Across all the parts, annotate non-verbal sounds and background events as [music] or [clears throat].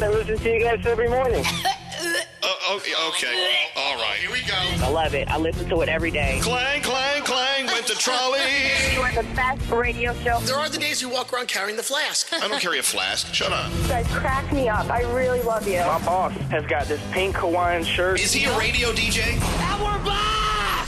I listen to you guys every [laughs] morning. Oh, oh, okay. All right. Here we go. I love it. I listen to it every day. Clang, clang, clang went the trolley. You are the best radio show. There are the days you walk around carrying the flask. I don't carry a flask. Shut up. You guys crack me up. I really love you. My boss has got this pink Hawaiian shirt. Is he a radio DJ?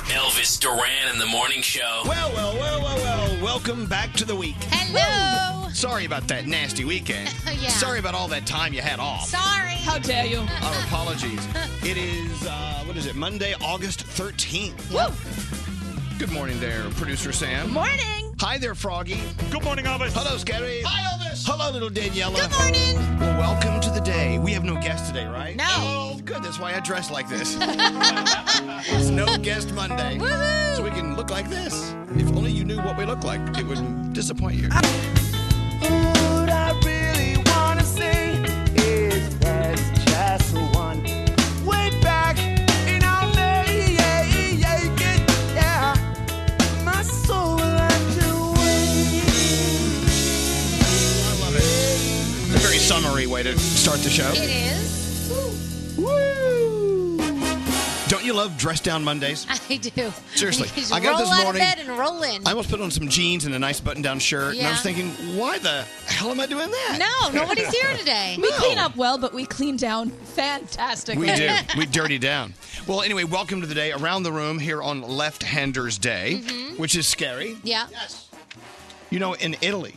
Elvis Duran in the morning show. Well, well, well, well, well. Welcome back to the week. Hello. Sorry about that nasty weekend. Oh, Yeah. Sorry about all that time you had off. Sorry. How dare you? Our apologies. It is, uh, what is it, Monday, August 13th. Woo. Good morning there, producer Sam. Morning. Hi there, Froggy. Good morning, Elvis. Hello, Scary. Hi, Elvis. Hello, little Daniela. Good morning. Well, welcome to the day. We have no guest today, right? No. Oh, good. That's why I dress [laughs] like this. it's no guest Monday. Woohoo. So we can look like this. If only you knew what we look like, it would disappoint Ah. you. I love it. It's a very summery way to start the show. It is. Woo. Woo! Don't you love dress down Mondays? I do. Seriously, Just I got roll this out morning- of bed and roll in. I almost put on some jeans and a nice button down shirt, and I was Yeah. thinking, why the hell am I doing that? no, nobody's here [laughs] today. We clean up well, but we clean down [laughs] fantastically. We do. [laughs] We dirty down. Well, anyway, welcome to the day around the room here on Left Handers Day, Mm-hmm. which is scary. Yeah. You know, in Italy,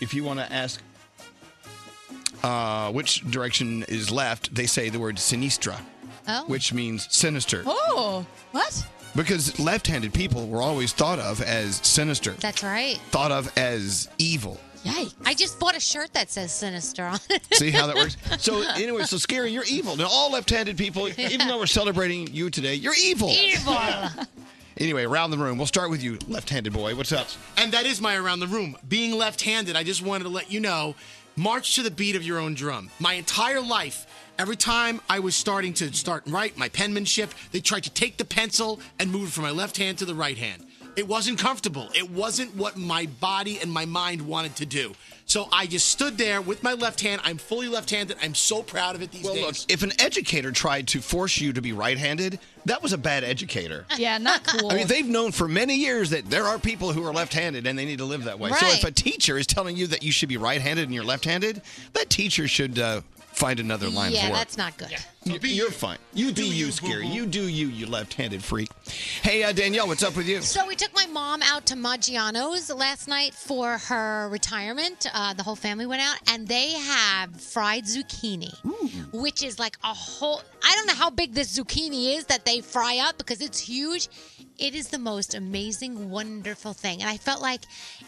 if you want to ask uh, which direction is left, they say the word sinistra, Oh. which means sinister, Oh, what? because left-handed people were always thought of as sinister, That's right. thought of as evil. Yikes. I just bought a shirt that says sinister on it. See how [laughs] that works? So anyway, so scary, you're evil. Now all left-handed people, even though we're celebrating you today, you're evil. Evil. [laughs] Anyway, around the room. We'll start with you, left-handed boy. What's up? And that is my around the room. Being left handed, I just wanted to let you know march to the beat of your own drum. My entire life, every time I was starting to start and write my penmanship, they tried to take the pencil and move it from my left hand to the right hand. It wasn't comfortable. It wasn't what my body and my mind wanted to do. So I just stood there with my left hand. I'm fully left handed. I'm so proud of it these Well, days. look, if an educator tried to force you to be right-handed, that was a bad educator. [laughs] Yeah, not cool. I mean, they've known for many years that there are people who are left-handed and they need to live that way. So Right. if a teacher is telling you that you should be right-handed and you're left-handed, that teacher should uh, find another line yeah, of work. that's not good. You're, you're fine. You do you, Scary. You do you, you left-handed freak. Hey, uh, Danielle, what's up with you? So we took my mom out to Maggiano's last night for her retirement. Uh, the whole family went out, and they have fried zucchini, which is like a whole. I don't know how big this zucchini is that they fry up because it's huge. It is the most amazing, wonderful thing, and I felt like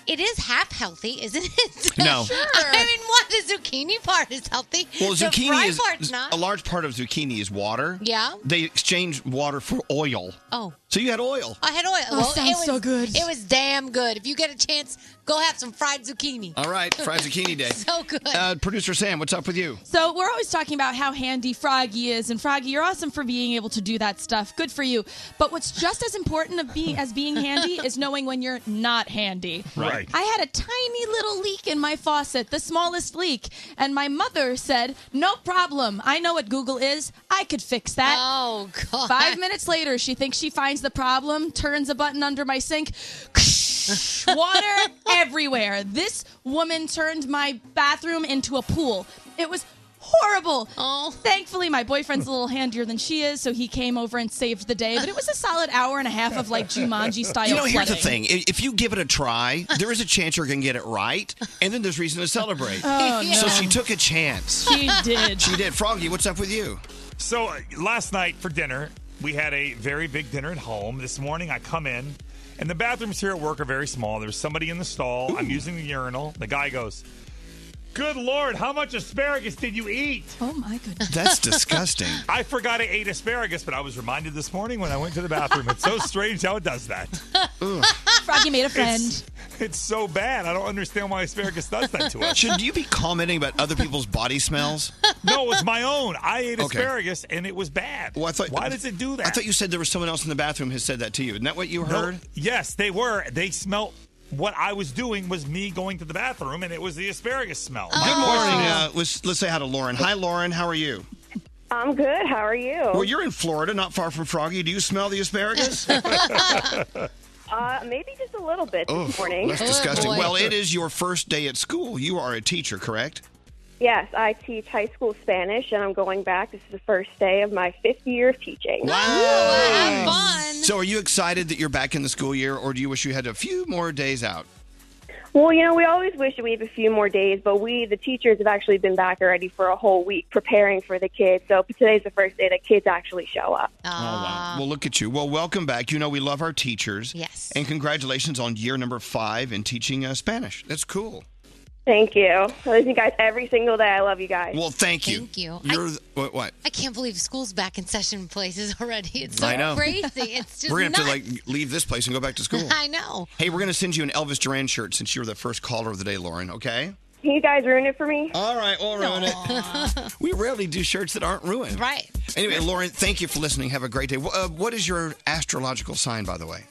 it is half healthy, isn't it? [laughs] No. Sure. I mean, what the zucchini part is healthy. Well, the zucchini fry is part's not. a large part of zucchini is water. Yeah. They exchange water for oil. Oh. So you had oil. I had oil. well, sounds it was, so good. It was damn good. If you get a chance, go have some fried zucchini. All [laughs] right, fried zucchini day. So good. Uh, Producer Sam, what's up with you? So we're always talking about how handy Froggy is, and Froggy, you're awesome for being able to do that stuff. Good for you. But what's just as important of being as being handy is knowing when you're not handy. Right. I had a tiny little leak in my faucet, the smallest leak, and my mother said, "No problem. I know what Google is. I could fix that." oh God. Five minutes later, she thinks she finds the problem, turns a button under my sink. Water everywhere. This woman turned my bathroom into a pool. It was horrible. Oh. Thankfully, my boyfriend's a little handier than she is, so he came over and saved the day. But it was a solid hour and a half of like Jumanji style. You know, here's the thing. I- If you give it a try, there is a chance you're going to get it right, and then there's reason to [laughs] celebrate. So she took a chance. Oh, She did. She did. Froggy, what's up with you? So uh, last night for dinner, we had a very big dinner at home. This morning, I come in, and the bathrooms here at work are very small. There's somebody in the stall. I'm using the urinal. The guy goes, "Good lord, how much asparagus did you eat?" oh my goodness. [laughs] That's disgusting. I forgot I ate asparagus, but I was reminded this morning when I went to the bathroom. It's [laughs] so strange how it does that. Froggy made a friend. [laughs] It's so bad. I don't understand why asparagus does that to us. Should you be commenting about other people's body smells? No, it was my own. I ate Okay. asparagus and it was bad. Well, I thought, why does it do that? I thought you said there was someone else in the bathroom who said that to you. Isn't that what you No, heard? yes, they were. They smelt what I was doing was me going to the bathroom, and it was the asparagus smell. Oh, Good morning. Uh, let's, let's say hi to Lauren. Hi, Lauren. How are you? I'm good. How are you? Well, you're in Florida, not far from Froggy. Do you smell the asparagus? uh, maybe just a little bit this morning. That's disgusting. Oh, Well, it is your first day at school. You are a teacher, correct? Yes, I teach high school Spanish, and I'm going back. This is the first day of my fifth year of teaching. Wow. So, are you excited that you're back in the school year, or do you wish you had a few more days out? Well, you know, we always wish we had a few more days, but we, the teachers, have actually been back already for a whole week preparing for the kids. So today's the first day that kids actually show up. Oh, Well, look at you. Well, welcome back. You know, we love our teachers. Yes. And congratulations on year number five in teaching uh, Spanish. That's cool. Thank you. I listen to you guys every single day. I love you guys. Well, thank you. Thank you. You're th- what? what? I can't believe school's back in session places already. It's so I know. [laughs] crazy. It's just We're gonna have nuts. to like leave this place and go back to school. [laughs] I know. Hey, we're gonna send you an Elvis Duran shirt since you were the first caller of the day, Lauren. Okay. Can you guys ruin it for me? All right, we'll ruin it. we rarely do shirts that aren't ruined. [laughs] Right. Anyway, Lauren, thank you for listening. Have a great day. Wh- Uh, what is your astrological sign, by the way?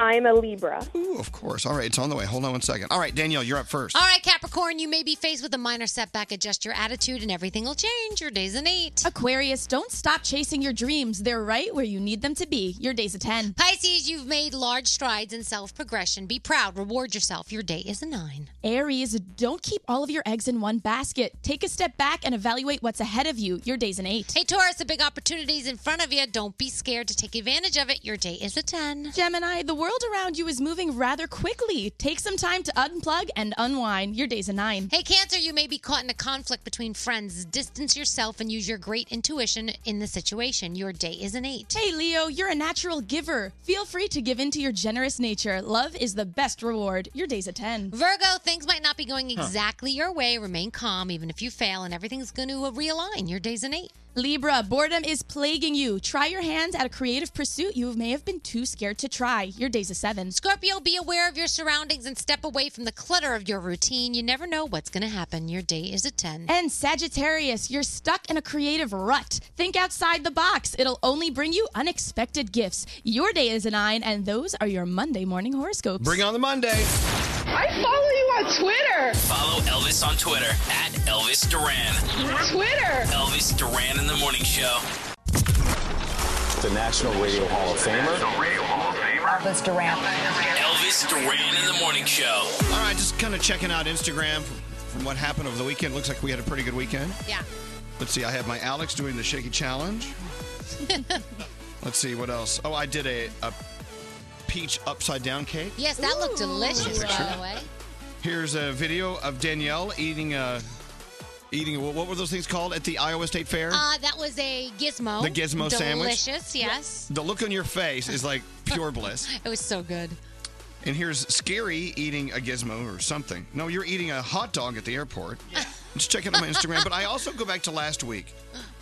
I'm a Libra. Ooh, of course. All right, it's on the way. Hold on one second. All right, Danielle, you're up first. All right, Capricorn, you may be faced with a minor setback. Adjust your attitude and everything will change. Your day's an eight. Aquarius, don't stop chasing your dreams. They're right where you need them to be. Your day's a 10. Pisces, you've made large strides in self progression. Be proud, reward yourself. Your day is a nine. Aries, don't keep all of your eggs in one basket. Take a step back and evaluate what's ahead of you. Your day's an 8. Hey, Taurus, the big opportunities in front of you. Don't be scared to take advantage of it. Your day is a 10. Gemini, the world around you is moving rather quickly. Take some time to unplug and unwind. Your day's a 9. Hey, Cancer, you may be caught in a conflict between friends. Distance yourself and use your great intuition in the situation. Your day is an 8. Hey Leo, you're a natural giver. Feel free to give in to your generous nature. Love is the best reward. Your day's a 10. Virgo, things might not be going exactly your way. Remain calm, even if you fail, and everything's going to realign. Your day's an eight. Libra, boredom is plaguing you. Try your hand at a creative pursuit you may have been too scared to try. Your day's a 7. Scorpio, be aware of your surroundings and step away from the clutter of your routine. You never know what's going to happen. Your day is a 10. And Sagittarius, you're stuck in a creative rut. Think outside the box. It'll only bring you unexpected gifts. Your day is a 9 and those are your Monday morning horoscopes. Bring on the Monday. I follow you on Twitter. Follow Elvis on Twitter at Elvis Duran. Twitter. Elvis Duran in the Morning Show. The National Radio Hall of Famer. Elvis Duran. Elvis Duran in the Morning Show. All right, just kind of checking out Instagram from, from what happened over the weekend. Looks like we had a pretty good weekend. Yeah. Let's see. I have my Alex doing the shaky challenge. Let's see what else. Oh, I did a, a peach upside down cake. [laughs] Yes, that looked delicious, by the way. Here's a video of Danielle eating a eating. What were those things called at the Iowa State Fair? Uh, that was a gizmo. The gizmo sandwich? Delicious, yes. the look on your face is like pure bliss. It was so good. And here's Scary eating a gizmo or something. No, you're eating a hot dog at the airport. [laughs] Just check it out on my Instagram. But I also go back to last week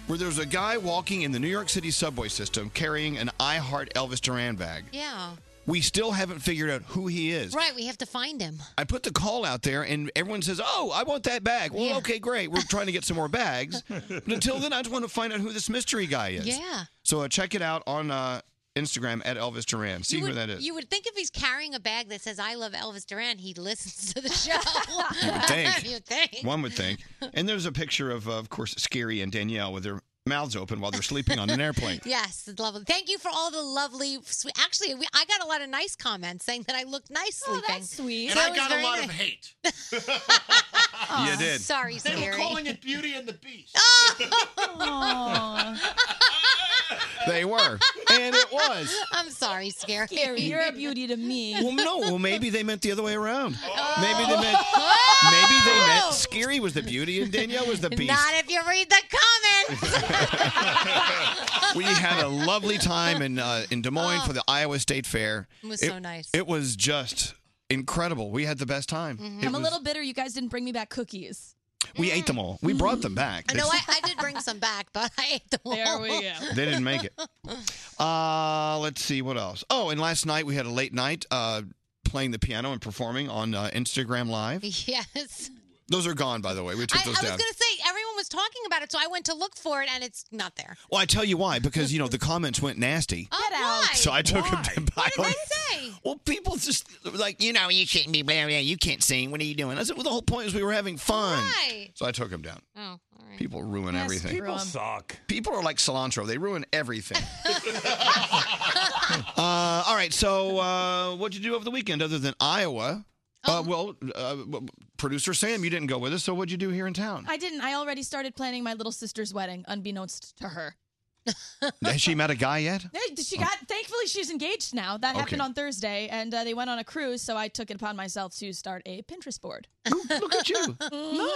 where there was a guy walking in the New York City subway system carrying an I Heart Elvis Duran bag. Yeah. We still haven't figured out who he is. Right, we have to find him. I put the call out there and everyone says, Oh, I want that bag. Well, Yeah. okay, great. We're trying to get some more [laughs] bags. but until then, I just want to find out who this mystery guy is. Yeah. So uh, check it out on uh, Instagram at Elvis Duran. See you who would, that is. You would think if he's carrying a bag that says "I love Elvis Duran," he listens [laughs] to the show. would think. [laughs] you think. One would think. And there's a picture of, uh, of course, Scary and Danielle with their mouths open while they're sleeping on an airplane. Yes, it's lovely. Thank you for all the lovely. Sweet, actually, we, I got a lot of nice comments saying that I looked nice Oh, sleeping. that's sweet. And That I was got a very lot nice. of hate. [laughs] you did. Sorry, They were Scary. calling it Beauty and [laughs] the Beast. Oh. They were. And it was. I'm sorry, Scary. You're a beauty to me. Well, no. Well, maybe they meant the other way around. Maybe they meant. Oh. Maybe they meant Scary was the beauty and Danielle was the beast. Not if you read the comments. we had a lovely time in uh, in Des Moines for the Iowa State Fair. Ah. It was so nice. It was just incredible. We had the best time. It Mm-hmm. Mm-hmm. I'm a was- little bitter you guys didn't bring me back cookies. we ate them all. We brought them back. I know I, I did bring some back, but I ate the one. There we go. they didn't make it. Uh, let's see what else. Oh, and last night we had a late night uh, playing the piano and performing on uh, Instagram [laughs] Live. Yes. Those are gone, by the way. We I, took I those was down. going to say, everyone was talking about it, so I went to look for it, and it's not there. Well, I tell you why because you know the comments went nasty. [laughs] Oh, why? So I took him to What did bio. they say? Well, people just like you know you shouldn't be blah blah. You can't sing. What are you doing? I said well the whole point was we were having fun. Right. So I took him down. Oh, all right. People ruin Yeah, everything. screw People 'em. suck. People are like cilantro. They ruin [laughs] everything. uh, all right. So uh, what'd you do over the weekend other than Iowa? Oh. Uh, well, uh, w- producer Sam, you didn't go with us. So what'd you do here in town? I didn't. I already started planning my little sister's wedding, unbeknownst to her. [laughs] Has she met a guy yet? Hey, She got. Thankfully, she's engaged now. That happened Okay. on Thursday, and uh, they went on a cruise. So I took it upon myself to start a Pinterest board. Look [laughs] at you.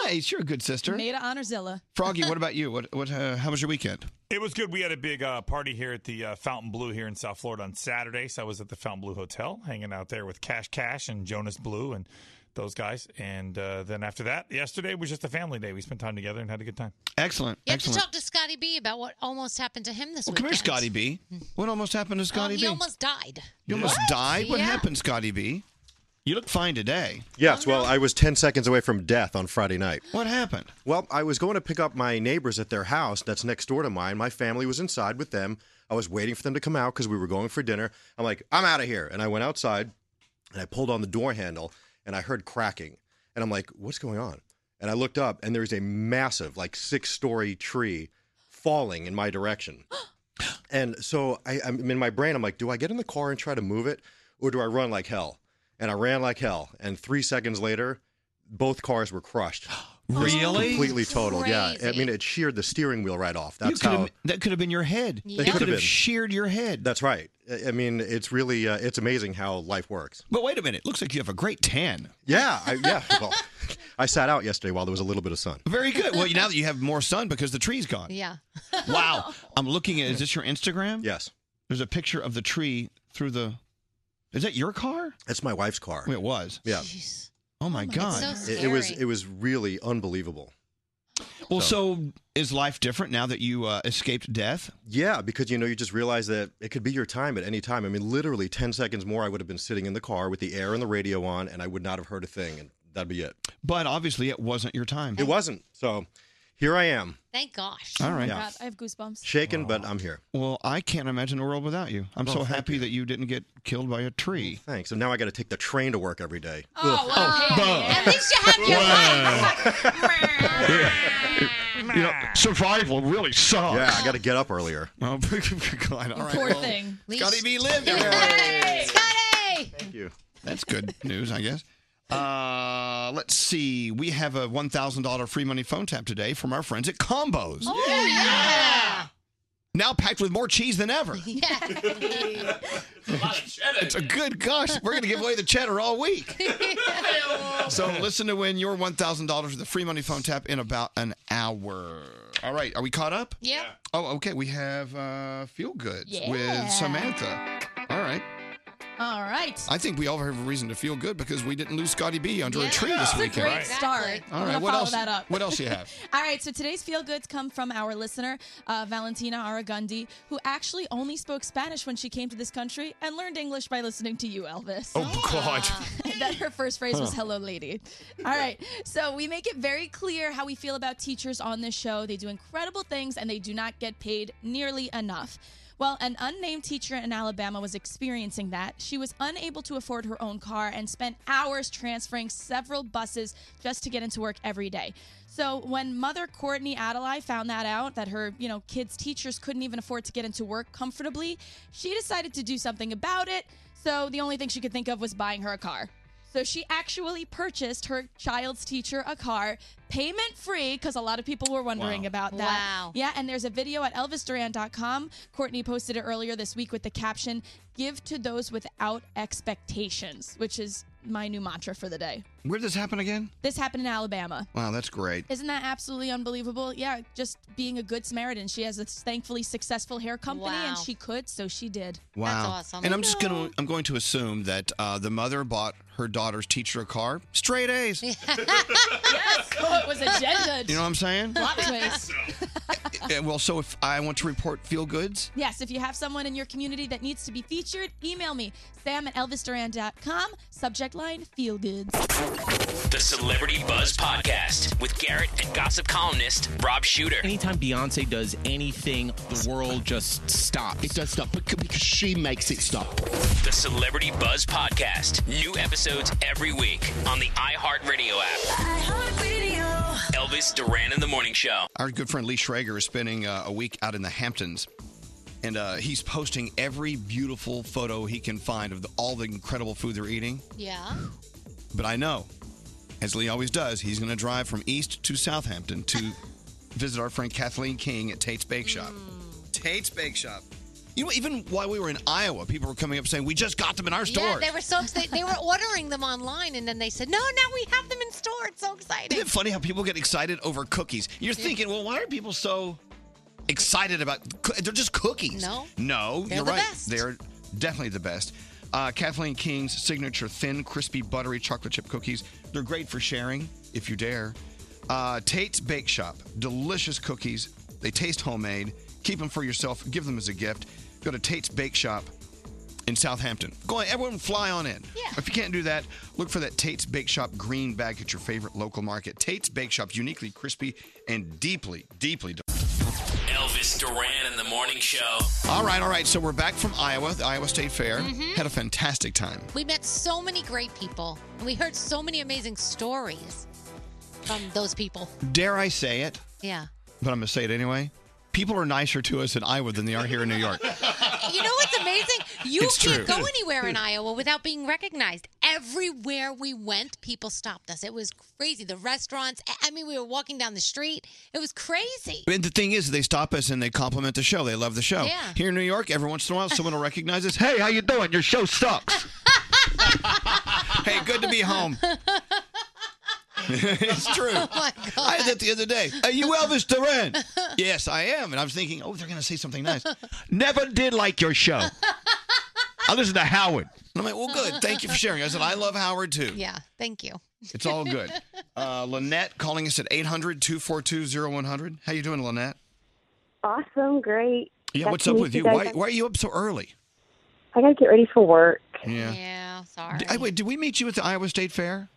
nice. You're a good sister. Made a honorzilla. Froggy, what about you? What? What? Uh, how was your weekend? It was good. We had a big uh, party here at the uh, Fountain Blue here in South Florida on Saturday. So I was at the Fountain Blue Hotel, hanging out there with Cash Cash and Jonas Blue and those guys. And uh, then after that, yesterday was just a family day. We spent time together and had a good time. Excellent. You have to Excellent. talk to Scotty B about what almost happened to him this Well, week. come here, weekend. Scotty B. What almost happened to Scotty Um, B? He almost died. You almost died? What Yeah. happened, Scotty B? You look fine today. Yes, well, I was 10 seconds away from death on Friday night. What happened? Well, I was going to pick up my neighbors at their house that's next door to mine. My family was inside with them. I was waiting for them to come out because we were going for dinner. I'm like, I'm out of here. And I went outside and I pulled on the door handle and I heard cracking. And I'm like, what's going on? And I looked up and there's a massive, like six story tree falling in my [gasps] direction. And so I, I'm in my brain, I'm like, do I get in the car and try to move it or do I run like hell? And I ran like hell. And three seconds later, both cars were [gasps] crushed. Really? Completely totaled. Yeah. I Crazy. mean, it sheared the steering wheel right off. You That's could've- how. That could have been your head. They It could have could been. have sheared your head. That's right. I- I mean, it's really, uh, it's amazing how life works. But wait a minute. Looks like you have a great tan. Yeah. I, yeah. Well, I sat out yesterday while there was a little bit of sun. Very good. Well, now that you have more sun because the tree's gone. Yeah. [laughs] [laughs] Wow. I'm looking at, is this your Instagram? Yes. There's a picture of the tree through the, is that your car? That's my wife's car. It was. Yeah. Oh my God. It, it was, it was really unbelievable. well, so is life different now that you uh, escaped death? Yeah, because you know you just realize that it could be your time at any time. I mean, literally ten seconds more, I would have been sitting in the car with the air and the radio on, and I would not have heard a thing, and that'd be it. But obviously, it wasn't your time. It wasn't. So here I am, Thank gosh. All right. Yeah. God, I have goosebumps. shaken, but I'm here. Well, I can't imagine a world without you. I'm Oh, so thank happy that you didn't get killed by a tree. Thanks. And now I got to take the train to work every day. Oh, Ugh. At least you have your [laughs] you know, survival really sucks. Yeah, I got to get up earlier. [laughs] Oh, God, all right. Poor well, thing. Scotty B lived. Scotty. Thank you. That's good news, I guess. Uh, let's see. We have a one thousand dollar free money phone tap today from our friends at Combos. Oh. Oh, [laughs] yeah. Now packed with more cheese than ever. Yeah. [laughs] It's a good gosh. We're gonna give away the cheddar all week. So listen to win your one thousand dollars with the free money phone tap in about an hour. All right, are we caught up? Yeah. Oh, okay. We have uh, Feel Good Yeah. with Samantha. All right. All right. I think we all have a reason to feel good because we didn't lose Scotty B under a tree this It's a weekend. great All start. I'm right. gonna What follow else? that up. What else you have? [laughs] All right, so today's feel goods come from our listener, uh, Valentina Aragundi, who actually only spoke Spanish when she came to this country and learned English by listening to you, Elvis. Oh, God. [laughs] that her first phrase was Huh. hello lady all right so we make it very clear how we feel about teachers on this show they do incredible things and they do not get paid nearly enough well, an unnamed teacher in Alabama was experiencing that. She was unable to afford her own car and spent hours transferring several buses just to get into work every day. So when mother Courtney Adelaide found that out that her, you know, kids teachers couldn't even afford to get into work comfortably, she decided to do something about it. So the only thing she could think of was buying her a car. So she actually purchased her child's teacher a car, payment free, because a lot of people were wondering Wow. about that. Wow. Yeah, and there's a video at elvisduran.com. Courtney posted it earlier this week with the caption, Give to those without expectations, which is my new mantra for the day. Where did this happen again? This happened in Alabama. Wow, that's great. Isn't that absolutely unbelievable? Yeah, just being a good Samaritan. She has a thankfully successful hair company, and Wow. she could, so she did. [laughs] Wow. And I'm just gonna I'm going to assume that uh, the mother bought her daughter's teacher a car. Straight [laughs] A's. yes. Oh, it was agendaed. [laughs] You know what I'm saying? Plot twist. Eh, well, so if I want to report feel goods, Yes, if you have someone in your community that needs to be featured, email me, sam at elvisduran.com, subject line, feel goods. The Celebrity Buzz Podcast with Garrett and gossip columnist Rob Shooter. Anytime Beyonce does anything, the world just stops. It does stop bec- because she makes it stop. The Celebrity Buzz Podcast. New episodes every week on the iHeartRadio app. Elvis Duran in the Morning Show. our good friend Lee Schrager is spending uh, a week out in the Hamptons, and uh, he's posting every beautiful photo he can find of the, all the incredible food they're eating. Yeah. But I know, as Lee always does, he's going to drive from east to Southampton to visit our friend Kathleen King at Tate's Bake Shop. Tate's Bake Shop. You know, even while we were in Iowa, people were coming up saying, "We just got them in our Yeah, store." they were so upset. They were ordering them online, and then they said, "No, now we have them in store. It's so exciting." Isn't it funny how people get excited over cookies? You're Yeah. thinking, well, why are people so excited about? coo- They're just cookies. No. no, They're you're the right. best. They're definitely the best. Uh, Kathleen King's signature thin, crispy, buttery chocolate chip cookies. They're great for sharing if you dare. Uh, Tate's Bake Shop, delicious cookies. They taste homemade. Keep them for yourself. Give them as a gift. Go to Tate's Bake Shop in Southampton. Go on, everyone fly on in. Yeah. If you can't do that, look for that Tate's Bake Shop green bag at your favorite local market. Tate's Bake Shop, uniquely crispy and deeply, deeply. del- Elvis Duran in the Morning Show. All right, all right. So we're back from Iowa, the Iowa State Fair. Mhm. Had a fantastic time. We met so many great people, and we heard so many amazing stories from those people. Dare I say it? Yeah. But I'm gonna say it anyway. People are nicer to us in Iowa than they are here in New York. You know what's amazing? You It's can't true. go anywhere in Iowa without being recognized. Everywhere we went, people stopped us. It was crazy. The restaurants, I- I mean, we were walking down the street. It was crazy. And the thing is, they stop us and they compliment the show. They love the show. Yeah. Here in New York, every once in a while, someone will recognize us. Hey, how you doing? Your [laughs] show sucks. hey, good to be home. [laughs] it's true. Oh my God. I had that the other day. Are you Elvis Duran? yes, I am. And I was thinking, oh, they're going to say something nice. Never did like your show. I listen to Howard. And I'm like, well, good. Thank you for sharing. I said, I love Howard too. Yeah, thank you. It's all good. Uh, Lynette calling us at 800 242 0100. How you doing, Lynette? Awesome, great. Yeah, Got what's to up meet with you? guys. Why, why are you up so early? I gotta get ready for work. Yeah. Yeah, sorry. Did, I- wait, did we meet you at the Iowa State Fair?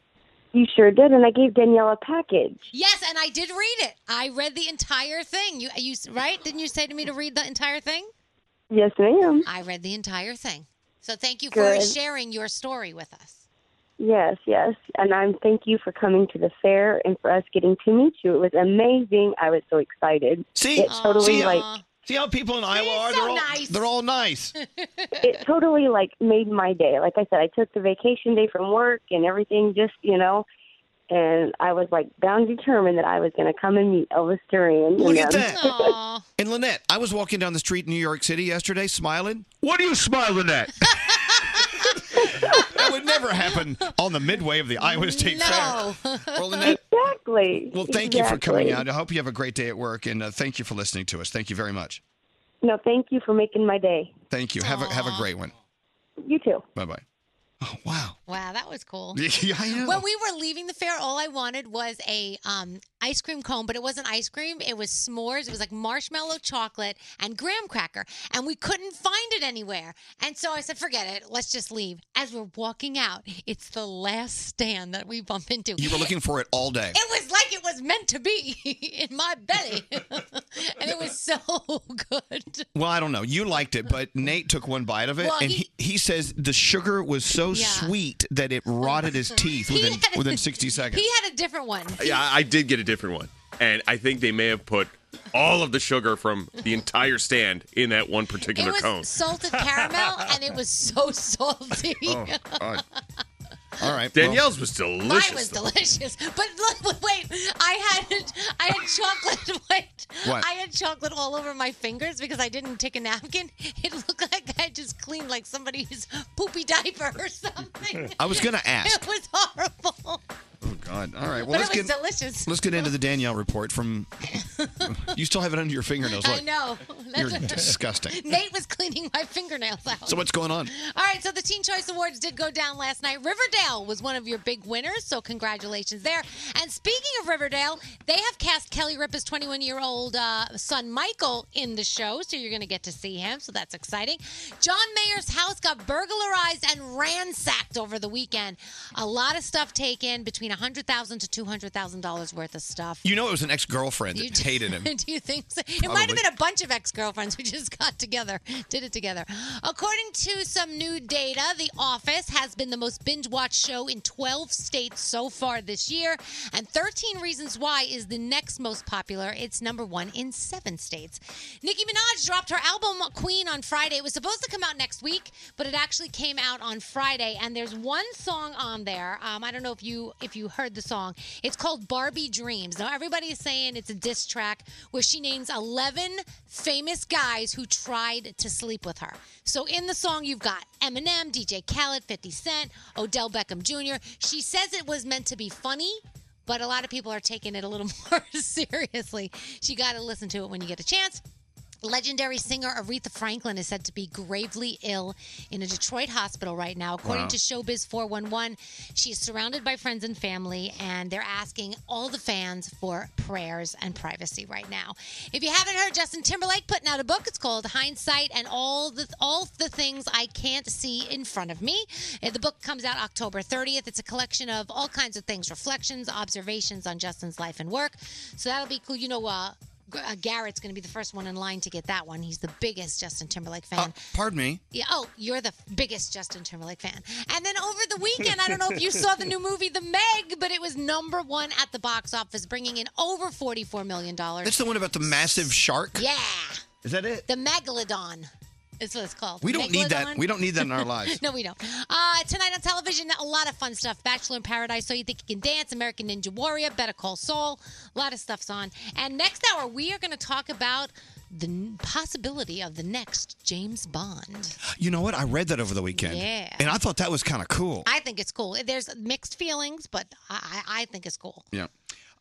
You sure did, and I gave Danielle a package. Yes, and I did read it. I read the entire thing. You, you right? Didn't you say to me to read the entire thing? Yes, ma'am. I read the entire thing. So thank you for Good. sharing your story with us. Yes, yes, and I'm thank you for coming to the fair and for us getting to meet you. It was amazing. I was so excited. See, it totally see, uh, like see how people in Iowa are. they're all nice. They're [laughs] all nice. it totally like made my day. Like I said, I took the vacation day from work and everything, just you know. And I was like bound determined that I was going to come and meet Elvis Duran. Look and at them. that. And Lynette, I was walking down the street in New York City yesterday, smiling. What are you smiling at? [laughs] that would never happen on the midway of the Iowa State Fair. Well, Lynette, exactly. Well, thank you for coming out. I hope you have a great day at work, and uh, thank you for listening to us. Thank you very much. No, thank you for making my day. Thank you. Have a have a great one. You too. Bye bye. Wow, that was cool. [laughs] Yeah, I know. When we were leaving the fair, all I wanted was a um, ice cream cone, but it wasn't ice cream. It was s'mores. It was like marshmallow chocolate and graham cracker, and we couldn't find it anywhere. And so I said, "Forget it. Let's just leave." As we're walking out, it's the last stand that we bump into. You were looking for it all day. [laughs] It was like it was meant to be [laughs] in my belly, [laughs] and it was so good. Well, I don't know. You liked it, but Nate took one bite of it, Well, and he- he, he says the sugar was so Yeah. sweet that it rotted [laughs] his teeth He within had- within 60 [laughs] seconds. He had a different one. [laughs] Yeah, I I did get a different one, and I think they may have put all of the sugar from the entire stand in that one It particular was cone. salted caramel, and it was so [laughs] salty. Oh, [laughs] All right, Danielle's was delicious. Mine was delicious, [laughs] but look, wait! I had I had chocolate. [laughs] Wait, What? I had chocolate all over my fingers because I didn't take a napkin. [laughs] It looked like I just cleaned like somebody's poopy diaper or something. [laughs] I was gonna ask. It was horrible. Oh God! All right. Well, But let's it was get delicious. let's get into the Danielle [laughs] report. From you still have it under your fingernails. Look, I know. [laughs] You're disgusting. Nate was cleaning my fingernails out. So what's going on? All right, so the Teen Choice Awards did go down last night. Riverdale was one of your big winners, so congratulations there. And speaking of Riverdale, They have cast Kelly Ripa's 21 year old uh, son Michael in the show, so you're going to get to see him. So that's exciting. John Mayer's house got burglarized and ransacked over the weekend. A lot of stuff taken, between 100000 to $200,000 worth of stuff. You know it was an ex-girlfriend [laughs] You that do- hated [laughs] him. Do you think so? It might have Probably. been a bunch of ex girlfriends who just [laughs] got together, did it together. According to some new data, The Office has been the most binge watched show in 12 states so far this year, and 13 Reasons Why is the next most popular. It's number one in seven states. Nicki Minaj dropped her album Queen on Friday. It was supposed to come out next week, but it actually came out on Friday, and there's one song on there. Um, I don't know if you if you heard the song. It's called Barbie Dreams. Now everybody is saying it's a diss track where she names 11 famous guys who tried to sleep with her. So in the song you've got Eminem, DJ Khaled, 50 Cent, Odell Beckham Jr. She says it was meant to be funny. But a lot of people are taking it a little [laughs] more seriously. You got to listen to it when you get a chance. Legendary singer Aretha Franklin is said to be gravely ill in a Detroit hospital right now. According Wow. to Showbiz 411, she is surrounded by friends and family, and they're asking all the fans for prayers and privacy right now. If you haven't heard, Justin Timberlake putting out a book. It's called Hindsight and all the all the things I can't see in front of me. Uh, The book comes out October 30th. It's a collection of all kinds of things, reflections, observations on Justin's life and work. So that'll be cool. You know, uh, G- uh, Garrett's going to be the first one in line to get that one. He's the biggest Justin Timberlake fan. Uh, Pardon me. yeah. Oh, you're the f- biggest Justin Timberlake fan. And then over the weekend, I don't know if you saw [laughs] the new movie The Meg, but it was number one at the box office, bringing in over forty-four million dollars. That's the one about the massive shark. Yeah, Is that it? the Megalodon. Is what it's called. We don't need that. Megalodon? We don't need that in our [laughs] lives. no, we don't. Uh, tonight on television, a lot of fun stuff. Bachelor in Paradise, So You Think You Can Dance, American Ninja Warrior, Better Call Saul. A lot of stuff's on. And next hour, we are going to talk about the n- possibility of the next James Bond. You know what? I read that over the weekend. Yeah. And I thought that was kind of cool. I think it's cool. There's mixed feelings, but I, I I think it's cool. yeah.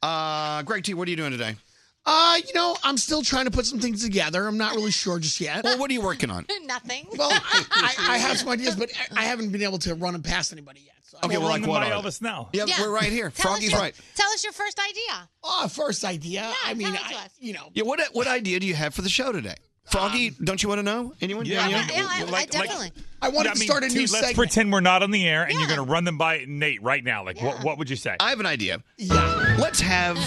Uh, Greg T, what are you doing today? [laughs] Uh, you know, I'm still trying to put some things together. I'm not really sure just yet. Well, what are you working on? [laughs] Nothing. Well, I, I, I have some ideas, but I- I haven't been able to run them past anybody yet. So Okay, well, like what? are they? Yeah, we're right here. Tell us Froggy's your- right. Tell us your first idea. Oh, first idea. I mean, I, you know. Yeah. What What idea do you have for the show today, Froggy? Um, don't you want to know? Anyone? Yeah, Yeah, yeah, yeah, I- I definitely. I wanted Yeah, to mean, start a dude, new Let's segment. pretend we're not on the air, and you're going to run them by Nate right now. Like, what, what would you say? I have an idea. Yeah. Let's have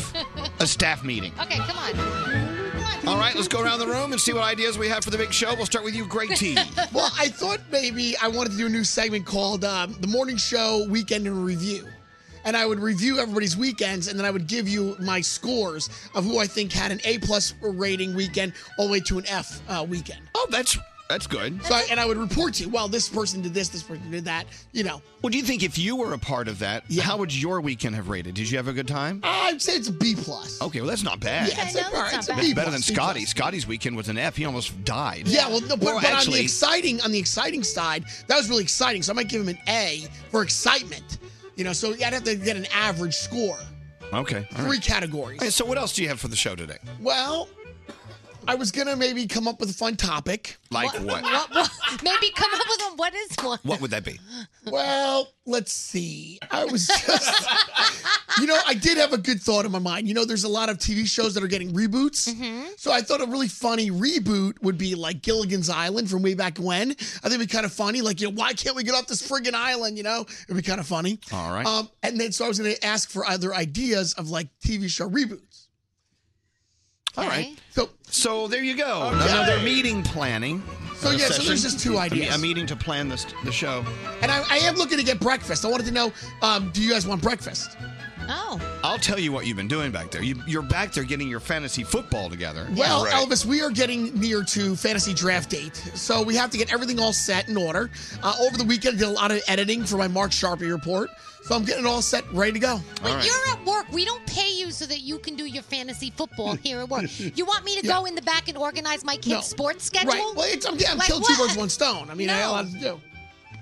a staff meeting. Okay, come on. All right, let's go around the room and see what ideas we have for the big show. We'll start with you, Greg T. [laughs] well, I thought maybe I wanted to do a new segment called um, The Morning Show Weekend in Review. And I would review everybody's weekends, and then I would give you my scores of who I think had an A plus rating weekend all the way to an F uh, weekend. Oh, that's that's good. So, I, and I would report to you, well, this person did this, this person did that. You know, Well, do you think if you were a part of that, how would your weekend have rated? Did you have a good time? I'd say it's a B plus. Okay, well that's not bad. Yeah, it's, a- all right, it's a That's B better than plus, B Scotty. Scotty's weekend was an F. He almost died. Yeah, well, no, but, Or but on actually- the exciting on the exciting side, that was really exciting. So I might give him an A for excitement. You know, so I'd have to get an average score, Okay. all right. three categories. And so, what else do you have for the show today? Well, I was gonna maybe come up with a fun topic. Like what? What, what, [laughs] maybe come up with one. What is one? What would that be? Well, let's see. I was just, you know, I did have a good thought in my mind. You know, there's a lot of TV shows that are getting reboots. So I thought a really funny reboot would be like Gilligan's Island from way back when. I think it'd be kind of funny. Like, you know, why can't we get off this friggin' island? You know, it'd be kind of funny. All right. Um, and then so I was going to ask for other ideas of like TV show reboots. All right. So, so there you go. Okay. Another meeting planning. So, uh, yeah, so session. there's just two A me- ideas. A meeting to plan this the show. And I, I am looking to get breakfast. I wanted to know, um, do you guys want breakfast? Oh. I'll tell you what you've been doing back there. You, you're back there getting your fantasy football together. Well, Elvis, we are getting near to fantasy draft date, so we have to get everything all set in order. Uh, over the weekend, I did a lot of editing for my Mark Sharpie report, so I'm getting it all set, ready to go. But you're at work. We don't pay you so that you can do your fantasy football here at [laughs] work. You want me to go in the back and organize my kids' Hmm. No. sports schedule? Right. Well, it's, I'm, I'm Like, killed two what? birds with one stone. I mean, I got a lot to do.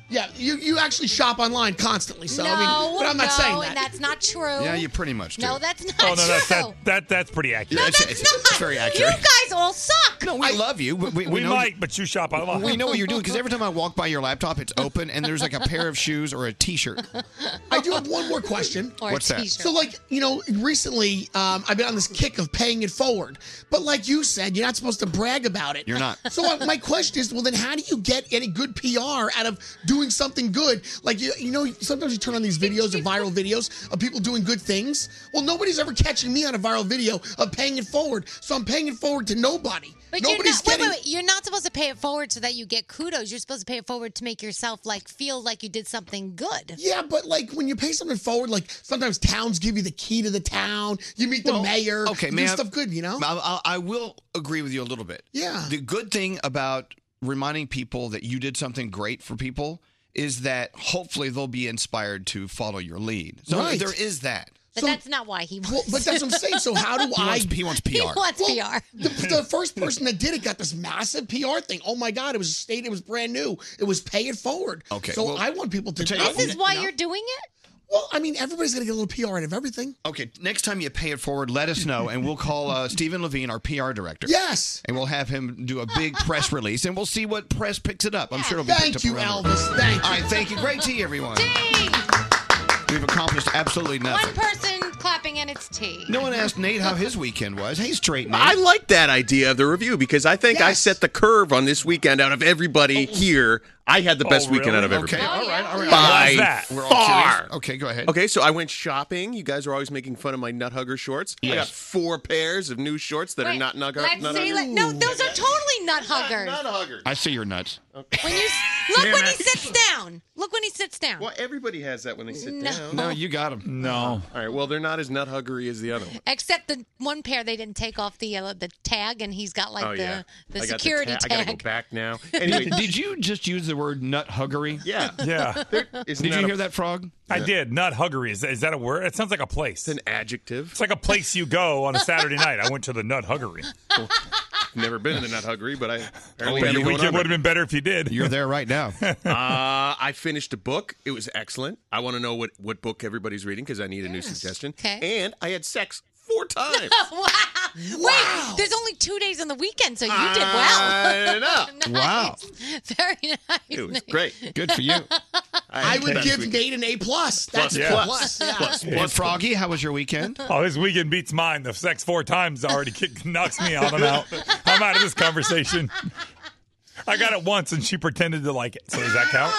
Yeah, you, you actually shop online constantly, so no, I mean, but I'm not no, saying and that. that's not true. Yeah, you pretty much do. No, that's not oh no, true. that's that, that that's pretty accurate. that's it's, it's very You accurate. guys all suck. No, we love you. but We, we, We know might, but you shop a lot. We know what you're doing because every time I walk by your laptop, it's open and there's like a pair of shoes or [laughs] a T-shirt. I do have one more question. Or a What's that? t-shirt. So, like, you know, recently um, I've been on this kick of paying it forward. But, like you said, you're not supposed to brag about it. You're not. So, uh, my question is well, then how do you get any good PR out of doing something good? Like, you, you know, sometimes you turn on these videos or viral videos of people doing good things. Well, nobody's ever catching me on a viral video of paying it forward. So, I'm paying it forward to nobody. But you're Nobody's not, wait, getting. wait, wait. You're not supposed to pay it forward so that you get kudos. You're supposed to pay it forward to make yourself like feel like you did something good. Yeah, but like when you pay something forward, like sometimes towns give you the key to the town. You meet the Well, mayor. Okay, you man. do stuff good, you know. I, I, I will agree with you a little bit. Yeah. The good thing about reminding people that you did something great for people is that hopefully they'll be inspired to follow your lead. So Right. there is that. But that's not why he wants. but that's what I'm saying. So how do He I? wants- he wants He PR. wants PR. The, the first person that did it got this massive PR thing. Oh my God! It was a state. It was brand new. It was pay it forward. Okay, So well, I want people to. I'll tell you I what, This is why you know? you're doing it. Well, I mean, everybody's gonna get a little PR out [laughs] of everything. Okay, next time you pay it forward, let us know, and we'll [laughs] call uh, Stephen Levine, our PR director. Yes. And we'll have him do a big [laughs] press release, and we'll see what press picks it up. I'm sure it'll be Thank picked you, up around Elvis. Thank you. All right, thank you. Great tea, everyone. We've accomplished absolutely One [laughs] [laughs] nothing. person clapping and it's tea. No one asked Nate how his weekend was. Hey, straight Nate. I like that idea of the review because I think I Yes. set the curve on this weekend out of everybody Oh. here. I had the best weekend out of everybody. Oh, Okay, all right, all right. By We're all Oh. far. curious. Okay, go ahead. Okay, so I went shopping. You guys are always making fun of my nut hugger shorts. I got Yes. four pairs of new shorts that are not nut Let's nut see. hugger. Let, no, those are totally nut huggers. I see your nuts. [laughs] Look Damn when it. he sits down. Look when he sits down. Well, everybody has that when they sit No. down. No, you got them. No. All right. Well, they're not as nut huggery as the other one. Except the one pair they didn't take off the uh, the tag, and he's got like oh the yeah. the I got security the ta- I tag. gotta go back now. Anyway, [laughs] did you just use the word nut huggery? Yeah. Yeah. [laughs] Isn't Did you that a- hear that, Frog? I Yeah. did. Nut huggery. Is, is that a word? It sounds like a place. It's an adjective. It's like a place you go on a Saturday night. I went to the nut huggery. Never been to the nut huggery, but I apparently Your had it going weekend on. would have been better if you did. You're there [laughs] right now. [laughs] [laughs] uh, I finished a book. It was excellent. I want to know what, what book everybody's reading because I need a new suggestion. And I had sex four times. [laughs] wow. Wait, there's only two days on the weekend, so you did I well. know. Wow. Very nice. It was great. Good [laughs] for you. I would Best give weekend. Nate an A plus. That's yeah. plus. yeah. And Froggy, how was your weekend? Oh, his weekend beats mine. The sex four times already kicked, knocks me out. I'm out. I'm out of this conversation. I got it once, and she pretended to like it. So does that count?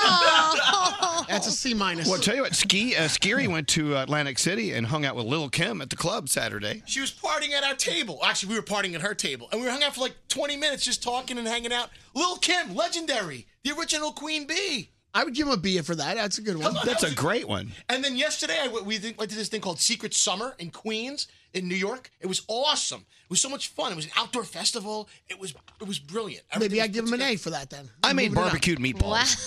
That's a C minus. Well, tell you what, Ski uh, Skiri went to Atlantic City and hung out with Lil Kim at the club Saturday. She was partying at our table. Actually, we were partying at her table, and we hung out for like 20 minutes just talking and hanging out. Lil Kim, legendary, the original Queen Bee. I would give him a B for that. That's a good one. That's a great one. And then yesterday, I went, we did- went to this thing called Secret Summer in Queens, in New York. It was awesome. It was so much fun. It was an outdoor festival. It was it was brilliant. Maybe I give him an A for that then. I made barbecued meatballs.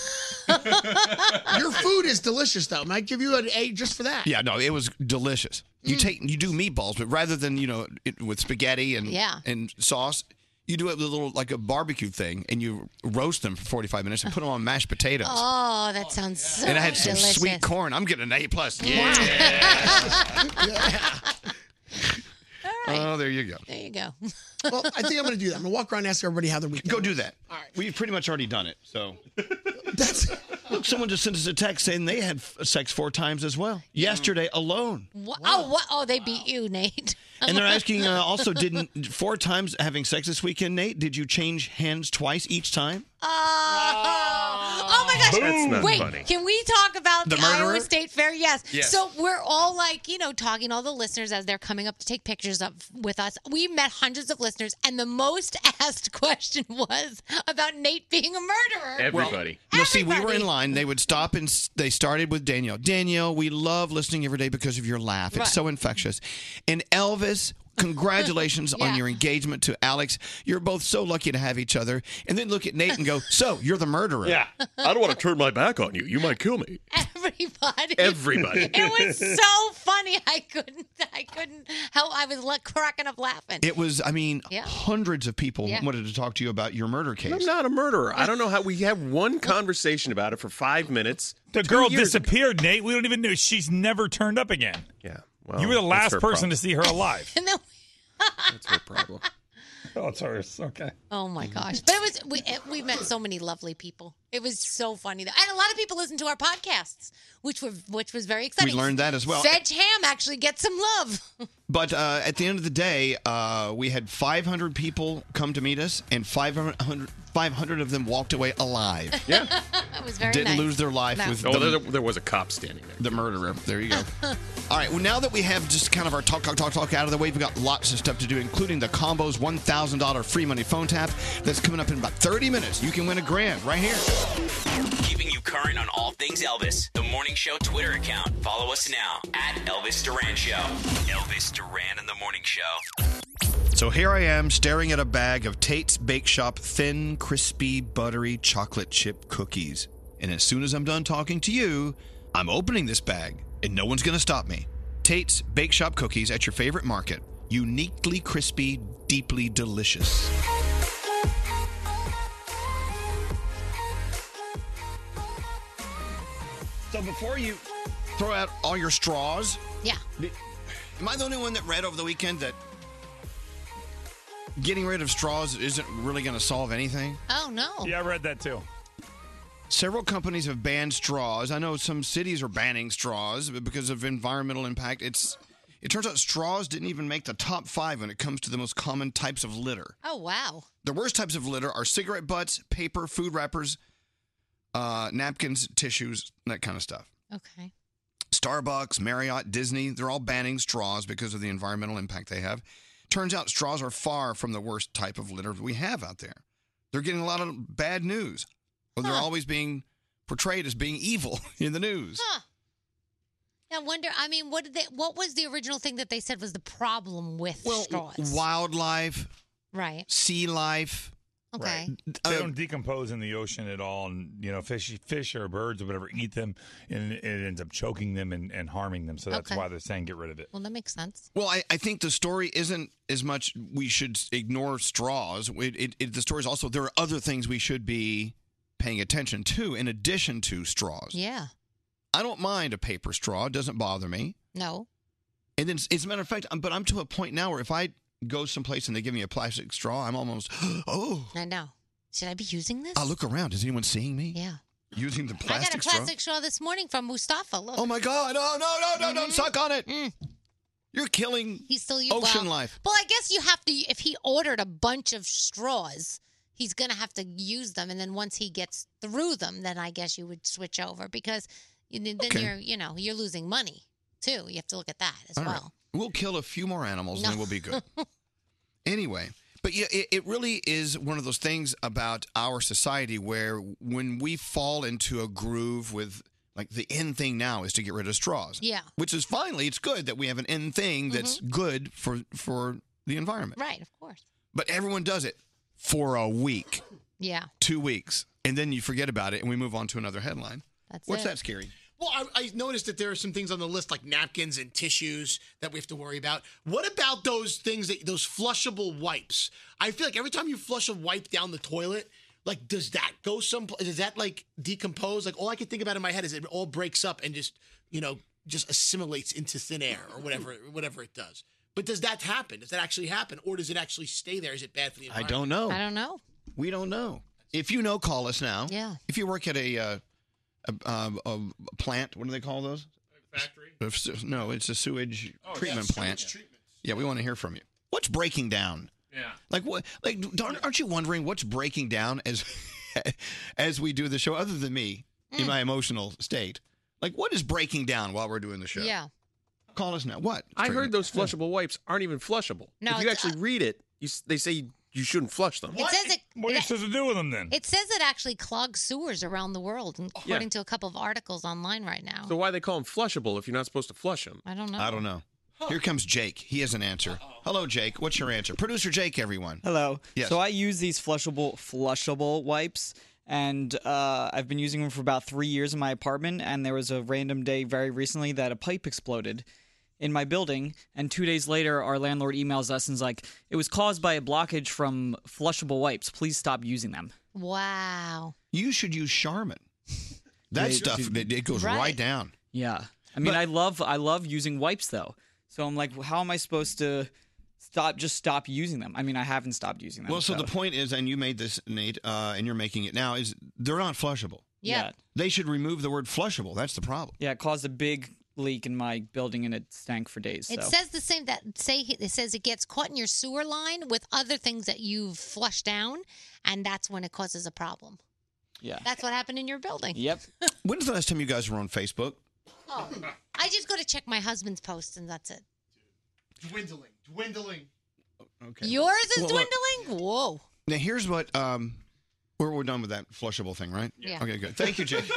[laughs] Your food is delicious though. Might give you an A just for that. Yeah, no, it was delicious. You take you do meatballs, but rather than you know it, with spaghetti and Yeah. and sauce, you do it with a little like a barbecue thing, and you roast them for forty five minutes and put them on mashed potatoes. Oh, that sounds so and I had some delicious. sweet corn. I'm getting an A plus. Ah. [laughs] Yeah. Oh, there you go. There you go. [laughs] well, I think I'm gonna do that. I'm gonna walk around and ask everybody how their weekend. Go do that. All right. We've pretty much already done it. [laughs] So that's look. Someone just sent us a text saying they had f- sex four times as well yesterday alone, Wha- Oh, what? Oh, they beat you, Nate. [laughs] [laughs] and they're asking uh, also didn't four times having sex this weekend, Nate? Did you change hands twice each time? Oh, [laughs] oh my gosh. That's not Wait, funny. can we talk about The the, murderer? Iowa State Fair? Yes. Yes. So we're all like, you know, talking to all the listeners as they're coming up to take pictures of with us. We met hundreds of listeners, and the most [laughs] asked question was about Nate being a murderer. Well, no, see, we were in line. They would stop and s- they started with Danielle. Danielle, we love listening every day because of your laugh. It's Right. so infectious. And Elvis, [laughs] congratulations on your engagement to Alex. You're both so lucky to have each other. And then look at Nate and go, "So you're the murderer." Yeah. I don't want to turn my back on you. You might kill me. Everybody. Everybody. [laughs] it was so funny. I couldn't. I couldn't help. I was like cracking up laughing. It was. I mean, Yeah. hundreds of people Yeah. wanted to talk to you about your murder case. I'm not a murderer. I don't know how we had one conversation about it for five minutes. The two girl years ago. disappeared, Nate. We don't even know. She's never turned up again. Yeah. you were the last that's her person [laughs] problem. to see her alive. and then That's her problem. Oh, it's hers. Okay. Oh Mm-hmm. my gosh! But it was we it, we met so many lovely people. It was so funny, though. and a lot of people listened to our podcasts, which were which was very exciting. learned that as well. Sedge Ham actually gets some love. But uh, at the end of the day, uh, we had 500 people come to meet us, and 500, 500 of them walked away alive. [laughs] [laughs] Yeah. it was very Didn't nice. lose their life No. with Oh, the, there, there was a cop standing there. the murderer. [laughs] There you go. All right. Well, now that we have just kind of our talk, talk, talk, talk out of the way, we've got lots of stuff to do, including the combos $1,000 free money phone tap that's coming up in about 30 minutes. You can win a grand right here. Keeping you current on all things Elvis. The Morning Show Twitter account. Follow us now at Elvis Duran Show. Elvis Duran and the Morning Show. So here I am staring at a bag of Tate's Bake Shop thin, crispy, buttery chocolate chip cookies. And as soon as I'm done talking to you, I'm opening this bag and no one's going to stop me. Tate's Bake Shop cookies at your favorite market. Uniquely crispy, deeply delicious. So before you throw out all your straws, Yeah. am I the only one that read over the weekend that getting rid of straws isn't really going to solve anything? Oh no. Yeah, I read that too. Several companies have banned straws. I know some cities are banning straws because of environmental impact. It's it turns out straws didn't even make the top 5 when it comes to the most common types of litter. Oh wow. The worst types of litter are cigarette butts, paper, food wrappers, uh, napkins, tissues, that kind of stuff. Okay. Starbucks, Marriott, Disney, they're all banning straws because of the environmental impact they have. Turns out straws are far from the worst type of litter we have out there. They're getting a lot of bad news. Well, they're always being portrayed as being evil [laughs] in the news. Huh. I wonder. I mean, what did they? What was the original thing that they said was the problem with straws? Wildlife, Right. sea life. Okay. They don't decompose in the ocean at all, and you know, fish, fish or birds or whatever eat them, and it ends up choking them and, and harming them. So that's Okay. why they're saying get rid of it. Well, that makes sense. Well, I, I think the story isn't as much we should ignore straws. It, it, it, the story is also there are other things we should be paying attention to in addition to straws. Yeah. I don't mind a paper straw; it doesn't bother me. No. And then, as a matter of fact, um, but I'm to a point now where if I go someplace and they give me a plastic straw, I'm almost, [gasps] oh, I know. Should I be using this? I look around. Is anyone seeing me? Yeah. Using the I got a plastic, plastic straw this morning from Mustafa. Look. straw? Oh my God. Oh, no, no, no, don't Mhm. suck on it. You're killing He's still using ocean life. Well, I guess you have to. If he ordered a bunch of straws, he's gonna have to use them, and then once he gets through them, then I guess you would switch over because you, then Okay. you're you know you're losing money too. You have to look at that [laughs] as All right. well. We'll kill a few more animals No. [laughs] and we'll be good. anyway, but yeah, it, it really is one of those things about our society where when we fall into a groove with like the end thing now is to get rid of straws. Yeah. Mm-hmm. Which is finally it's good that we have an end thing that's good for for the environment. Right. Of course. But everyone does it for a week, Yeah. 2 weeks, and then you forget about it and we move on to another headline. That's What's it. that scary? Well, I, I noticed that there are some things on the list like napkins and tissues that we have to worry about. What about those things that those flushable wipes? I feel like every time you flush a wipe down the toilet, like does that go some? Does that like decompose? Like all I can think about in my head is it all breaks up and just you know just assimilates into thin air or whatever whatever it does. But does that happen? Does that actually happen, or does it actually stay there? Is it bad for the I environment? don't know. I don't know. We don't know. If you know, call us now. Yeah. If you work at a uh, a, um, a, a plant, what do they call those? Factory. no, it's a sewage treatment plant. Yeah, we want to hear from you. What's breaking down? Yeah. Like what? Like darn, aren't you wondering what's breaking down as [laughs] as we do the show? Other than me Mm. in my emotional state, like what is breaking down while we're doing the show? Yeah. Call us now. What? I heard those flushable wipes aren't even flushable. No, if you it's, uh, actually read it, you, s- they say you shouldn't flush them. It says it. What are you supposed to do with them then? It says it actually clogs sewers around the world, according to a couple of articles online right now. So why they call them flushable if you're not supposed to flush them? I don't know. I don't know. Here comes Jake. He has an answer. Hello, Jake. What's your answer? Producer Jake, everyone. Hello. Yes. So I use these flushable flushable wipes, and uh, I've been using them for about three years in my apartment. And there was a random day very recently that a pipe exploded in my building, and two days later, our landlord emails us and's like, "It was caused by a blockage from flushable wipes. Please stop using them." Wow. You should use Charmin. That They- stuff it, it goes right. Right. down. Yeah. I mean, I love I love using wipes though. So I'm like, well, how am I supposed to stop just stop using them. I mean, I haven't stopped using them. Well, so the point is, and you made this, Nate, uh, and you're making it now, is they're not flushable. Yeah. Yeah. They should remove the word flushable. That's the problem. yeah, it caused a big leak in my building and it stank for days. It so. says the same that say it says it gets caught in your sewer line with other things that you've flushed down, and that's when it causes a problem. Yeah. That's what happened in your building. [laughs] Yep. When's the last time you guys were on Facebook? Oh, I just go to check my husband's posts, and that's it. Dwindling, dwindling. Okay. Yours is Well, look, dwindling. Whoa. [laughs] Now here's what um we're, we're done with that flushable thing, right? Yeah. Okay, good. Thank you, Jake.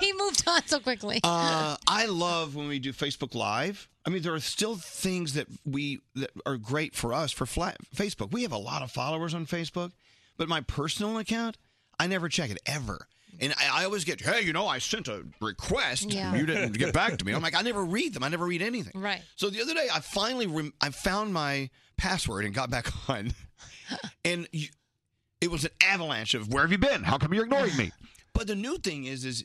he moved on so quickly. [laughs] Uh, I love when we do Facebook Live. I mean, there are still things that we that are great for us for flat, Facebook. We have a lot of followers on Facebook, but my personal account, I never check it ever. And I, I always get, hey, you know, I sent a request, Yeah. you didn't get back to me. I'm like, I never read them. I never read anything. Right. So the other day, I finally rem- I found my password and got back [laughs] on, and you, it was an avalanche of where have you been? How come you're ignoring me? [laughs] But the new thing is is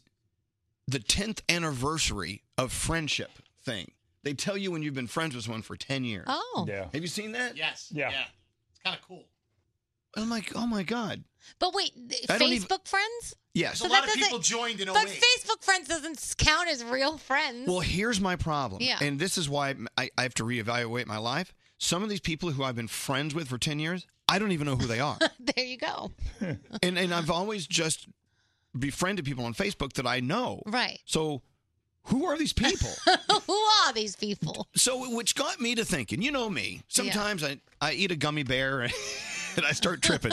the 10th anniversary of friendship thing. They tell you when you've been friends with someone for 10 years. Oh. Yeah. Have you seen that? Yes. Yeah. It's kind of cool. I'm like, oh my God. But wait, th- I Facebook don't even- friends? Yes. So A lot that of doesn't- people joined in but Facebook friends doesn't count as real friends. [laughs] Well, here's my problem. Yeah. And this is why I, I have to reevaluate my life. Some of these people who I've been friends with for 10 years, I don't even know who [laughs] they are. there you go. and, and I've always just befriended people on Facebook that I know. Right. [laughs] So who are these people? Who are these people? So, which got me to thinking, you know me, sometimes I, I eat a gummy bear [laughs] and I [laughs] start tripping.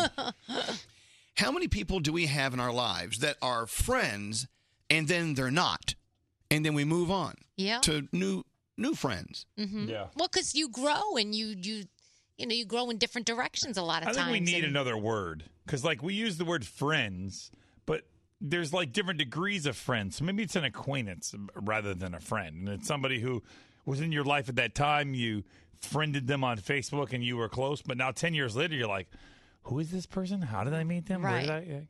How many people do we have in our lives that are friends and then they're not? And then we move on Yeah. to new new friends. hmm Yeah. Well, because you grow and you you you know you grow in different directions a lot of I think times. we need and- another word because, like, we use the word friends, but there's like different degrees of friends. So maybe it's an acquaintance rather than a friend, and it's somebody who was in your life at that time. You friended them on Facebook, and you were close, but now ten years later, you're like, "Who is this person? How did I meet them? Where did Right. I- I-"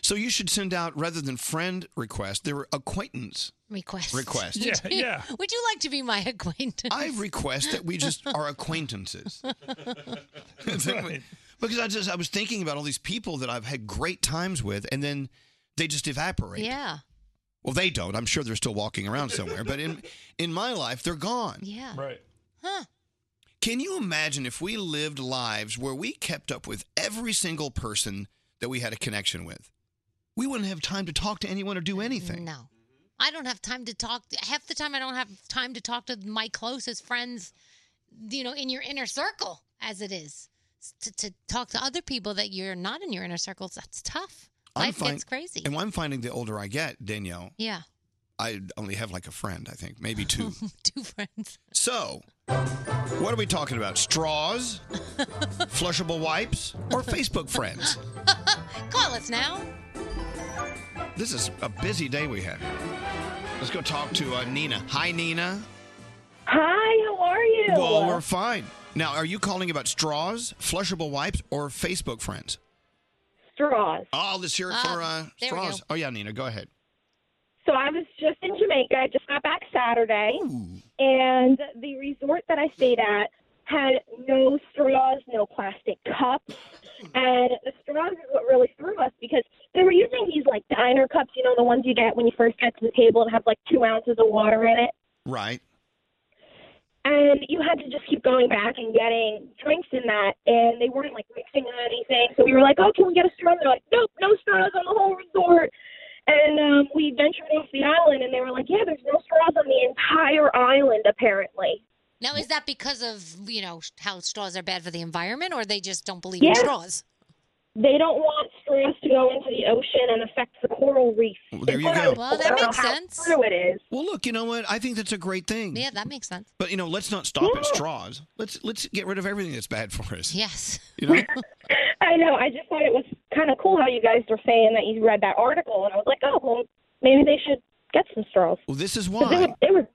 So you should send out rather than friend request, there were acquaintance request. request. [laughs] Would you- Would you like to be my [laughs] acquaintance? I request that we just are acquaintances. [laughs] because I just I was thinking about all these people that I've had great times with and then they just [laughs] evaporate. Yeah. Well, they don't. I'm sure they're still walking around somewhere. But in in my life, they're gone. Yeah. Right. Huh. Can you imagine if we lived lives where we kept up with every single person that we had a connection with? We wouldn't have time to talk to anyone or do anything. No. I don't have time to talk. Half the time, I don't have time to talk to my closest friends, you know, in your inner circle as it is. S- To, to talk to other people that you're not in your inner circles, that's tough. Life find- gets crazy. And I'm finding the older I get, Danielle, yeah. [laughs] I only have like a friend, I think, maybe two. Two friends. so, what are we talking [laughs] about? Straws, flushable wipes, or Facebook friends? Call us now. This is a busy day we have. Let's go talk to uh, Nina. Hi, Nina. Hi, how are you? Well, we're fine. Now, are you calling about straws, flushable wipes, or Facebook friends? straws. Oh, let's hear it for Ah, uh, straws. Oh, yeah, Nina, go ahead. So I was just in Jamaica. I just got back Saturday, and the resort that I stayed at had no straws, no plastic cups, and the straws is what really threw us because they were using these like diner cups, you know, the ones you get when you first get to the table and have like two ounces of water in it. Right. And you had to just keep going back and getting drinks in that, and they weren't like mixing or anything. So we were like, "Oh, can we get a straw?" They're like, "Nope, no straws on the whole resort." And um, we ventured off the island, and they were like, "Yeah, there's no straws on the entire island, apparently." Now, is that because of, you know, how straws are bad for the environment or they just don't believe in Yeah. straws? They don't want straws to go into the ocean and affect the coral reef. Well, there It's [laughs] you what I go. was Well, that told. I don't makes know how sense. True it is. Well, look, you know what? I think that's a great thing. Yeah, that makes sense. But you know, let's not stop at straws. Let's let's get rid of everything that's bad for us. Yes. You know, I know. I just thought it was kind of cool how you guys were saying that you read that article, and I was like, "Oh, well, maybe they should get some straws." well, [laughs] this is But they why were- they were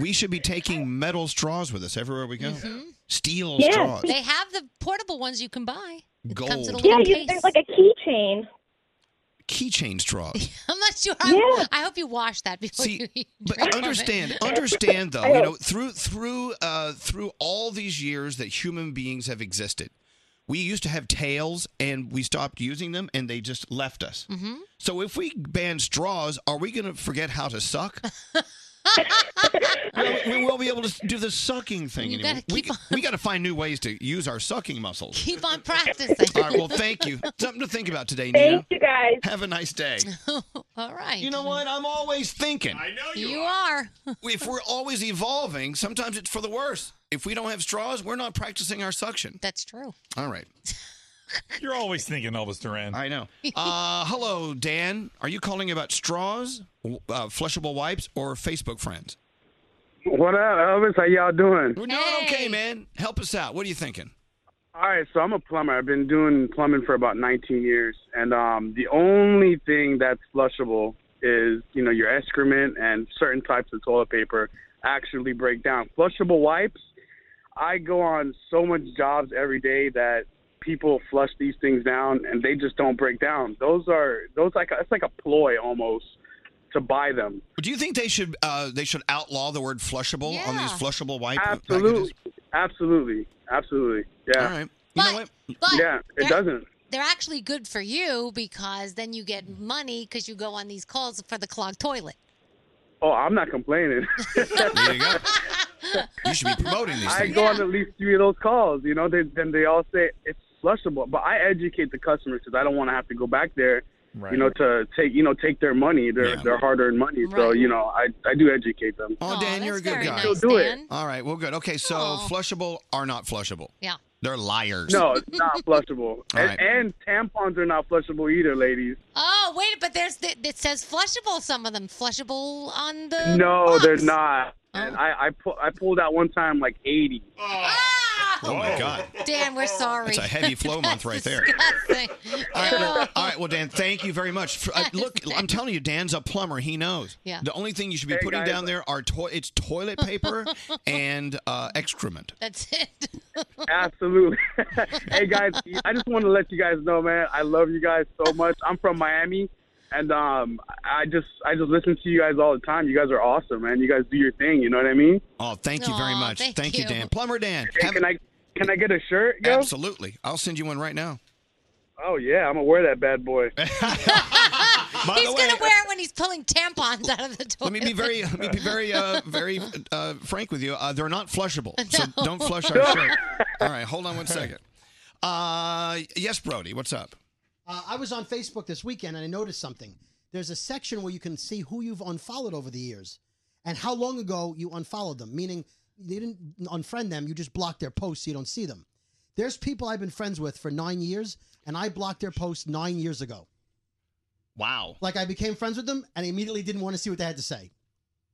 we should be taking metal straws with us everywhere we go. Mm-hmm. Steel straws, They have the portable ones you can buy. It comes in a gold. little Yeah, you, case. [laughs] there's like a keychain. keychain straws. I'm not sure. Yeah. I hope you wash that before See, you. [laughs] But understand, understand though, you know, through through uh, through all these years that human beings have existed, we used to have tails, and we stopped using them, and they just left us. Mm-hmm. So if we ban straws, are we going to forget how [laughs] to suck? we, we won't be able to do the sucking thing You anymore. gotta we, we got to find new ways to use our sucking muscles. [laughs] Keep on practicing. [laughs] All right. Well, thank you. Something to think about today, Nina. Thank you guys. Have a nice day. [laughs] All right. You know what? I'm always thinking. I know you, are. [laughs] if we're always evolving, sometimes it's for the worse. If we don't have straws, we're not practicing our suction. That's true. All right. [laughs] You're always thinking Elvis Duran. [laughs] I know. Uh, [laughs] hello, Dan. Are you calling about straws, w- uh, flushable wipes, or Facebook friends? What up, Elvis? How y'all doing? We're doing okay, man. Help us out. What are you thinking? All right, so I'm a plumber. I've been doing plumbing for about 19 years, and um, the only thing that's flushable is you know your excrement and certain types of toilet paper actually break down. Flushable wipes. I go on so much jobs every day that people flush these things down and they just don't break down. Those are those like it's like a ploy almost to buy them. Do you think they should uh, they should outlaw the word flushable on these flushable wipe Absolutely, absolutely, absolutely. Yeah. All right. But, but yeah, it they're- doesn't. They're actually good for you because then you get money because you go on these calls for the clogged toilet. Oh, I'm not complaining. [laughs] there you go. You should be promoting these I things. go on at least three of those calls. You know, they, then they all say it's flushable, but I educate the customers because I don't want to have to go back there. Right. You know, to take you know take their money, their their hard-earned money. So Right. you know, I I do educate them. Oh, Dan, you're a good very guy. nice, You'll do it. Dan. All right. Well, good. Okay. So flushable are not flushable. Yeah. They're liars. No, it's not [laughs] flushable, All and, right. and tampons are not flushable either, ladies. Oh, wait, but there's the, it says flushable. Some of them flushable on the. No, they're not. And I I, pu- I pulled out one time like 80. Oh my God. Dan, we're sorry. [laughs] That's Oh. [laughs] a heavy flow month right there. All right, well, all right, well, Dan, thank you very much. For, uh, look, I'm telling you, Dan's a plumber. He knows. Yeah. The only thing you should be Hey, putting guys. down there are to- it's toilet [laughs] paper and uh, excrement. That's it. Absolutely. [laughs] hey guys, I just want to let you guys know, man. I love you guys so much. I'm from Miami, and um, I just I just listen to you guys all the time. You guys are awesome, man. You guys do your thing. You know what I mean? Oh, thank you very much. Thank, you. Dan. Plumber Dan. can I can I get a shirt? Absolutely. I'll send you one [laughs] right now. Oh yeah, I'm gonna wear that bad boy. By he's the way, gonna wear it when he's pulling tampons out of the toilet. [laughs] let me be very, let me [laughs] be very, uh, very uh, frank with you. Uh, they're not flushable, so No. don't flush our [laughs] shirt. All right, hold on one second. Uh, yes, Brody, what's up? Uh, I was on Facebook this weekend and I noticed something. There's a section where you can see who you've unfollowed over the years and how long ago you unfollowed them, meaning you didn't unfriend them, you just blocked their posts so you don't see them. There's people I've been friends with for nine years and I blocked their posts nine years ago. Wow. Like I became friends with them and I immediately didn't want to see what they had to say.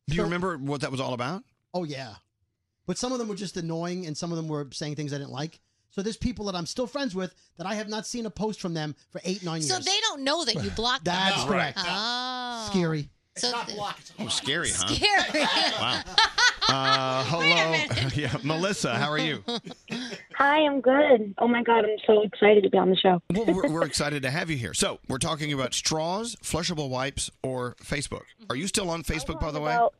Do you remember what that was all about? Oh, yeah. But some of them were just annoying and some of them were saying things I didn't like. So there's people that I'm still friends with that I have not seen a post from them for eight, nine so years. they don't know that you blocked them. [laughs] That's No. correct. Oh. Scary. So Oh, scary, huh? Scary. Wow. Uh, hello. [laughs] yeah, Melissa, how are you? Hi, I'm good. Oh my god, I'm so excited to be on the show. Well, we're, we're excited to have you here. So, we're talking about straws, flushable wipes, or Facebook. Are you still on Facebook, by the way? Well,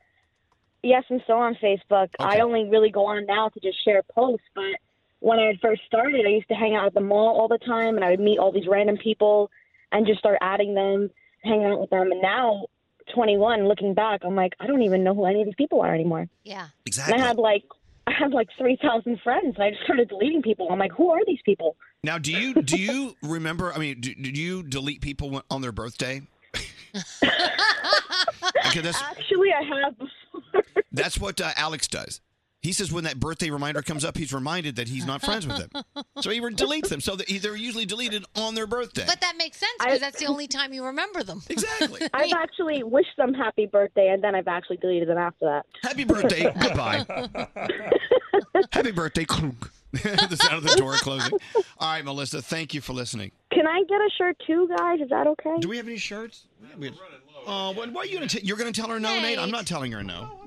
yes, I'm still on Facebook. I only really go on now to just share posts, but when I first started, I used to hang out at the mall all the time and I would meet all these random people and just start adding them, hanging out with them. And now, 21, looking back, I'm like, I don't even know who any of these people are anymore. Yeah. And I had like [laughs] I had like 3,000 friends. And I just started deleting people. I'm like, who are these people? Now, do you do you remember? I mean, do, do you delete people when- on their [laughs] birthday? okay, that's Actually, I have [laughs] that's what uh, Alex does. He says when that birthday reminder comes up, he's reminded that he's not friends with [laughs] them, so he deletes them. So that they're usually deleted on their birthday. But that makes sense because that's the only time you remember them. [laughs] Exactly. I've actually wished them happy birthday, and then I've actually deleted them after that. Happy birthday. Goodbye. Happy birthday, clunk. [laughs] the sound of the door closing. All right, Melissa, thank you for listening. Can I get a shirt too, guys? Is that okay? Do we have any shirts? We- Oh, well, why are you gonna t- you're gonna tell her no, Nate? I'm not telling her Oh, no.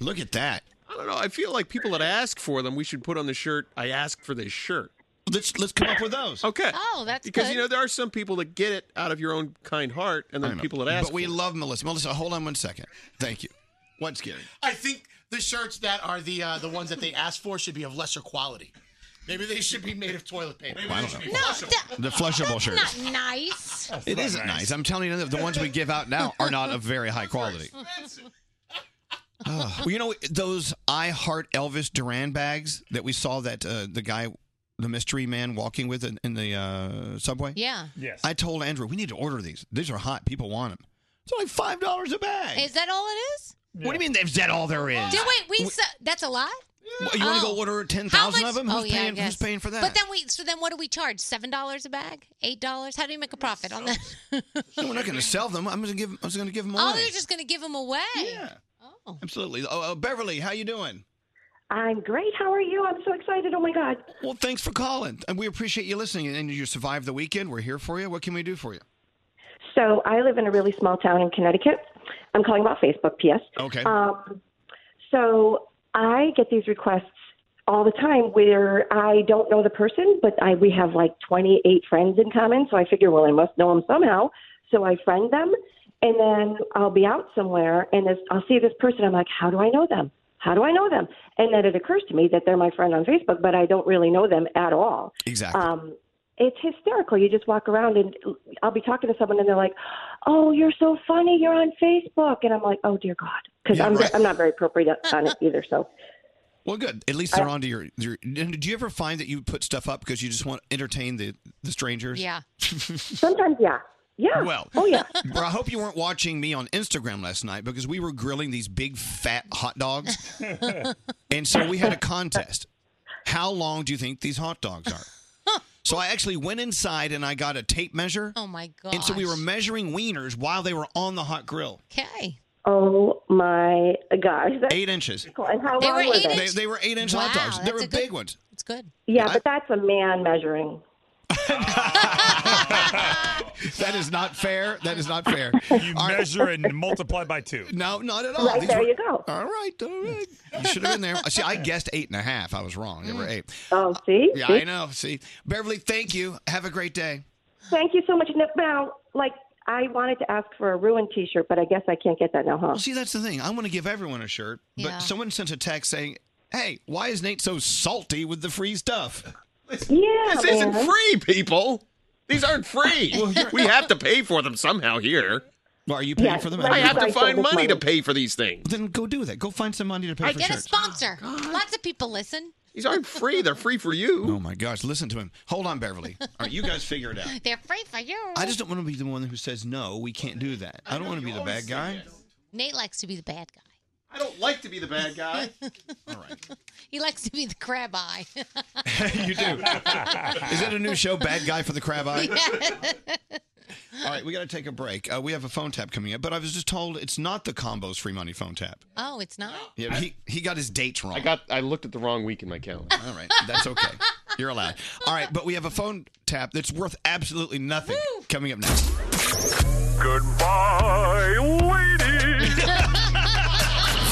Look at that. I don't know. I feel like people that ask for them, we should put on the shirt. I asked for this shirt. Let's let's come up with those. Okay. Oh, that's because good. you know there are some people that get it out of your own kind heart, and then people that ask. But we love Melissa. Melissa, hold on one second. Thank you. What's scary? I think the shirts that are the uh, the ones that they asked for should be of lesser quality. Maybe they should be made of toilet paper. Well, I don't know. The flushable shirts. Not nice. It isn't nice. I'm telling you, the ones we give out now are not of very high quality. Oh, well, you know those I Heart Elvis Duran bags that we saw that uh, the guy, the mystery man, walking with in, in the uh, subway. Yeah. Yes. I told Andrew we need to order these. These are hot. People want them. It's only five dollars a bag. Is that all it is? What do you mean they've said all there is? Did, wait, we, se- that's a lot. What, you want to Oh. go order ten How thousand much- of them? Who's oh, yeah, I paying? Who's guess. paying for that? But then we so then what do we charge? Seven dollars a bag? Eight dollars? How do you make a profit on that? No, we're not going to sell them. I'm going to give. I was going to give them away. [laughs] Oh, you're just gonna give them away? Yeah. Absolutely. Oh, uh, Beverly, how you doing? I'm great. How are you? I'm so excited. Oh my god. Well, thanks for calling, and we appreciate you listening. And you survived the weekend. We're here for you. What can we do for you? So I live in a really small town in Connecticut. I'm calling about Facebook. P.S. Okay. Um, so I get these requests all the time where I don't know the person, but I we have like 28 friends in common. So I figure, well, I must know them somehow. So I friend them, and then I'll be out somewhere, and this, I'll see this person. I'm like, how do I know them? How do I know them? And then it occurs to me that they're my friend on Facebook, but I don't really know them at all. Exactly. Um, it's hysterical. You just walk around and I'll be talking to someone and they're like, "Oh, you're so funny. You're on Facebook." And I'm like, "Oh dear God," because I'm I'm not very appropriate on it either. So Well, good. At least they're Uh, onto your. your and do you ever find that you put stuff up because you just want to entertain the the strangers? sometimes, yeah, yeah. Well, oh [laughs] yeah. Well, I hope you weren't watching me on Instagram last night because we were grilling these big fat hot dogs, and so we had a contest. How long do you think these hot dogs are? So I actually went inside and I got a tape measure. Oh my god. And so we were measuring wieners while they were on the hot grill. Okay. Oh my gosh. That's Eight inches. cool. And how long were they? They, they were eight inch hot Wow, dogs. They that's were a good- big ones. It's good. Yeah, but that's a man measuring. [laughs] That is not fair. That is not fair. [laughs] You measure [laughs] and multiply by two. [laughs] No, not at all. Right, there you go. All right, all right. You should have been there. See, I guessed eight and a half. I was wrong. There were eight. Oh, see? Yeah, See? I know. See, Beverly, thank you. Have a great day. Thank you so much. No- Now, like, I wanted to ask for a ruined T-shirt, but I guess I can't get that now, huh? Well, see, that's the thing. I want to give everyone a shirt, but Yeah. someone sent a text saying, "Hey, why is Nate so salty with the free stuff?" Yeah, This isn't free, people. These aren't [laughs] free. we have to pay for them somehow here. Well, are you paying for them? I have to Recycle find this money, to money. pay for these things. Then go do that. Go find some money to pay I for get a shirts. sponsor. Lots of people listen. These aren't free. They're free for you. Oh my gosh! Listen to him. Hold on, Beverly. All right, you guys figure it out. They're free for you. I just don't want to be the one who says no. We can't do that. I don't want to be the bad guy. Nate likes to be the bad guy. I don't like to be the bad guy. He likes to be the crab eye. [laughs] you do. Is that a new show, Bad Guy for the Crab [laughs] Eye? All right, we got to take a break. Uh, we have a phone tap coming up, but I was just told it's not the combos free money phone tap. Oh, it's not? Yeah, he, he got his dates wrong. I got. I looked at the wrong week in my calendar. All right, that's okay. You're allowed. All right, but we have a phone tap that's worth absolutely nothing coming up next. Goodbye, ladies.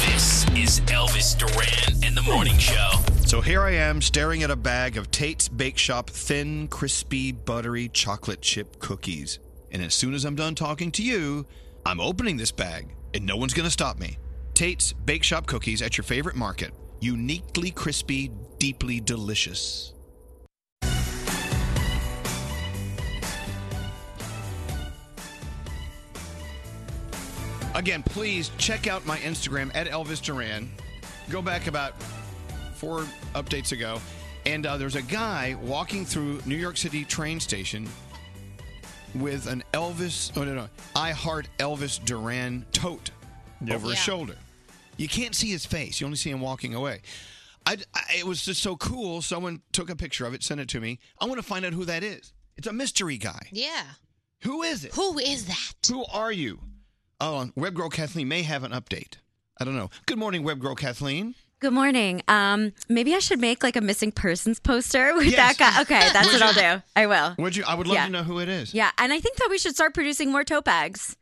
this is Elvis Duran and the Morning Show. So here I am staring at a bag of Tate's Bake Shop thin, crispy, buttery chocolate chip cookies. And as soon as I'm done talking to you, I'm opening this bag and no one's going to stop me. Tate's Bake Shop cookies at your favorite market. Uniquely crispy, deeply delicious. Again, please check out my Instagram at Elvis Duran. Go back about four updates ago, and uh, there's a guy walking through New York City train station with an Elvis, oh no, no, I Heart Elvis Duran tote over his Yeah. shoulder. You can't see his face; you only see him walking away. I, I- it was just so cool. Someone took a picture of it, sent it to me. I want to find out who that is. It's a mystery guy. Yeah. Who is it? Who is that? Who are you? Oh, Web Girl Kathleen may have an update. I don't know. Good morning, Web Girl Kathleen. Good morning. Um, maybe I should make like a missing persons poster with that Yes. guy. [laughs] Okay, that's Would what you? I'll do. I will. Would you? I would love Yeah. to know who it is. Yeah, and I think that we should start producing more tote bags,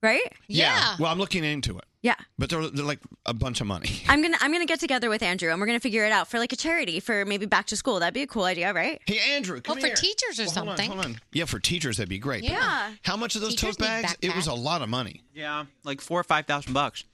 right? Yeah. Well, I'm looking into it. Yeah. But they're, they're like a bunch of money. [laughs] I'm gonna I'm gonna get together with Andrew and we're gonna figure it out for like a charity for maybe back to school. That'd be a cool idea, right? Hey Andrew, come Well, for teachers or something. Yeah, for teachers that'd be great. But Yeah. How much of those Teachers tote need bags? It was backpacks. a lot of money. Yeah, like four or five thousand bucks.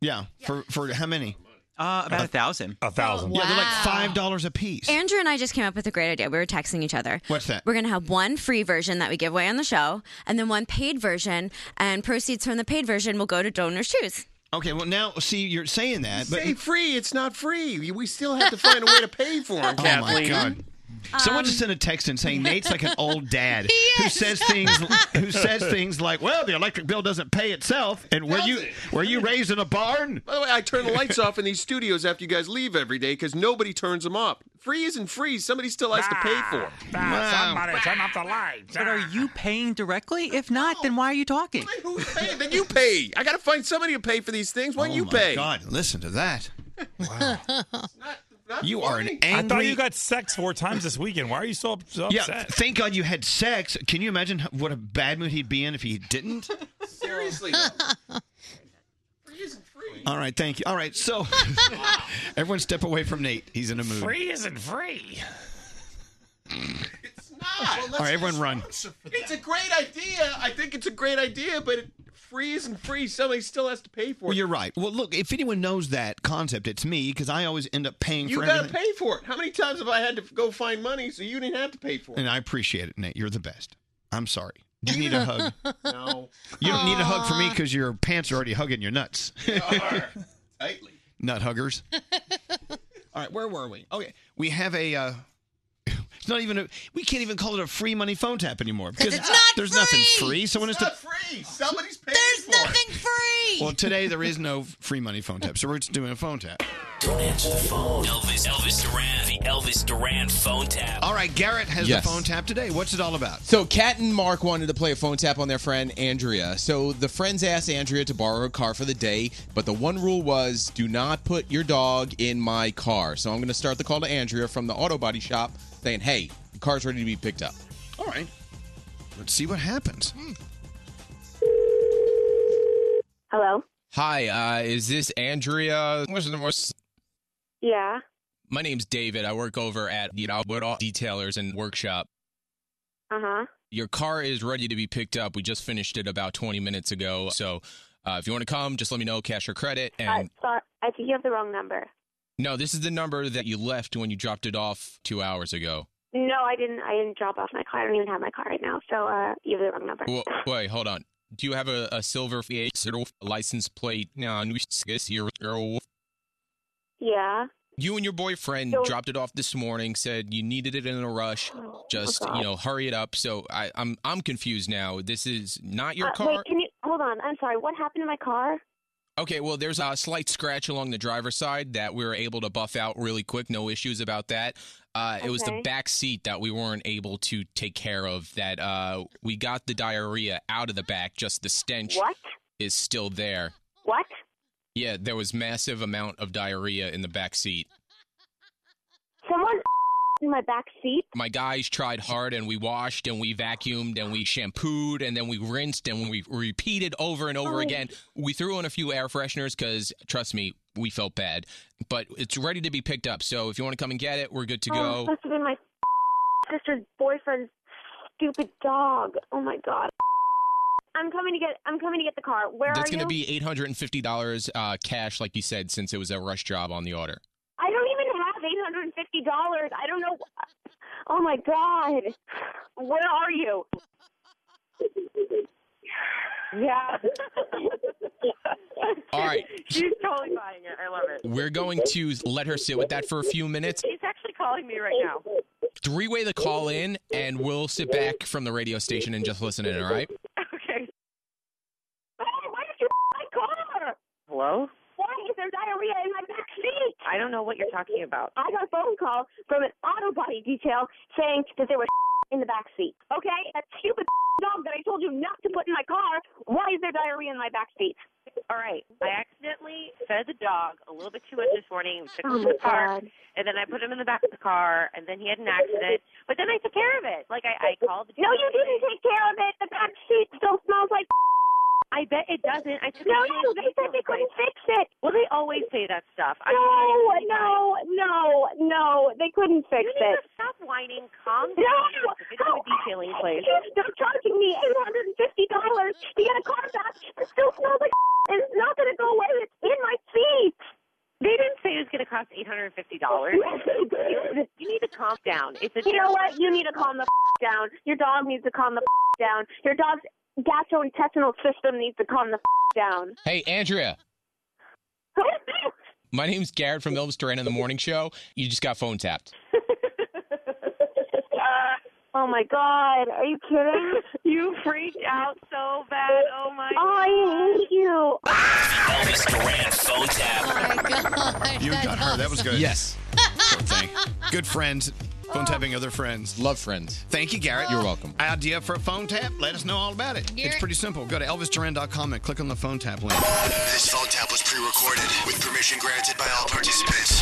Yeah. For for how many? Uh, about a thousand. A thousand. Yeah, they're like five dollars a piece. Andrew and I just came up with a great idea. We were texting each other. What's that? We're gonna have one free version that we give away on the show, and then one paid version, and proceeds from the paid version will go to donors' shoes. Okay, well now see you're saying that, but Say free, it's not free. We still have to find a way to pay [laughs] for them, oh my Kathleen. god. Someone just Um, Um, sent a text in saying Nate's like an old dad who says things who says things like, "Well, the electric bill doesn't pay itself," and were you were you raised in a barn? By the way, I turn the lights off in these studios after you guys leave every day because nobody turns them off. Free isn't free. Somebody still has to pay for it. Ah, Somebody turn off the lights. But are you paying directly? If not, then why are you talking? [laughs] Hey, then you pay. I got to find somebody to pay for these things. Why don't you pay? Oh, God, listen to that. You are an angry. I thought you got sex four times this weekend. Why are you so up- so yeah, upset? thank God you had sex. Can you imagine h- what a bad mood he'd be in if he didn't? Seriously. [laughs] All right, thank you. All right, so [laughs] everyone step away from Nate. He's in a mood. Free isn't free. All right, everyone run. It's a great idea. I think it's a great idea, but it, free isn't free. Somebody still has to pay for Well, it. you're right. Well, look, if anyone knows that concept, it's me because I always end up paying You for got to everything. pay for it. How many times have I had to go find money so you didn't have to pay for it? And I appreciate it, Nate. You're the best. I'm sorry. Do you need a hug? No. You don't need a hug from me because your pants are already hugging your [laughs] nuts. Tightly. Nut huggers. [laughs] All right, where were we? Okay, we have a. Uh, it's not even a. We can't even call it a free money phone tap anymore because it's not there's free! nothing free. Someone it's has not to. free. Somebody's paying There's for nothing free. Well, today there is no free money phone tap, so we're just doing a phone tap. Don't answer the phone. Elvis, Elvis Duran, the Elvis Duran phone tap. All right, Garrett has Yes. the phone tap today. What's it all about? So Kat and Mark wanted to play a phone tap on their friend Andrea. So the friends asked Andrea to borrow a car for the day, but the one rule was do not put your dog in my car. So I'm going to start the call to Andrea from the auto body shop saying, "Hey, the car's ready to be picked up." All right. Let's see what happens. Hello. Hi, uh, is this Andrea? What's the what's- Yeah. My name's David. I work over at you know Woodall Detailers and Workshop. Uh huh. Your car is ready to be picked up. We just finished it about 20 minutes ago. So uh, if you want to come, just let me know, cash or credit. And Sorry, I think you have the wrong number. no, this is the number that you left when you dropped it off two hours ago. No, I didn't. I didn't drop off my car. I don't even have my car right now. So uh, you have the wrong number. Whoa, wait, hold on. Do you have a, a silver V8 zero license plate? No, no, six zero zero. Yeah. You and your boyfriend dropped it off this morning. Said you needed it in a rush. Oh, Just God. you know, hurry it up. So I, I'm I'm confused now. This is not your Uh, car. Wait, can you hold on? I'm sorry. What happened to my car? Okay, well, there's a slight scratch along the driver's side that we were able to buff out really quick. No issues about that. Uh, It was the Okay. back seat that we weren't able to take care of. That uh, we got the diarrhea out of the back. Just the stench What? is still there. What? Yeah, there was massive amount of diarrhea in the back seat. Someone [laughs] in my back seat. My guys tried hard, and we washed, and we vacuumed, and we shampooed, and then we rinsed, and we repeated over and over Oh. again. We threw in a few air fresheners because, trust me, we felt bad. But it's ready to be picked up. So if you want to come and get it, we're good to Oh, go. it must have been my [laughs] sister's boyfriend's stupid dog. Oh my god. I'm coming to get. I'm coming to get the car. Where That's are you? to be eight hundred and fifty dollars uh, cash, like you said, since it was a rush job on the order. I don't even have eight hundred and fifty dollars. I don't know. Oh my god, where are you? [laughs] yeah. All right. [laughs] She's totally buying it. I love it. We're going to let her sit with that for a few minutes. She's actually calling me right now. Three way the call in, and we'll sit back from the radio station and just listen in. All right. Okay. Hey, why did you my car? Hello? Why is there diarrhea in my back seat? I don't know what you're talking about. I got a phone call from an auto body detail saying that there was [laughs] in the back seat. Okay, that stupid [laughs] dog that I told you not to put in my car. Why is there diarrhea in my back seat? All right. I accidentally fed the dog a little bit too much this morning. We took Oh him my to the park, God. and then I put him in the back of the car, and then he had an accident. But then I took care of it. Like I, I called. The No, you didn't take care of it. The back seat still smells like. I I bet it doesn't. I took No, a no, they said they couldn't fix it. Well, they always say that stuff. I No, no, no, no. They couldn't fix You need it. to stop whining. Calm No! down. It's a video detailing place. They're charging me eight hundred and fifty dollars to get a car back. It still smells like [laughs] and it's not gonna go away. It's in my seat. They didn't say it was going to cost eight hundred and fifty dollars. You need to calm down. It's a You know what? You need to calm the [laughs] f- down. Your dog needs to calm the [laughs] f- down. Your dog's gastrointestinal system needs to calm the [laughs] f- down. Hey, Andrea. My name's Garrett from Elvis Duran in the Morning Show. You just got phone tapped. Oh my god, are you kidding? [laughs] you freaked out so bad. Oh my. I hate you. Elvis Duran phone tap. You got her. That was good. Yes. Poor thing. Good friends. Phone tapping other friends. Love friends. Thank you, Garrett. You're welcome. Idea for a phone tap? Let us know all about it. It's Garrett- pretty simple. Go to elvisduran.com and click on the phone tap link. This phone tap was pre-recorded with permission granted by all participants.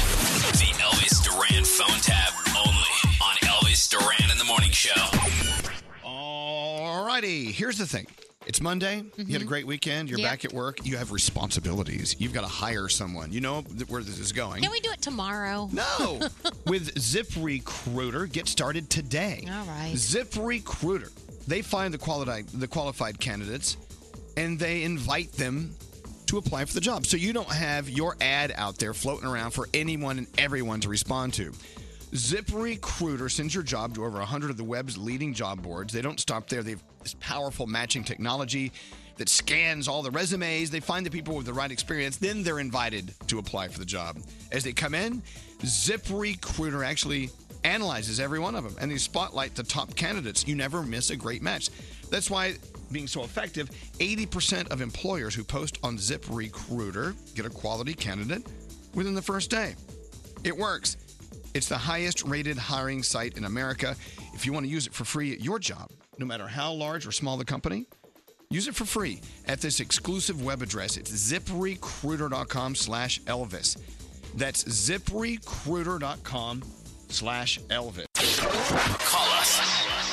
The Elvis Duran phone tap only on Elvis Duran in the Morning Show. All righty. Here's the thing. It's Monday. You had a great weekend. You're Mm-hmm. Yeah. back at work. You have responsibilities. You've got to hire someone. You know th- where this is going. Can we do it tomorrow? No. [laughs] With ZipRecruiter, get started today. All right. ZipRecruiter. They find the qualified the qualified candidates and they invite them to apply for the job. So you don't have your ad out there floating around for anyone and everyone to respond to. ZipRecruiter sends your job to over 100 of the web's leading job boards. They don't stop there. They have this powerful matching technology that scans all the resumes. They find the people with the right experience. Then they're invited to apply for the job. As they come in, ZipRecruiter actually analyzes every one of them and they spotlight the top candidates. You never miss a great match. That's why being so effective, 80% of employers who post on ZipRecruiter get a quality candidate within the first day. It works. It's the highest rated hiring site in America. If you want to use it for free at your job, no matter how large or small the company, use it for free at this exclusive web address. It's ziprecruiter.com slash Elvis. That's ziprecruiter.com slash Elvis. Call us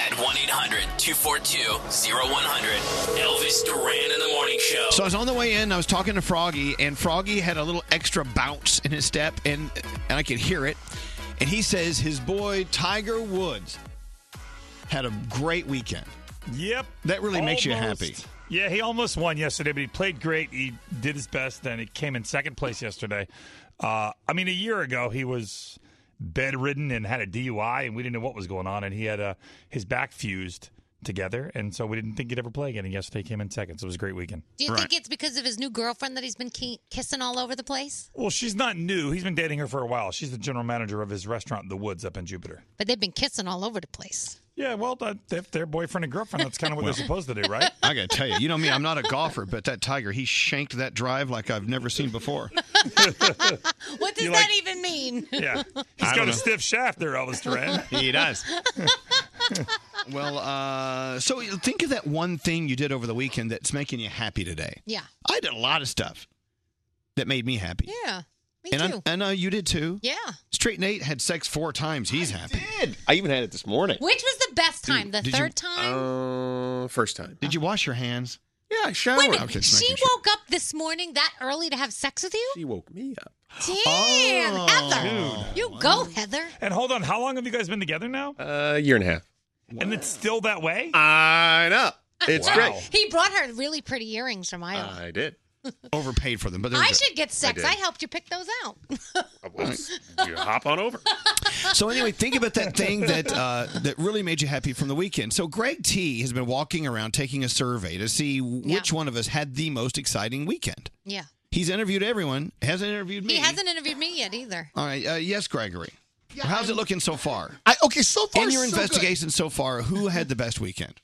at 1 800 242 0100. Elvis Duran in the Morning Show. So I was on the way in. I was talking to Froggy, and Froggy had a little extra bounce in his step, and and I could hear it. And he says his boy Tiger Woods had a great weekend. Yep, that really makes you Almost. happy. Yeah, he almost won yesterday, but he played great. He did his best, and he came in second place yesterday. Uh, I mean, a year ago he was bedridden and had a DUI, and we didn't know what was going on, and he had uh, his back fused together, and so we didn't think he'd ever play again. And yesterday he came in second, so it was a great weekend. Do you think it's because of his new girlfriend that he's been ki- kissing all over the place? Well, she's not new. He's been dating her for a while. She's the general manager of his restaurant, The Woods, up in Jupiter. But they've been kissing all over the place. Yeah, well, that, if they're boyfriend and girlfriend, that's kind of what they're supposed to do, right? [laughs] I gotta tell you, you know me, I'm not a golfer, but that Tiger, he shanked that drive like I've never seen before. What does You that even mean? [laughs] Yeah. [laughs] I He's don't got know. a stiff shaft there, Elvis Duran. [laughs] He does. Well, uh, so think of that one thing you did over the weekend that's making you happy today. [laughs] Yeah. I did a lot of stuff that made me happy. Yeah. Me and too. I, I know you did too. yeah. Straight Nate had sex four times. He's happy. I did. I even had it this morning. Which was the best time? The did you- third time? Uh, first time. Did you wash your hands? Yeah, I showered. Wait a minute. Okay, just she making sure. woke up this morning that early to have sex with you? She woke me up. [gasps] Damn, Heather. Dude. You go, Heather. And hold on, how long have you guys been together now? Uh, A year and a half. And it's still that way? I know. It's Wow. great. He brought her really pretty earrings from Iowa. I did. Overpaid for them, Uh, but I should get sex. did. I, helped you pick those out. you hop on over. So anyway, think about that thing that uh, that really made you happy from the weekend. So Greg T has been walking around taking a survey to see which one of us had the most exciting weekend. Yeah. He's interviewed everyone. Hasn't interviewed me. He hasn't interviewed me yet either. All right. Uh, yes, Gregory. How's it looking so far? I, okay, so far In your so good. investigation so far, who had the best weekend?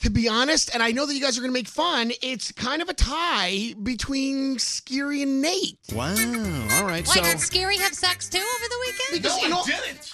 To be honest, and I know that you guys are going to make fun, it's kind of a tie between Skiri and Nate. Wow. All right. Why did Scary have sex too over the weekend? Because, you know,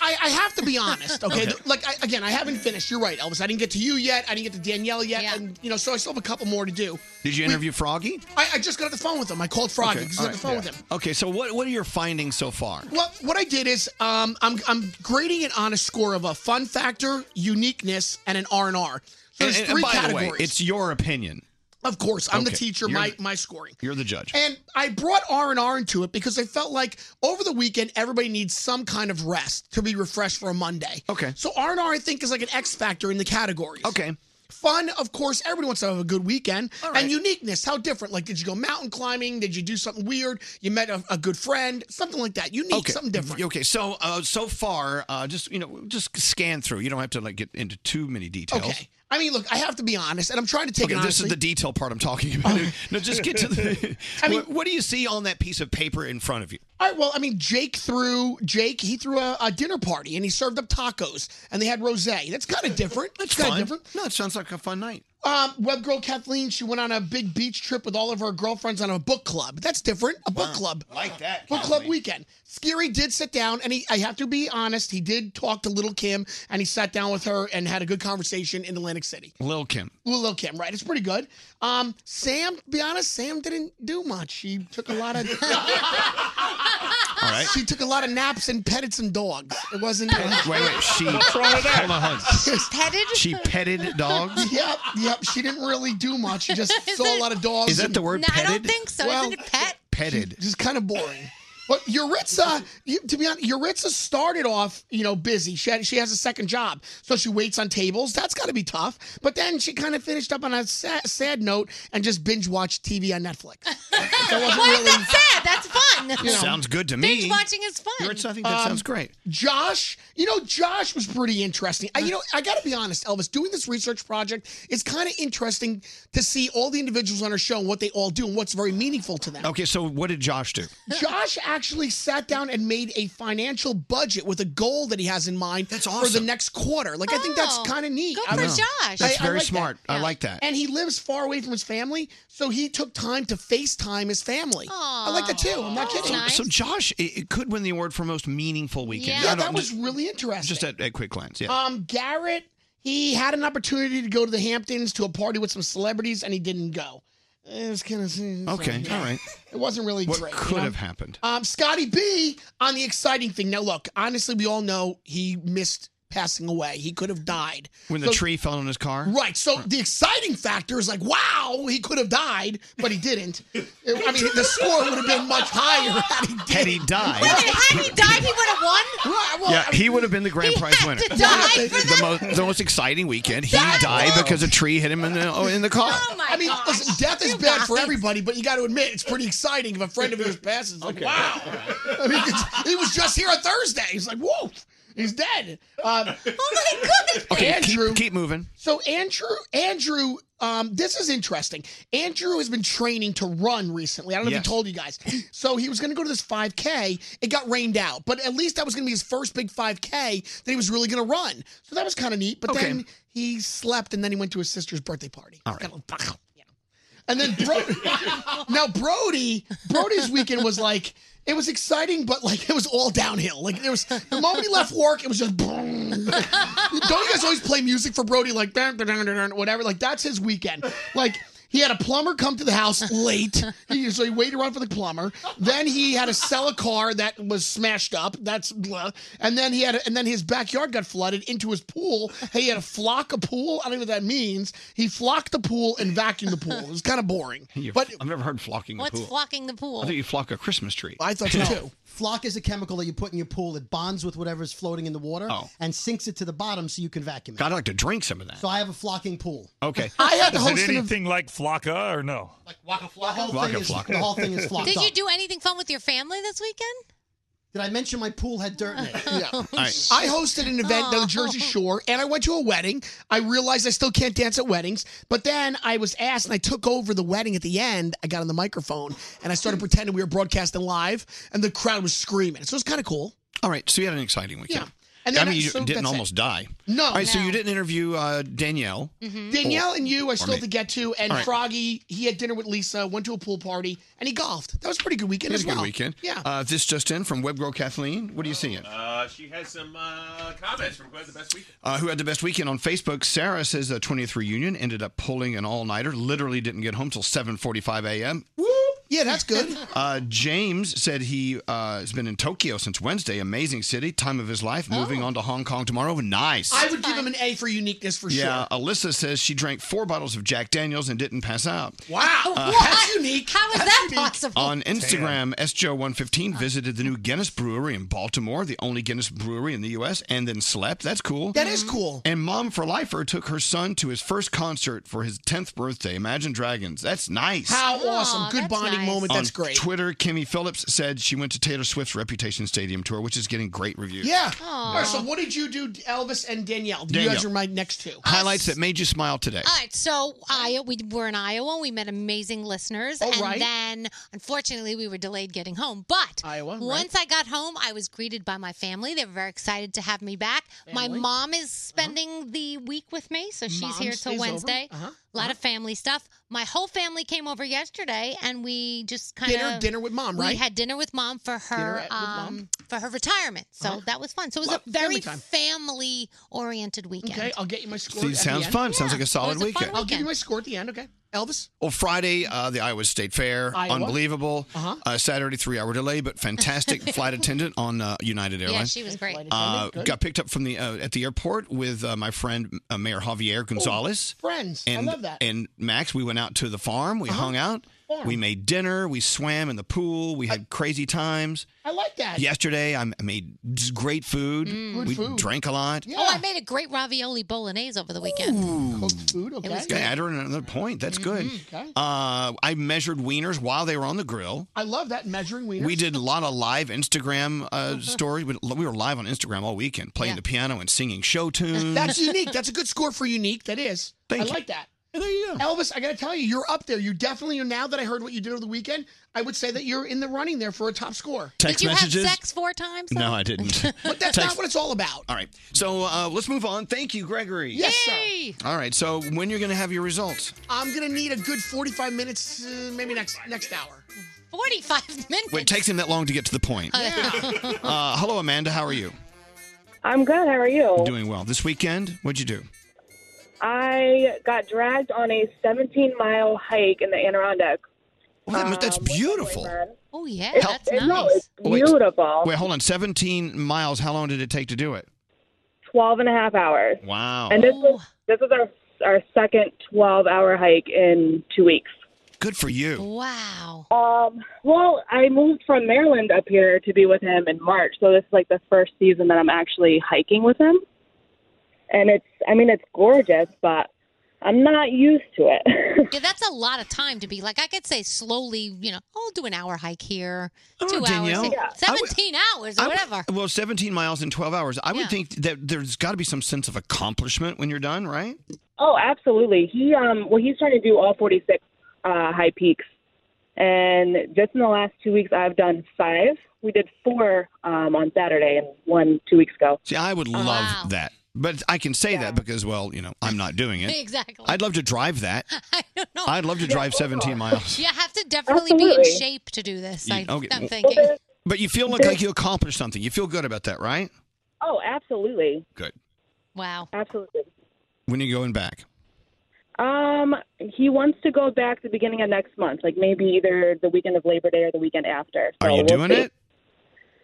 I, I have to be [laughs] honest, okay? Okay. Like, I, again, I haven't finished. You're right, Elvis. I didn't get to you yet. I didn't get to Danielle yet. And, you know, so I still have a couple more to do. Did you interview Froggy? I, I just got on the phone with him. I called Froggy. just all got on the right, phone yeah. with him. Okay, so what what are your findings so far? Well, what I did is um, I'm I'm grading it on a score of a fun factor, uniqueness, and an R and R. So And, there's and- and three by the way, categories. it's your opinion. Of course, I'm the Okay, teacher. you're My the- my scoring. You're the judge. And I brought R and R into it because I felt like over the weekend everybody needs some kind of rest to be refreshed for a Monday. Okay. So R and R I think is like an X factor in the categories. Okay. Fun, of course. Everybody wants to have a good weekend. And uniqueness, how different? Like, did you go mountain climbing? Did you do something weird? You met a, a good friend, something like that. You need okay. something different. Okay, so uh, so far, uh, just you know, just scan through. You don't have to like get into too many details. Okay. I mean, look, I have to be honest, and I'm trying to take Okay, it this is honestly. Oh. the detail part I'm talking about. [laughs] no, just get to the. [laughs] [laughs] I mean- what, what do you see on that piece of paper in front of you? All right. Well, I mean, Jake threw Jake. He threw a, a dinner party and he served up tacos and they had rosé. That's kind of different. That's kind of fun. different. No, it sounds like a fun night. Um, web girl Kathleen. She went on a big beach trip with all of her girlfriends on a book club. That's different. A book club. Like that. Book club weekend. Scary did sit down, and he, I have to be honest, he did talk to little Kim, and he sat down with her and had a good conversation in Atlantic City. [laughs] Lil Kim. Ooh, Lil Kim, right? It's pretty good. Um, Sam, to be honest, Sam didn't do much. She took a lot [laughs] of. All right. She took a lot of naps and petted some dogs. It wasn't. Wait, wait. She. Hold on, [laughs] hold on. Petted. She petted [laughs] dogs. Yep, yep. She didn't really do much. She just saw a lot of dogs. Is that and- the word No, I don't petted? think so. Well, Isn't it pet? Petted. Just kind of boring. But Yuritsa, you, to be honest, Yuritsa started off, you know, busy. She had, she has a second job, so she waits on tables. That's got to be tough. But then she kind of finished up on a sad, sad note and just binge watched TV on [laughs] Netflix. That wasn't Why is really- that sad? That's fun. You know. Sounds good to me. Binge watching is fun. Um, Josh, you know, Josh was pretty interesting. I, you know, I got to be honest, Elvis, doing this research project is kind of interesting to see all the individuals on our show and what they all do and what's very meaningful to them. Okay, so what did Josh do? Josh actually sat down and made a financial budget with a goal that he has in mind for the next quarter. Like, I think that's kind of neat. I Oh, for was- Josh. That's very like that. smart. I Yeah. like that. And he lives far away from his family, so he took time to FaceTime his family. I like that too. I'm not kidding. So, so Josh, it, it could win the award for most meaningful weekend. Yeah, I don't- that was really interesting. just at, at quick glance. Yeah. Um, Garrett, he had an opportunity to go to the Hamptons to a party with some celebrities, and he didn't go. It was kind of okay. All right. It wasn't really What great. you could know? have happened? Um, Scotty B on the exciting thing. Now, look, honestly, we all know he missed passing away. He could have died When the So- tree fell on his car? Right. So the exciting factor is like, wow, he could have died, but he didn't. I mean, the score would have been much higher had he did. [laughs] Had he died. Right. Had he died, he would have [laughs] won. Right, well, um, yeah, I mean- he would have been the grand prize winner. to die for the, most, the most exciting weekend. He died because a tree hit him in the, oh, in the car. I mean, listen, death is bad for everybody, but you got to admit it's pretty exciting if a friend of yours passes. It's like, wow. I mean, it's- he was just here on Thursday. He's like, whoa, he's dead. Um, oh my goodness. Okay, Andrew. keep, keep moving. So Andrew, Andrew, um, this is interesting. Andrew has been training to run recently. I don't know if Yes. he told you [laughs] guys. So he was going to go to this 5K. It got rained out, but at least that was going to be his first big 5K that he was really going to run. So that was kind of neat. But Okay. then he slept, and then he went to his sister's birthday party. All right. And then Bro- [laughs] now Brody, Brody's weekend was like it was exciting, but like it was all downhill. Like there was the moment he left work, it was just. boom. [laughs] [laughs] Don't you guys always play music for Brody like dun, dun, dun, dun, dun, whatever? Like that's his weekend. Like. He had a plumber come to the house late, He- so he waited around for the plumber. Then he had to sell a car that was smashed up. That's blah. and then he had, a, and then his backyard got flooded into his pool. He had to flock a pool. I don't know what that means. He flocked the pool and vacuumed the pool. It was kind of boring. You- I've never heard flocking the What's pool. flocking the pool? I thought you flock a Christmas tree. I thought so too. Flock is a chemical that you put in your pool. It bonds with whatever's floating in the water Oh. and sinks it to the bottom so you can vacuum it. God, I'd like to drink some of that. So I have a flocking pool. Okay. I had to Is host it an ev- anything like Flocka or no? The whole Waka thing is, flocka. the whole thing [laughs] is flocked Did up. you do anything fun with your family this weekend? Did I mention my pool had dirt in it? [laughs] Yeah. I hosted an event down the Jersey Shore, and I went to a wedding. I realized I still can't dance at weddings, but then I was asked, and I took over the wedding at the end. I got on the microphone, and I started pretending we were broadcasting live, and the crowd was screaming. So it was kind of cool. All right, so you had an exciting weekend. Yeah. And then I mean, I- you so didn't that's it. almost die. No. All right, so No. you didn't interview uh, Danielle. Danielle Or- and you, I or still me. have to get to, and All right. Froggy, he had dinner with Lisa, went to a pool party, and he golfed. That was a pretty good It weekend was as a good well. weekend. Yeah. Uh, this just in from Web Girl Kathleen. What are you seeing? Uh, she has some uh, comments from who had the best weekend. Uh, who had the best weekend on Facebook? Sarah says the 20th reunion ended up pulling an all-nighter. Literally didn't get home till 7:45 a.m. Whoop. Yeah, that's good. [laughs] Uh, James said he uh, has been in Tokyo since Wednesday. Amazing city, time of his life. Moving on to Hong Kong tomorrow. Nice. Oh. I would give him an A for uniqueness for yeah, sure. Alyssa says she drank four bottles of Jack Daniels and didn't pass out. Wow. Uh, That's unique. Oh, How is that possible? On Instagram, SJO115 visited the new Guinness Brewery in Baltimore, the only Guinness Brewery in the U.S., and then slept. That's cool. That is cool. And Mom for Lifer took her son to his first concert for his 10th birthday, Imagine Dragons. That's nice. How awesome. Good bonding moment. That's On great. Twitter, Kimmy Phillips said she went to Taylor Swift's Reputation Stadium tour, which is getting great reviews. Yeah. All right, so what did you do, Elvis and Danielle? You guys Danielle. are my next two. Highlights that made you smile today. All right, so Iowa, we were in Iowa. and We met amazing listeners, Oh, and right. then unfortunately we were delayed getting home. But Iowa, once I got home, I was greeted by my family. They were very excited to have me back. My Family? mom Uh-huh. is spending the week with me, so she's Mom here till stays over? Wednesday. Uh-huh, A lot of family stuff. My whole family came over yesterday, and we just kind Dinner- of dinner with Mom, We right? had dinner with mom for Dinner her at- with Mom? um, for her retirement, so Uh-huh. that was fun. So it was Love a very family time. family-oriented weekend. Okay, I'll get you my score. See, at the sounds end. fun. Sounds like a solid weekend. I'll give you my score at the end, okay? Elvis? Well, Friday, uh, the Iowa State Fair, Iowa. unbelievable. Uh-huh. Uh, Saturday, three-hour delay, but fantastic [laughs] flight attendant on uh, United Yeah, Airlines. she was great. Uh, got picked up from the uh, at the airport with uh, my friend uh, Mayor Javier Gonzalez. Oh, friends. I love that. Uh-huh. And Max, we went out to the farm. We hung out. Farm. Uh, We made dinner. We swam in the pool. We had crazy times. I like that. Yesterday, I m- made just great food. Mm. Good We food. drank a lot. Oh, I made a great ravioli bolognese over the weekend. Cooked food, okay. It was Gotta add her another point. That's Mm-hmm, good. Uh, I measured wieners while they were on the grill. I love that measuring wieners. We did a lot of live Instagram uh, stories. We we were live on Instagram all weekend, playing the piano and singing show tunes. That's unique. [laughs] That's a good score for unique. That is. Thank I you. like that. there you go. Elvis, I got to tell you, you're up there. You definitely are. Now that I heard what you did over the weekend, I would say that you're in the running there for a top score. Text Did you have messages? sex four times? No, I didn't. But [laughs] that's Text- not what it's all about. All right. So uh, let's move on. Thank you, Gregory. Yes, sir. All right. So when you're going to have your results? I'm going to need a good 45 minutes, uh, maybe next next hour. 45 minutes? Wait, it takes him that long to get to the point. [laughs] Uh, hello, Amanda. How are you? I'm good. How are you? Doing well. This weekend, what'd you do? I got dragged on a 17 mile hike in the Adirondacks. Well, Um, that must- that's beautiful. Oh yeah, It's- that's it's- nice. No, it's Wait. beautiful. Wait, hold on. 17 miles. How long did it take to do it? Twelve and a half 12 and a half hours. Wow. And this Oh. was this was our our second 12 hour hike in 2 weeks. Good for you. Wow. Um, well, I moved from Maryland up here to be with him in March, so this is like the first season that I'm actually hiking with him. And it's I mean it's gorgeous, but I'm not used to it. [laughs] Yeah, that's a lot of time to be like. I could say slowly, you know, I'll do an hour hike here, I two don't know, hours, Oh, Danielle. here, Yeah. I would- seventeen hours, or I would- whatever. [laughs] well, 17 miles in 12 hours. I would Yeah. think that there's got to be some sense of accomplishment when you're done, right? Oh, absolutely. He um well he's trying to do all 46 uh high peaks. And just in the last 2 weeks I've done 5. We did 4 um on Saturday and one 2 weeks ago. Uh, See, I would love that. But I can say that because, well, you know, I'm not doing it. Exactly. I'd love to [laughs] drive that. I don't know. I'd love to drive 17 miles. You have to definitely be Absolutely. in shape to do this. You- I, okay, I'm well- thinking. [laughs] But you feel like, like you accomplished something. You feel good about that, right? Oh, absolutely. Good. Wow. Absolutely. When you going back? Um he wants to go back to the beginning of next month, like maybe either the weekend of Labor Day or the weekend after. So Are you we'll doing see. it?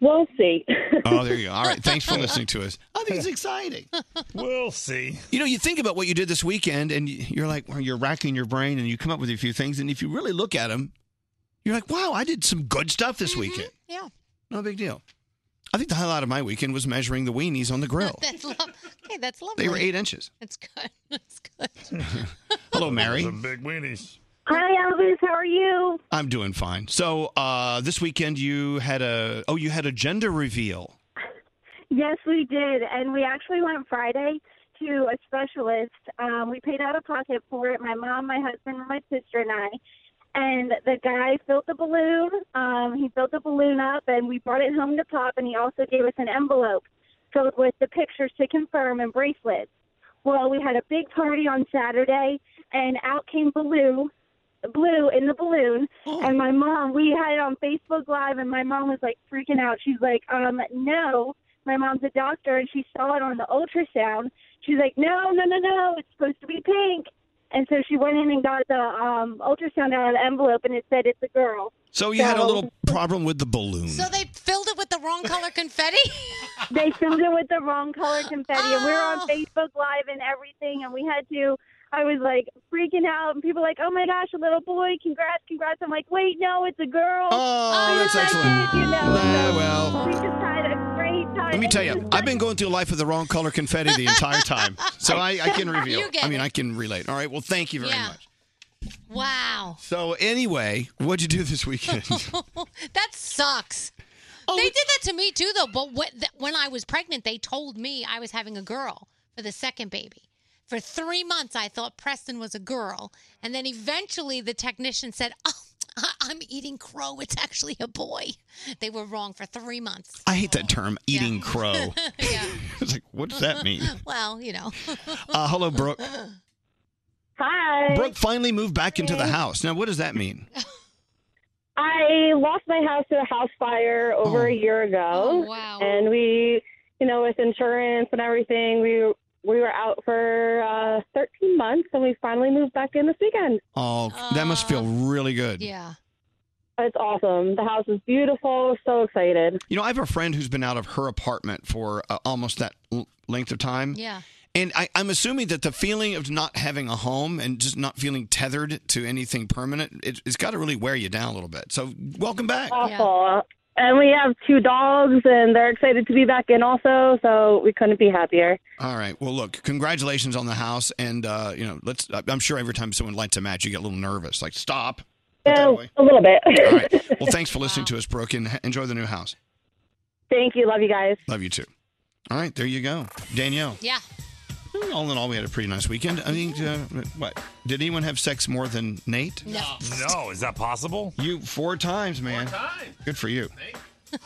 We'll see. Oh, there you go. All right. [laughs] Thanks for listening to us. I think it's Oh, [laughs] exciting. We'll see. You know, you think about what you did this weekend and y- you're like, well, you're racking your brain and you come up with a few things. And if you really look at them, you're like, wow, I did some good stuff this weekend. Yeah. No big deal. I think the highlight of my weekend was measuring the weenies on the [laughs] grill. That's lo- okay, that's lovely. They were eight inches. That's good. [laughs] That's good. Hello, Mary. big weenies. Hi, Elvis. How are you? I'm doing fine. So uh, this weekend you had a oh you had a gender reveal. Yes, we did, and we actually went Friday to a specialist. Um, we paid out of pocket for it. My mom, my husband, my sister, and I. And the guy filled the balloon. Um, he filled the balloon up, and we brought it home to pop. And he also gave us an envelope filled with the pictures to confirm and bracelets. Well, we had a big party on Saturday, and out came Baloo, Blue in the balloon, and my mom. We had it on Facebook Live, and my mom was like freaking out. She's like, um, no. My mom's a doctor, and she saw it on the ultrasound. She's like, no, no, no, no. It's supposed to be pink. And so she went in and got the um, ultrasound out of the envelope, and it said it's a girl. So you had a little problem with the balloon. So they filled it with the wrong color confetti? [laughs] they filled it with the wrong color confetti, and we were on Facebook Live and everything, and we had to. I was like freaking out, and people were like, "Oh my gosh, a little boy! Congrats, congrats!" I'm like, "Wait, no, it's a girl." Oh, that's excellent. [laughs] Nah, well, We just had a great time. let me tell you, I've been going through life with the wrong color confetti the entire time, so I, I can [laughs] reveal. You get I mean, it. I can relate. All right. Well, thank you very Yeah. much. Wow. So anyway, what'd you do this weekend? [laughs] that sucks. Oh, they did that to me too, though. But what, th- when I was pregnant, they told me I was having a girl for the second baby. For three months, I thought Preston was a girl, and then eventually the technician said, [laughs] "Oh, I- I'm eating crow. It's actually a boy." They were wrong for three months. I hate that term, [laughs] eating crow. [laughs] yeah. It's like, what does that mean? [laughs] Well, you know. Uh, hello, Brooke. Hi. Brooke finally moved back into the house. Now, what does that mean? I lost my house to a house fire over a year Oh, ago. wow. And we, [laughs] you know, with insurance and everything, we we were out for uh, 13 months, and we finally moved back in this weekend. Oh, that Uh, must feel really good. Yeah. It's awesome. The house is beautiful. We're so excited. You know, I have a friend who's been out of her apartment for uh, almost that l- length of time. Yeah. And I, I'm assuming that the feeling of not having a home and just not feeling tethered to anything permanent, it, it's got to really wear you down a little bit. So, welcome back. Awful. And we have two dogs, and they're excited to be back in also. So we couldn't be happier. All right. Well, look, congratulations on the house. And, uh, you know, let's, I- I'm sure every time someone lights a match, you get a little nervous. Like, stop. Yeah, a little bit. All right. Well, thanks for listening to us, Brooke, and h- enjoy the new house. [laughs] Thank you. Love you guys. Love you too. All right. There you go. Danielle. Yeah. All in all, we had a pretty nice weekend. I think, uh, what? Did anyone have sex more than Nate? No. No. Is that possible? You, four times, man. Four times. Good for you. [laughs]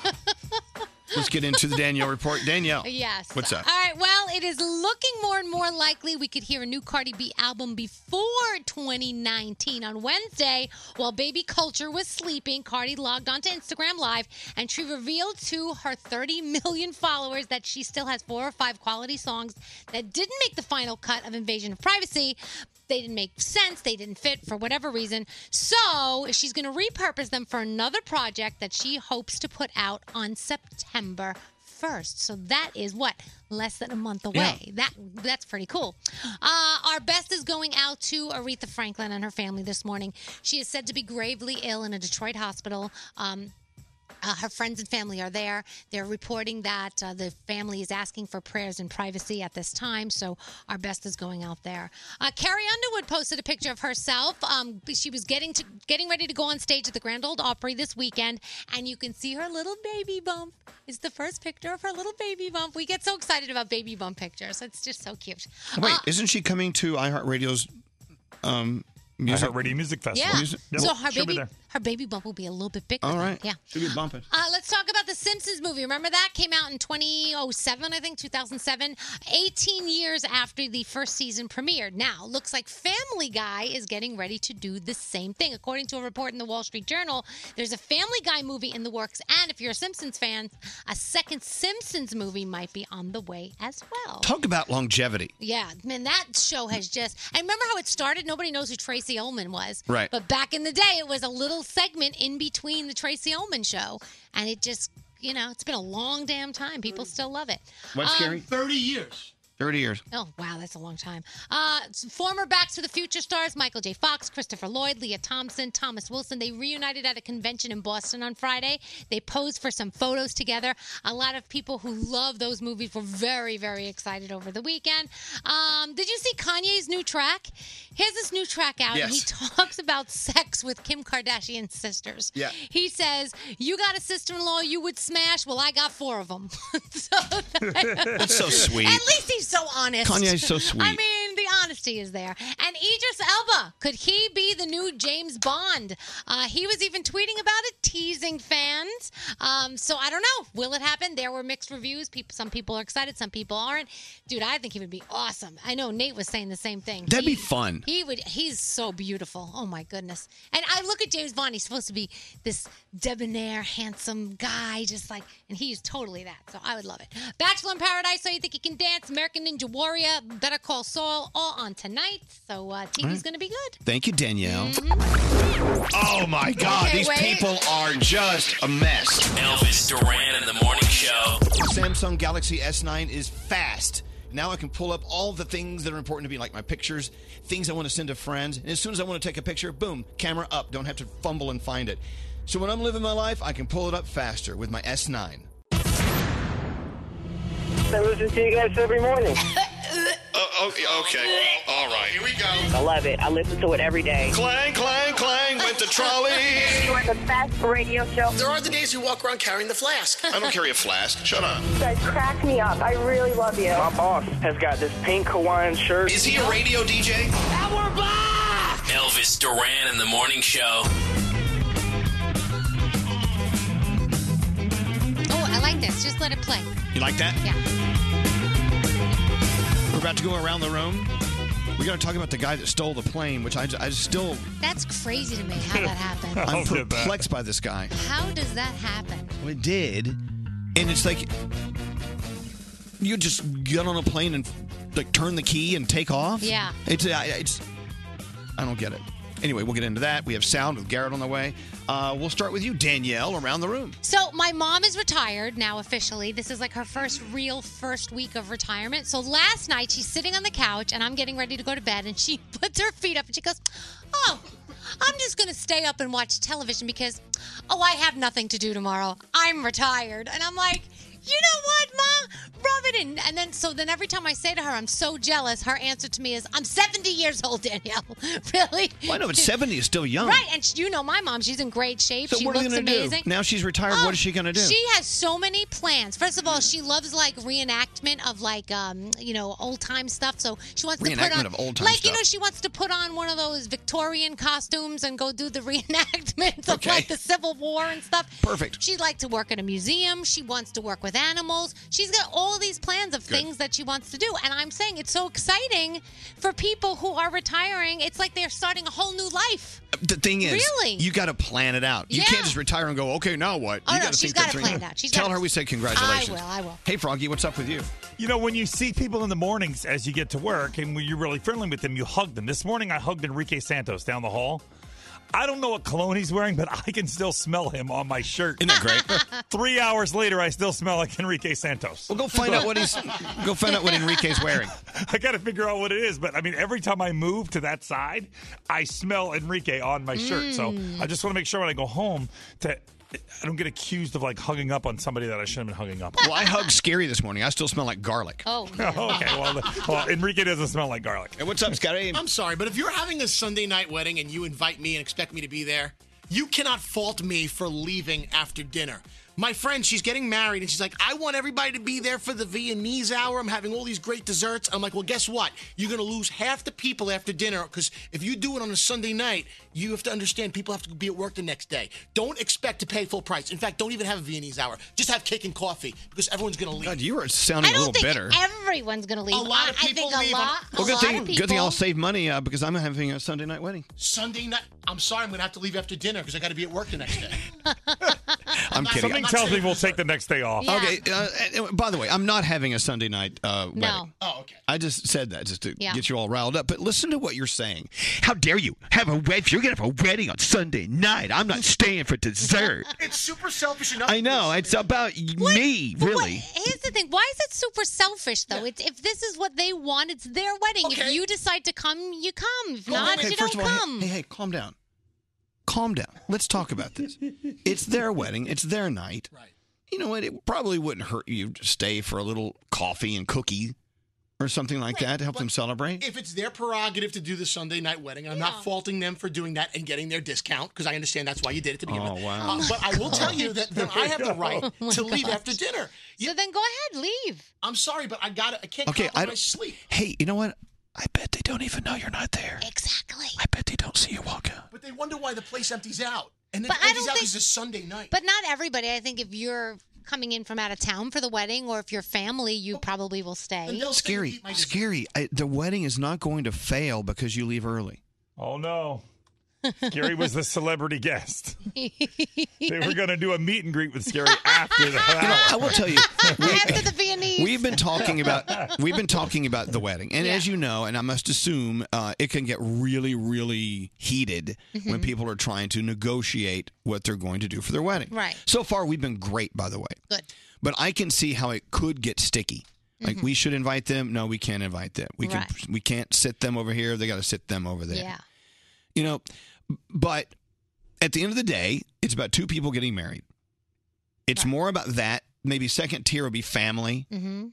Let's get into the Danielle report. Danielle. Yes. Uh, What's up? All right. Well, it is looking more and more likely we could hear a new Cardi B album before 2019. On Wednesday, while Baby Culture was sleeping, Cardi logged onto Instagram Live and she revealed to her 30 million followers that she still has four or five quality songs that didn't make the final cut of Invasion of Privacy. They didn't make sense. They didn't fit for whatever reason. So she's going to repurpose them for another project that she hopes to put out on September first. So that is what less than a month away. That that's pretty cool. Uh, our best is going out to Aretha Franklin and her family this morning. She is said to be gravely ill in a Detroit hospital. Um, uh, her friends and family are there. They're reporting that uh, the family is asking for prayers and privacy at this time, so our best is going out there. Uh, Carrie Underwood posted a picture of herself. Um, she was getting to getting ready to go on stage at the Grand Old Opry this weekend, and you can see her little baby bump. It's the first picture of her little baby bump. We get so excited about baby bump pictures. It's just so cute. Wait, uh, isn't she coming to iHeartRadio's um, music? iHeartRadio Music Yeah. So her She'll be baby there. her baby bump will be a little bit bigger. All than- right. Yeah. She'll be bumping. Uh, let's talk about the Simpsons movie. Remember that came out in 2007, I think 2007, 18 years after the first season premiered. Now, looks like Family Guy is getting ready to do the same thing. According to a report in the Wall Street Journal, there's a Family Guy movie in the works, and if you're a Simpsons fan, a second Simpsons movie might be on the way as well. Talk about longevity. Yeah, man, that show has just. I remember how it started. Nobody knows who Tracy Ullman was. Right. But back in the day, it was a little segment in between the Tracy Ullman show. And it just, you know, it's been a long damn time. People still love it. Um, What's scary? 30 years. 30 years. Oh, wow, that's a long time. Uh, former Back to the Future stars Michael J. Fox, Christopher Lloyd, Leah Thompson, Thomas Wilson, they reunited at a convention in Boston on Friday. They posed for some photos together. A lot of people who love those movies were very, very excited over the weekend. Um, did you see Kanye's new track? He has this new track out, and he Yes. [laughs] talks about sex with Kim Kardashian's sisters. Yeah. He says, You got a sister in law you would smash? Well, I got four of them. [laughs] so That's so sweet. At least he's so honest. Kanye's so sweet. [laughs] I mean, the honesty is there. And Idris Elba, could he be the new James Bond? Uh, he was even tweeting about it, teasing fans. Um, so I don't know. Will it happen? There were mixed reviews. People, some people are excited, some people aren't. Dude, I think he would be awesome. I know Nate was saying the same thing. That'd He- be fun. He would. He's so beautiful. Oh my goodness. And I look at James Bond. He's supposed to be this debonair, handsome guy, just like, and he's totally that. So I would love it. Bachelor in Paradise. So you think you can dance? American Ninja Warrior. Better Call Saul. All on tonight, so uh, TV's Alright. going to be good. Thank you, Danielle. Mm-hmm. Oh my God, Okay, these wait. people are just a mess. Elvis Duran in the morning show. Samsung Galaxy S9 is fast. Now I can pull up all the things that are important to me, like my pictures, things I want to send to friends, and as soon as I want to take a picture, boom, camera up. Don't have to fumble and find it. So when I'm living my life, I can pull it up faster with my S9. I listen to you guys every [laughs] morning. Uh, okay, all right, here we go. I love it. I listen to it every day. Clang, clang, clang with the [laughs] trolley. You are the best radio show. There are the days you walk around carrying the flask. I don't [laughs] carry a flask. Shut up. You guys crack me up. I really love you. My boss has got this pink Hawaiian shirt. Is he a radio DJ? Our boss! Elvis Duran in the morning show. Oh, I like this. Just let it play. You like that? Yeah. We're about to go around the room. We got to talk about the guy that stole the plane, which I, ju- I still That's crazy to me how that happened. I'm perplexed by this guy. How does that happen? Well, it did, and it's like you just get on a plane and like turn the key and take off. Yeah. it's I- it's I don't get it. Anyway, we'll get into that. We have sound with Garrett on the way. Uh, we'll start with you, Danielle, around the room. So my mom is retired now officially. This is like her first real first week of retirement. So last night she's sitting on the couch and I'm getting ready to go to bed and she [laughs] puts her feet up and she goes, "Oh, I'm just going to stay up and watch television because oh, I have nothing to do tomorrow. I'm retired." And I'm like, "You know what, mom? Rub it in." And then so then every time I say to her, "I'm so jealous," her answer to me is, "I'm 70 years old, Danielle." [laughs] really? [laughs] Well, I know, but seventy is still young. Right, and sh- you know my mom; she's in great shape. So she what are looks they going to do? amazing. Oh, Now she's retired. what is she going to do? She has so many plans. First of all, she loves like reenactment of like um, you know old time stuff. So she wants to put Reenactment on of old-time like you stuff. know she wants to put on one of those Victorian costumes and go do the [laughs] reenactments of like the Civil War and stuff. Perfect. She'd like to work in a museum. She wants to work with animals. She's got all these plans of Good. things that she wants to do. And I'm saying it's so exciting for people who are retiring. It's like they're starting a whole new life. The thing is, Really? you got to plan it out. You Yeah. can't just retire and go, okay, now what? Oh, you no, gotta she's think that gotta through. plan that. She's Tell gotta- her we said congratulations. I will, I will. Hey, Froggy, what's up with you? You know, when you see people in the mornings as you get to work and when you're really friendly with them, you hug them. This morning I hugged Enrique Santos down the hall. I don't know what cologne he's wearing, but I can still smell him on my shirt. Isn't that great? [laughs] Three hours later, I still smell like Enrique Santos. Well, go find out what he's- [laughs] go find out what Enrique's wearing. I got to figure out what it is, but I mean, every time I move to that side, I smell Enrique on my shirt. So Mm. I just want to make sure when I go home that I don't get accused of like hugging up on somebody that I shouldn't have been hugging up. on. Well, I hugged Scary this morning. I still smell like garlic. Oh, [laughs] okay. Well, the- well, Enrique doesn't smell like garlic. Hey, what's up, Scotty? I'm sorry, but if you're having a Sunday night wedding and you invite me and expect me to be there, you cannot fault me for leaving after dinner. My friend, she's getting married and she's like, I want everybody to be there for the Viennese hour. I'm having all these great desserts. I'm like, well, guess what? You're going to lose half the people after dinner because if you do it on a Sunday night, you have to understand people have to be at work the next day. Don't expect to pay full price. In fact, don't even have a Viennese hour. Just have cake and coffee because everyone's going to leave. God, you are sounding a little bitter. Everyone's going to leave. A lot of people I think a leave. lot. well, a good lot thing, of good thing people- I'll save money uh, because I'm having a Sunday [laughs] night wedding. Sunday night. I'm sorry, I'm going to have to leave after dinner because I got to be at work the next day. I'm kidding. Something tells me we'll take the next day off. Yeah. Okay. Uh, and- by the way, I'm not having a Sunday night uh, wedding. No. Oh, okay. I just said that just to Yeah. get you all riled up. But listen to what you're saying. How dare you have a wedding? You're gonna have a wedding on Sunday night. I'm not staying [laughs] for [laughs] dessert. It's super selfish enough. I know. It's about me, really. Here's the thing. Why is it super selfish though? It's if this is what they want, it's their wedding. If you decide to come, you come. If not, okay, you first don't of all, hey- come. Hey, hey, calm down. Calm down. Let's talk [laughs] about this. it's their wedding. It's their night. Right. You know what? It probably wouldn't hurt you to stay for a little coffee and cookie or something like that to help them celebrate. If it's their prerogative to do the Sunday night wedding, and I'm not faulting them for doing that and getting their discount because I understand that's why you did it to begin Oh, with. wow. Uh, but I will tell you [laughs] that then I have the right Oh, my to leave gosh. after dinner. so then go ahead, leave. I'm sorry, but I got to I can't Okay, I compromise don't- sleep. Hey, you know what? I bet they don't even know you're not there. Exactly. I bet they don't see you walk out. But they wonder why the place empties out, and then But it I empties don't out think- because it's Sunday night. But not everybody. I think if you're coming in from out of town for the wedding, or if you're family, you probably will stay. Scary, [laughs] scary. I, the wedding is not going to fail because you leave early. Oh no. Scary was the celebrity [laughs] guest. They were going to do a meet and greet with Scary after the You know, I will tell you, After the Viennese. We've been [laughs] talking about we've been talking about the wedding, and as you know, and I must assume uh, it can get really, really heated when Mhm. people are trying to negotiate what they're going to do for their wedding. Right. So far, we've been great, by the way. Good. But I can see how it could get sticky. Like Mhm. we should invite them. No, we can't invite them. We can Right. we can't sit them over here. They got to sit them over there. [laughs] Yeah. You know, but at the end of the day, it's about two people getting married. It's more about that. Maybe second tier would be family, [laughs] Mm-hmm.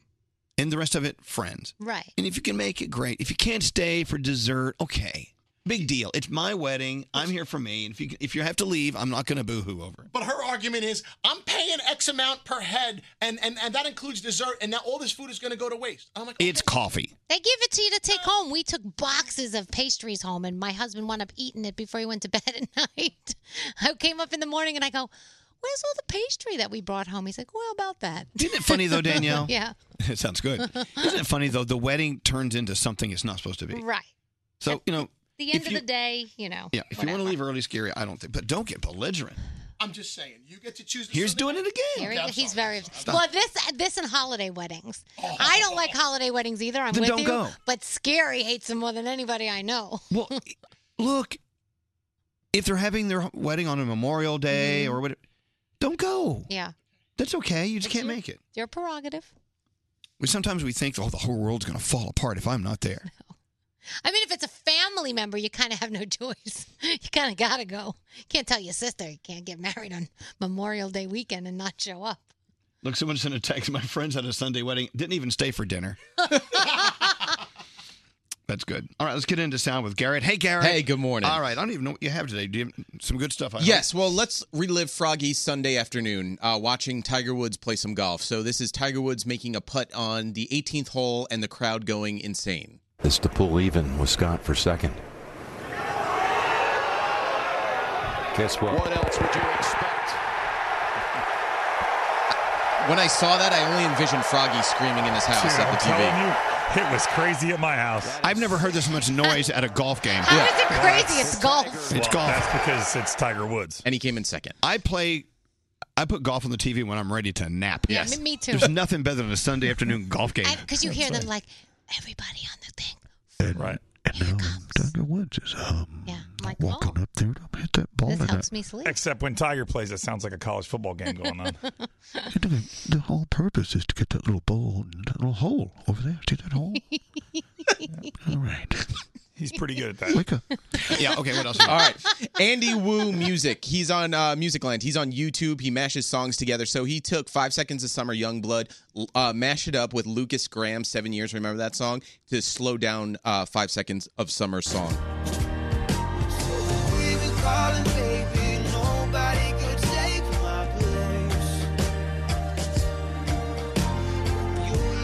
and the rest of it friends. Right. And if you can make it great, if you can't stay for dessert, okay, big deal. It's my wedding. I'm here for me. And if you if you have to leave, I'm not going to boohoo over it. But her argument is, I'm paying X amount per head, and, and, and that includes dessert, and now all this food is going to go to waste. I'm like, It's coffee. They give it to you to take Uh, home. We took boxes of pastries home, and my husband wound up eating it before he went to [laughs] bed at night. I came up in the morning and I go, Where's all the pastry that we brought home? He's like, Well, about that. Isn't it funny [laughs] though, Danielle? yeah. [laughs] it sounds good. Isn't it funny though? The wedding turns into something it's not supposed to be. Right. So you know, The end if of you- the day, you know. Yeah, if you want to leave early, scary. I don't think, but don't [laughs] get belligerent. I'm just saying, you get to choose. Here's doing it again. Here he- he's very sorry. well. This this and holiday weddings. I don't like holiday weddings either. I'm Oh. Then with don't you, go. but Scary hates them more than anybody I know. Well, look, if they're having their wedding on a Memorial Mm-hmm. Day or whatever, don't go. yeah, That's okay. You just can't Mm-hmm. make it. your prerogative. We sometimes we think, oh, the whole world's going to fall apart if I'm not there. I mean, if it's a family member, you kind of have no [laughs] choice. You kind of gotta go. You can't tell your sister you can't get married on Memorial Day weekend and not show up. [laughs] Look, someone sent a text. My friends had a Sunday wedding. Didn't even stay for [laughs] dinner. That's good. All right, let's get into sound with Garrett. Hey, Garrett. Hey, good morning. All right, I don't even know what you have today. Do you have some good stuff? I hope? Yes, well, let's relive Froggy's Sunday afternoon uh, watching Tiger Woods play some golf. So, this is Tiger Woods making a putt on the 18th hole and the crowd going insane. It's to pull even with Scott for second. Guess what? What else would you expect? [laughs] When I saw that, I only envisioned Froggy screaming in his house Dude, at the I'm TV. telling you, it was crazy at my house. I've never heard this much noise at a golf game. How is it crazy? It's golf. It's golf. That's because it's Tiger Woods. And he came in second. I play. I put golf on the TV when I'm ready to nap. Yeah, Yes. me- me too. There's nothing better than a Sunday afternoon golf game. Because you hear them like [laughs] everybody on the thing. right. And now Tiger Woods is um, Yeah, I'm like walking up there to hit that ball. This in helps it. me sleep. [laughs] Except when Tiger plays, it sounds like a college football game going [laughs] on. [laughs] The whole purpose is to get that little ball and that little hole over there. See that hole? All right. He's pretty good at that. [laughs] Wake up. yeah, okay, what else? All right. Andy Wu Music. He's on uh, Music Land. He's on YouTube. He mashes songs together. So he took Five Seconds of Summer, Youngblood, l- uh, mash it up with Lucas Graham, Seven Years, remember that song? To slow down uh, Five Seconds of Summer song.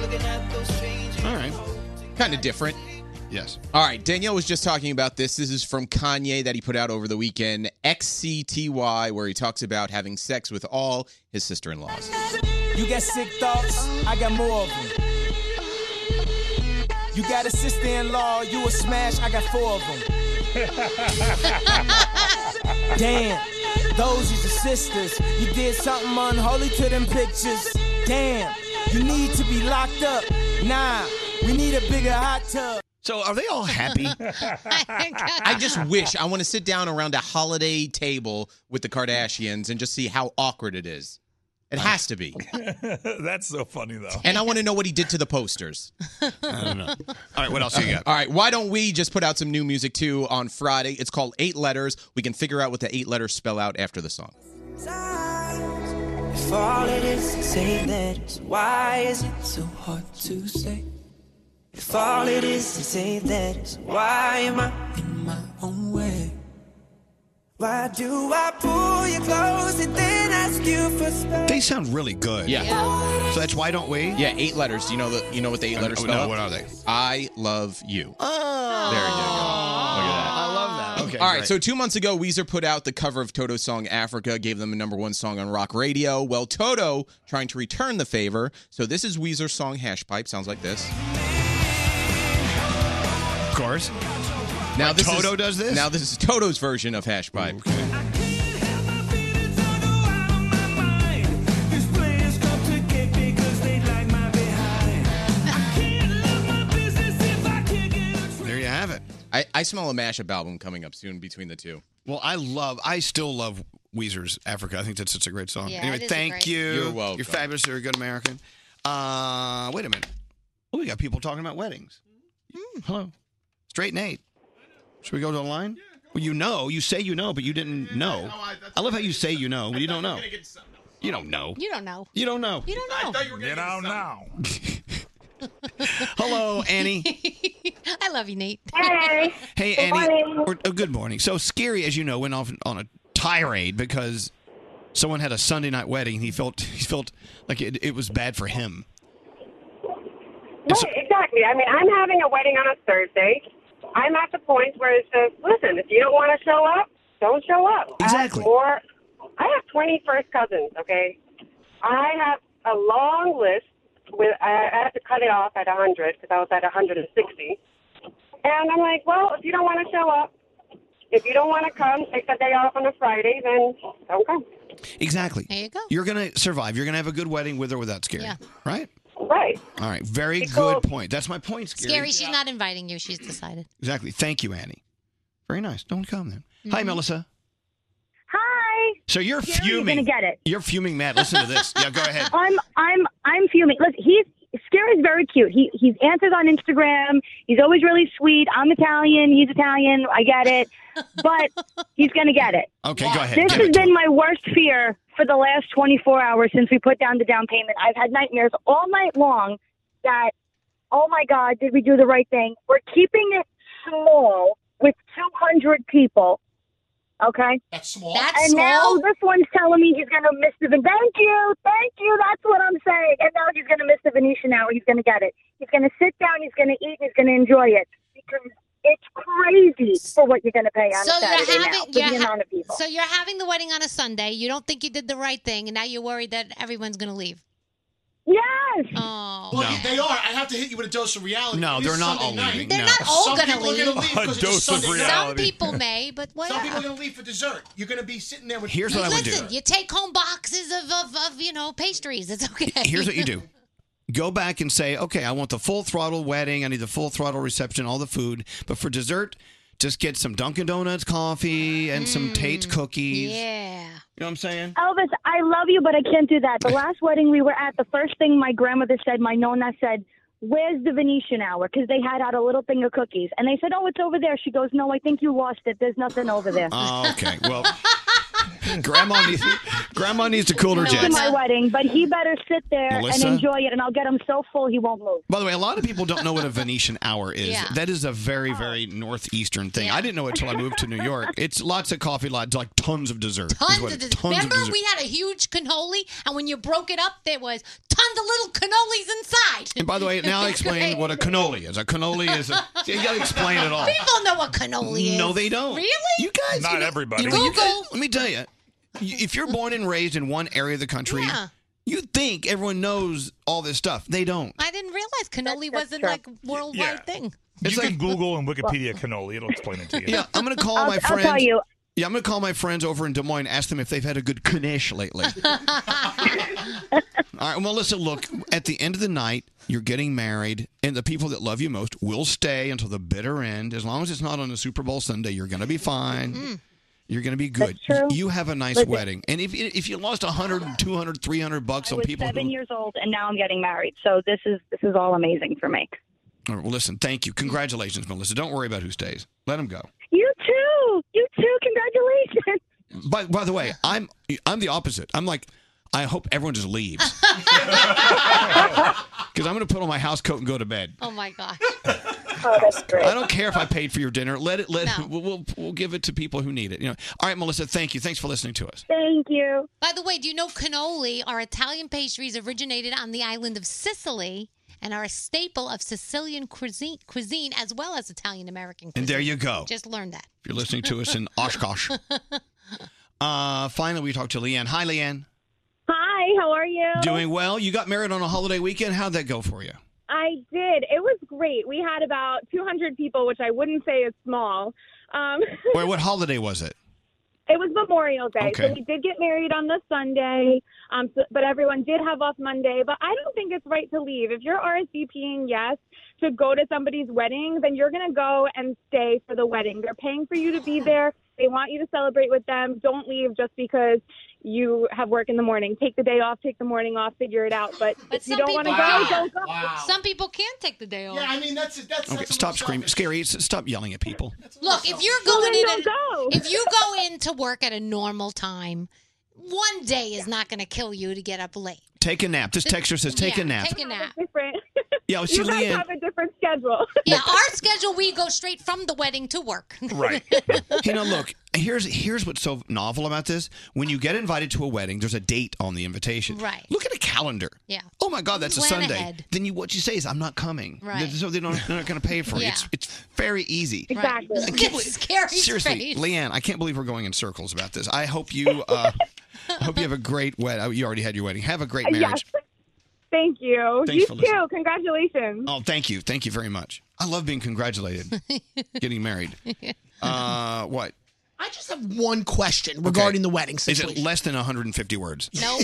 All right. Kind of different. Yes. All right. Danielle was just talking about this. This is from Kanye that he put out over the weekend, XCTY, where he talks about having sex with all his sister in laws. You got sick thoughts, I got more of them. You got a sister in law, you a smash, I got four of them. [laughs] Damn, those is your sisters. You did something unholy to them pictures. Damn, you need to be locked up. Nah, we need a bigger hot tub. So are they all happy? I [laughs] just wish I want to sit down around a holiday table with the Kardashians and just see how awkward it is. It has to be. That's so funny, though. And I want to know what he did to the posters. [laughs] I don't know. All right, what else you got? All right, why don't we just put out some new music too on Friday? It's called Eight Letters. We can figure out what the eight letters spell out after the song. If all it is is eight letters, why is it so hard to say? If all it is is eight letters, why am I in my own way? Why do I pull you close and then ask you for space? They sound really good. Yeah. So that's why don't we? Yeah, eight letters. Do you know the you know what the eight Uh, letters no, spell? what are they? I love you. There you go. Look at that. I love that. Okay. All right, great. so two months ago, Weezer put out the cover of Toto's song Africa, gave them a number one song on rock radio. Well, Toto trying to return the favor. So this is Weezer's song Hash Pipe. Sounds like this. Of course. Now this Toto is, does this? Now this is Toto's version of hash pipe. There you have it. I, I smell a mashup album coming up soon between the two. Well, I love, I still love Weezer's Africa. I think that's such a great song. Yeah, it anyway, is thank a great- you. You're welcome. You're fabulous. You're a good American. Uh, wait a minute. Oh, we got people talking about weddings. Mm. Hello. Straight Nate. Should we go to the line? well, you know. You say you know, but you didn't know. Oh, I, love how you say you know, but you [laughs] Oh, [laughs] don't know. You don't know. You don't know. You don't know. You don't know. You don't know. [laughs] Hello, Annie. I love you, Nate. Hey. Hey, Good Annie. morning. Or- oh, good morning. So, Scary, as you know, went off on a tirade because someone had a Sunday night wedding. And he felt he felt like it, it was bad for him. Right, exactly. I mean, I'm having a wedding on a Thursday. I'm at the point where it's just, listen, if you don't want to show up, don't show up. Exactly. I have more, I have 20 first cousins, okay? I have a long list. With I I had to cut it off at 100 because I was at 160. And I'm like, well, if you don't want to show up, if you don't want to come, take the day off on a Friday, then don't come. Exactly. There you go. You're gonna survive. You're gonna have a good wedding with or without [laughs] Scary. Yeah. Right. Right. All right. Very good point. That's my point, Scary. Scary, she's not inviting you. She's decided. Exactly. Thank you, Annie. Very nice. Don't come then. Hi, Mhm. Melissa. Hi. So you're Gary's fuming. gonna get it. You're fuming mad. Listen to this. Yeah, go ahead. I'm I'm I'm fuming. Listen, he's Scary's very cute. He he's answers on Instagram. He's always really sweet. I'm Italian. He's Italian. I get it, but he's gonna get it. Okay, go ahead. This Give has it. been my worst fear for the last 24 hours since we put down the down payment. I've had nightmares all night long that, oh my God, did we do the right thing? We're keeping it small with 200 people. Okay? That's small. and now this one's telling me he's going to miss the Venetian. Thank you. Thank you. That's what I'm saying. And now he's going to miss the Venetian hour. He's going to get it. He's going to sit down. He's going to eat. And he's going to enjoy it. Because it's crazy for what you're going to pay on So a Saturday you're now having for you're the ha- amount of people. so you're having the wedding on a Sunday. You don't think you did the right thing, and now you're worried that everyone's going to leave. Yes. Oh. Well, they are. I have to hit you with a dose of reality. No, It is they're not Sunday all night. leaving. They're No. not all Some gonna people are leave. gonna leave. A 'cause it's dose of Sunday night. Some people may, but what? Some people are going to leave for dessert. You're going to be sitting there with. Here's what I would do. Listen, you take home boxes of, of, of you know pastries. It's okay. Here's what you do. Go back and say, okay, I want the full throttle wedding. I need the full throttle reception, all the food. But for dessert, just get some Dunkin' Donuts coffee and some Tate's cookies. Yeah. You know what I'm saying? Elvis, I love you, but I can't do that. The last wedding we were at, the first thing my grandmother said, my nonna said, Where's the Venetian hour? Because they had out a little thing of cookies. And they said, Oh, it's over there. She goes, No, I think you lost it. There's nothing over there. Oh, okay. Well, grandma needs grandma needs to cool her to jets. my wedding, but he better sit there Melissa? and enjoy it, and I'll get him so full he won't move. By the way, a lot of people don't know what a Venetian hour is. Yeah. That is a very, very northeastern thing. I didn't know it till I moved to New York. It's lots of coffee, lots like tons of dessert. is Tons what of it- dessert. tons of Remember, dessert. we had a huge cannoli, and when you broke it up, there was tons of little cannolis inside. And by the way, now [laughs] I explain what a cannoli is. A cannoli is a. You gotta explain it all. People know what cannoli is. No, they don't. Really? You guys, Not you know- everybody. you know, you guys- let me tell you, you- if you're born and raised in one area of the country, Yeah. you think everyone knows all this stuff. They don't. I didn't realize cannoli wasn't like worldwide thing. It's you like Google and Wikipedia cannoli. It'll explain it [laughs] to you. Yeah, I'm gonna call I'll- my I'll friends. tell you. Yeah, I'm gonna call my friends over in Des Moines, ask them if they've had a good [laughs] knish lately. All right. Well, listen. Look, at the end of the night, you're getting married, and the people that love you most will stay until the bitter end. As long as it's not on a Super Bowl Sunday, you're gonna be fine. Mm-hmm. You're gonna be good. You have a nice Listen. wedding, and if if you [laughs] lost 100, 200, 300 bucks I on was people, seven who, years old, and now I'm getting married. So this is this is all amazing for me. All right, well, listen. Thank you. Congratulations, Melissa. Don't worry about who stays. Let them go. You too. You too. Congratulations. By by the way, I'm I'm the opposite. I'm like, I hope everyone [laughs] just leaves. Because I'm going to put on my house coat and go to bed. Oh my [laughs] gosh. Oh, that's great. I don't care if I paid for your dinner. Let it. Let we'll, we'll we'll give it to people who need it. You know. All right, Melissa. Thank you. Thanks for listening to us. Thank you. By the way, do you know cannoli are Italian pastries originated on the island of Sicily and are a staple of Sicilian cuisine, cuisine as well as Italian American cuisine? And there you go. Just learned that. If you're listening to [laughs] us in Oshkosh. Uh, finally, we talked to Leanne. Hi, Leanne. Hi, how are you? Doing well. You got married on a holiday weekend. How'd that go for you? I did. It was great. We had about 200 people, which I wouldn't say is small. Um, Wait, what holiday was it? It was Memorial Day, Okay. so we did get married on the Sunday, um, so, but everyone did have off Monday. But I don't think it's right to leave. If you're RSVPing yes to go to somebody's wedding, then you're going to go and stay for the wedding. They're paying for you to be there. They want you to celebrate with them. Don't leave just because you have work in the morning. Take the day off. Take the morning off. Figure it out. But, if you don't want to go, don't go. Some people can take the day off. Yeah, I mean that's that's. Okay, stop screaming. Scary, s- stop yelling at people. Look, if you're Well, going then in, don't at- if you go in to work at a normal time, one day is not going to kill you to get up late. Take a nap. This texture says, take Yeah, a nap. Take a nap. Different. Yeah, see, Leanne. a different schedule. Yeah, our schedule we go straight from the wedding to work. [laughs] Right. [laughs] you know, look, here's here's what's so novel about this. When you get invited to a wedding, there's a date on the invitation. Right. Look at a calendar. Yeah. Oh my God, that's a Plan Sunday. ahead. Then you what you say is I'm not coming. Right. So they don't they're not going to pay for it. Yeah. It's it's very easy. Exactly. Look at [laughs] Scary's Seriously, face. Leanne, I can't believe we're going in circles about this. I hope you uh, I hope you have a great wedding. You already had your wedding. Have a great marriage. Yes. Thank you. Thanks you for too. listening. Congratulations. Oh, thank you. Thank you very much. I love [laughs] being congratulated getting married. Uh, what? I just have one [laughs] question regarding the wedding situation. Is it less than 150 words? No. [laughs]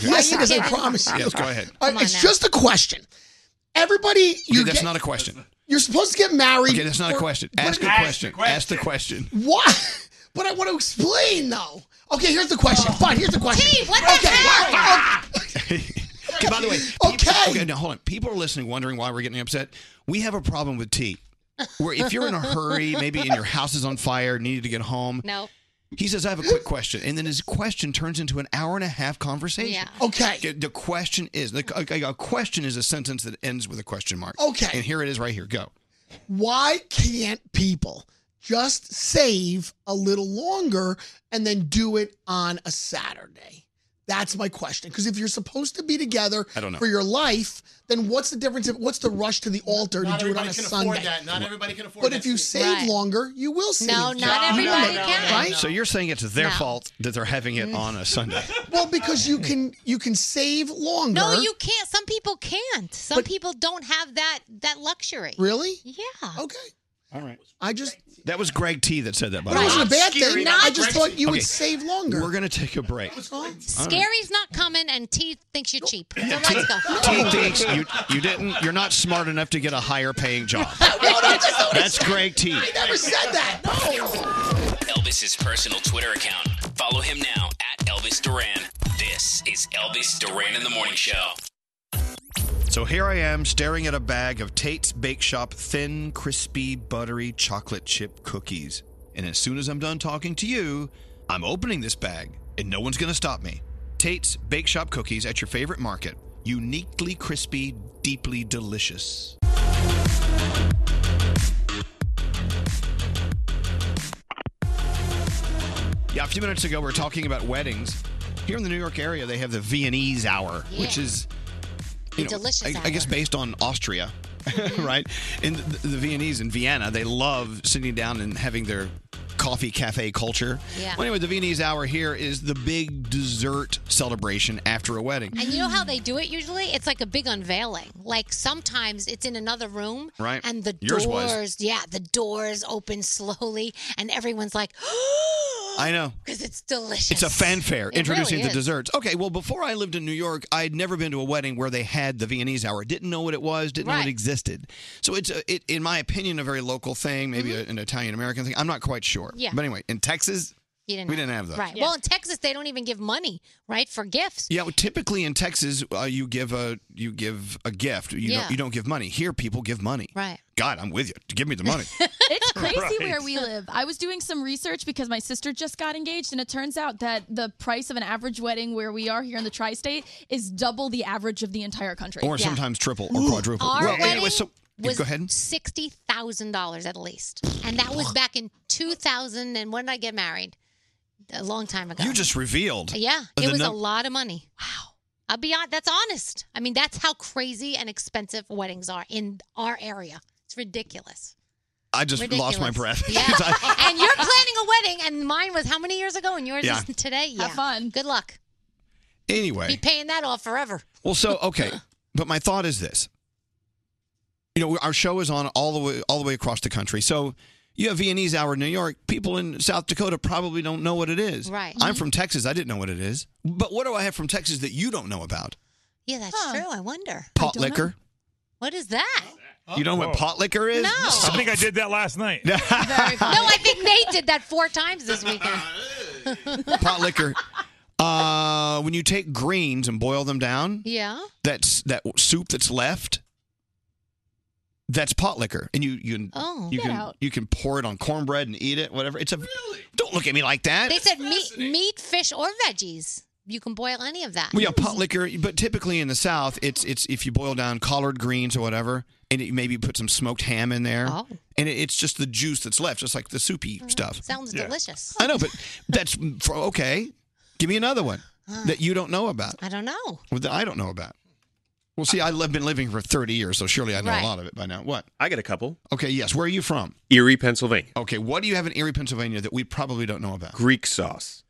yes, it is. I promise you. Yes, go ahead. Uh, it's just a question. Everybody, Okay, you that's get, not a question. you're supposed to get married. Okay, that's not a for- question. but- Ask a question. Ask [laughs] the question. What? But I want to explain though. Okay, here's the question. Fine, here's the question. Steve, Oh. what okay. the hell? Okay, by the way, okay. okay, now hold on. People are listening, wondering why we're getting upset. We have a problem with tea. Where if you're in [laughs] a hurry, maybe and your house is on fire, needed to get home. No. He says, I have a quick question. And then his question turns into an hour and a half conversation. Yeah. Okay. The question is the, okay, a question is a sentence that ends with a question mark. Okay. And here it is right here. Go. Why can't people just save a little longer and then do it on a Saturday? That's my question. Because if you're supposed to be together I don't know. for your life, then what's the difference? If, what's the rush to the altar Not to do it on everybody a can Sunday? afford that. Not everybody can afford But that. if you save Right. longer, you will save. No, that. not You know everybody that, can. Right? So you're saying it's their No. fault that they're having it on a Sunday. Well, because [laughs] you can you can save longer. No, you can't. Some people can't. Some people don't have that that luxury. Really? Yeah. Okay. All right. I just That was Greg T that said that. By That the wasn't way. a bad Scary, thing. not I just thought you Okay. would save longer. We're gonna take [laughs] a break. Scary's not coming, and T thinks you're [laughs] cheap. So let's go. T thinks you you didn't. You're not smart enough to get a higher [laughs] paying job. That's Greg T. never said that. No. Elvis's personal Twitter account. Follow him now at Elvis Duran. This is Elvis Duran in the Morning Show. So here I am staring at a bag of Tate's Bake Shop thin, crispy, buttery chocolate chip cookies. And as soon as I'm done talking to you, I'm opening this bag and no one's going to stop me. Tate's Bake Shop cookies at your favorite market. Uniquely crispy, deeply delicious. Yeah, a few minutes ago we were talking about weddings. Here in the New York area, they have the Viennese hour, which Yeah. is The delicious I, I hour. guess Mm-hmm. based on Austria, [laughs] right? And the, the Viennese in Vienna, they love sitting down and having their coffee cafe culture. Yeah. Well, anyway, the Viennese hour here is the big dessert celebration after a wedding. And you know how they do it usually? It's like a big unveiling. Like sometimes it's in another room, Right. And the Yours doors, was. yeah, the doors open slowly, and everyone's like, "Oh, I know. because it's delicious. It's a fanfare It introducing really the is. desserts. Okay, well, before I lived in New York, I'd never been to a wedding where they had the Viennese hour. Didn't know what it was. Didn't know Right. it existed. So it's, a, it, in my opinion, a very local thing. Maybe a- an Italian American thing. I'm not quite sure. Mm-hmm. Yeah. But anyway, in Texas, You didn't we didn't have those. Right. Well, in Texas, they don't even give money, right, for gifts. Yeah, well, typically in Texas, uh, you give a you give a gift. You Yeah. don't, you don't give money. Here, people give money. Right. God, I'm with you. Give me the [laughs] money. [laughs] It's crazy Right. where we live. I was doing some research because my sister just got engaged, and it turns out that the price of an average wedding where we are here in the tri state is double the average of the entire country. or sometimes triple or quadruple. Our well, anyway, wedding so was go ahead. sixty thousand dollars at least, and that was back in two thousand. And when did I get married? A long time ago. You just revealed. Uh, Yeah, the it was a num- lot of money. Wow. I'll be honest. That's honest. I mean, that's how crazy and expensive weddings are in our area. It's [laughs] ridiculous. I just lost my ridiculous. breath. Yeah. and you're planning a wedding, and mine was how many years ago, and yours Yeah. is [laughs] today. Yeah. Have fun. Good luck. [laughs] anyway, Be paying that off forever. Well, so okay, but my thought is this: you know, our show is on all the way all the way across the country. So you have Viennese hour in New York. People in South Dakota probably don't know what it is. Right. I'm Mhm. from Texas. I didn't know what it is. But what do I have from Texas that you don't know about? Yeah, that's true. I wonder. Pot liquor. What is that? You know what pot liquor is? No. I think I did that last night. no, I think Nate did that four times this [laughs] weekend. [laughs] pot liquor. Uh, when you take greens and boil them down, Yeah. that's that soup that's left. That's pot liquor, and you you can Oh. you Get can out. you can pour it on cornbread and eat it. Whatever. It's a don't look at me like that. They said meat, meat, fish, or veggies. You can boil any of that. Well, yeah, pot liquor, but typically in the South, it's it's if you boil down collard greens or whatever, and you maybe put some smoked ham in there, Oh. Mm-hmm. and it, it's just the juice that's left, just like the soupy stuff. Sounds delicious. I know, but that's for, okay. Give me another one Huh. that you don't know about, I don't know. or that I don't know about. Well, see, I've been living for thirty years, so surely I know Right. a lot of it by now. What? I got a couple. Okay, yes. Where are you from? Erie, Pennsylvania. Okay, what do you have in Erie, Pennsylvania that we probably don't know about? Greek sauce.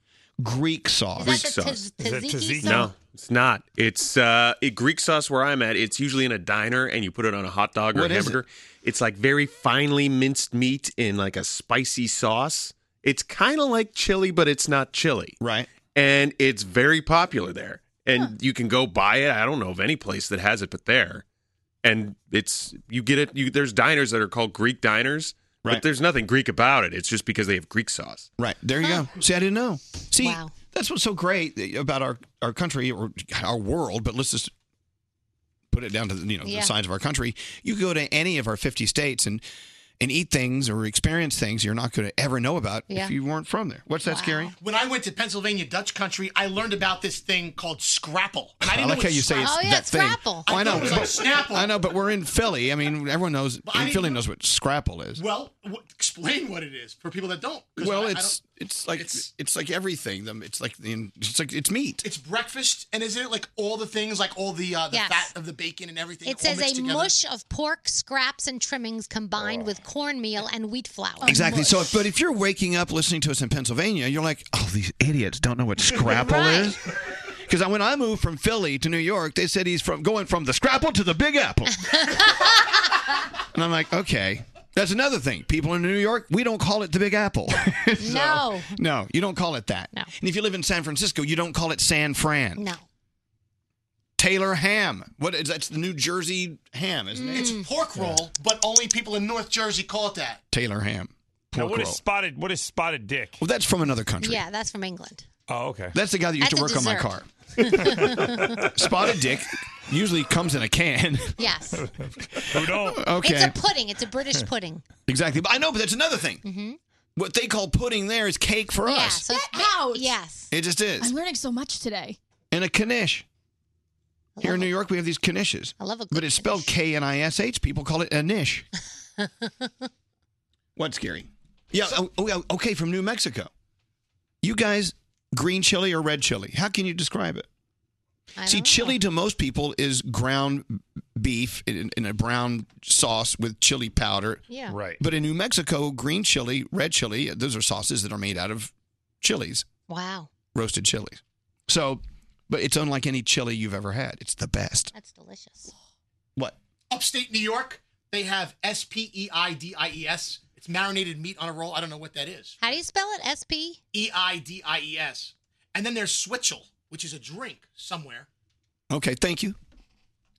Greek sauce. Greek sauce. tzatziki No, it's not. It's uh, it, Greek sauce where I'm at. It's usually in a diner, and you put it on a hot dog or What a is it? hamburger. It's like very finely minced meat in like a spicy sauce. It's kind of like chili, but it's not chili. Right. And it's very popular there, and you can go buy it. I don't know of any place that has it, but there. And it's you get it. You, there's diners that are called Greek diners, Right. but there's nothing Greek about it. It's just because they have Greek sauce. Right. There you go. See, I didn't know. See, that's what's so great about our, our country or our world, but let's just put it down to the, you know, Yeah. the size of our country. You can go to any of our 50 states and and eat things or experience things you're not going to ever know about Yeah. if you weren't from there. What's that scary? When I went to Pennsylvania Dutch country, I learned about this thing called scrapple. And I I, didn't know like what how you say it's Scrapple- that thing. Oh, I, I know. thought it was like Snapple. I know, but we're in Philly. I mean, everyone knows in Philly knows what scrapple is. Well, w- explain what it is for people that don't. 'cause Well, I- I it's don't- it's like it's, like everything. Um, It's like the- it's like it's meat. it's breakfast, and isn't it like all the things, like all the uh, the Yes. fat of the bacon and everything? It all says a mixed together? mush of pork scraps and trimmings combined with cornmeal and wheat flour. Oh. Exactly. So, if- but if you're waking up listening to us in Pennsylvania, you're like, oh, these idiots don't know what scrapple [laughs] is. Because when I moved from Philly to New York, they said he's from going from the scrapple to the Big [laughs] Apple, and I'm like, okay. That's another thing. People in New York, we don't call it the Big Apple. So, No. [laughs] No, you don't call it that. No. And if you live in San Francisco, you don't call it San Fran. No. Taylor ham. What is that's the New Jersey ham, isn't it? Mm. It's pork roll, but only people in North Jersey call it that. Taylor ham. Now, Pork what is roll. spotted? What is spotted dick? Well, that's from another country. Yeah, that's from England. Oh, okay. That's the guy that used to That's work a on my car. [laughs] Spotted dick usually comes in a can. Yes. Who don't? It's [laughs] Okay. a pudding. It's a [laughs] British pudding. exactly. But I know, but that's another thing. Mm-hmm. What they call pudding there is cake for Yeah. us. So out. Yes. It just is. I'm learning so much today. And a knish. Here in New York, we have these knishes. I love a But it's spelled K N I S H. People call it [laughs] a nish. What's scary? Yeah. oh, oh, yeah, okay. From New Mexico. You guys, green chili or red chili? How can you describe it? See, chili to most people is ground beef in, in a brown sauce with chili powder. Yeah. Right. But in New Mexico, green chili, red chili, those are sauces that are made out of chilies, Wow. roasted chilies. So, but it's unlike any chili you've ever had. It's the best. That's delicious. What? Upstate New York, they have S P E I D I E S. It's marinated meat on a roll. I don't know what that is. How do you spell it? S P. E I D I E S. And then there's switchel, which is a drink somewhere. Okay. Thank you.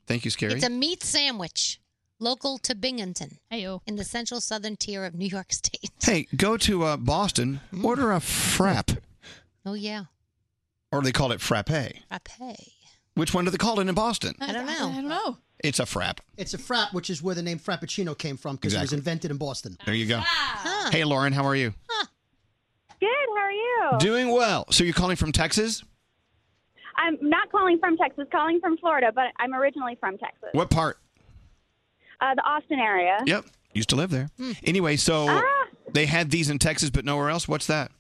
Thank you, Scary. It's a meat sandwich, local to Binghamton, in the central southern tier of New York State. [laughs] hey, go to uh, Boston, Mm. order a frap, Oh yeah, or they call it frappe. frappe. Which one do they call it in Boston? I don't know. I don't know. It's a frap. It's a frap, which is where the name Frappuccino came from because it was Exactly. invented in Boston. There you go. Hey, Lauren, how are you? Good. How are you? Doing well. So you're calling from Texas? I'm not calling from Texas, calling from Florida, but I'm originally from Texas, What part? uh, the Austin area. Uh-huh. Yep. Used to live there. Hmm. Anyway, so Ah. they had these in Texas, but nowhere else. What's that?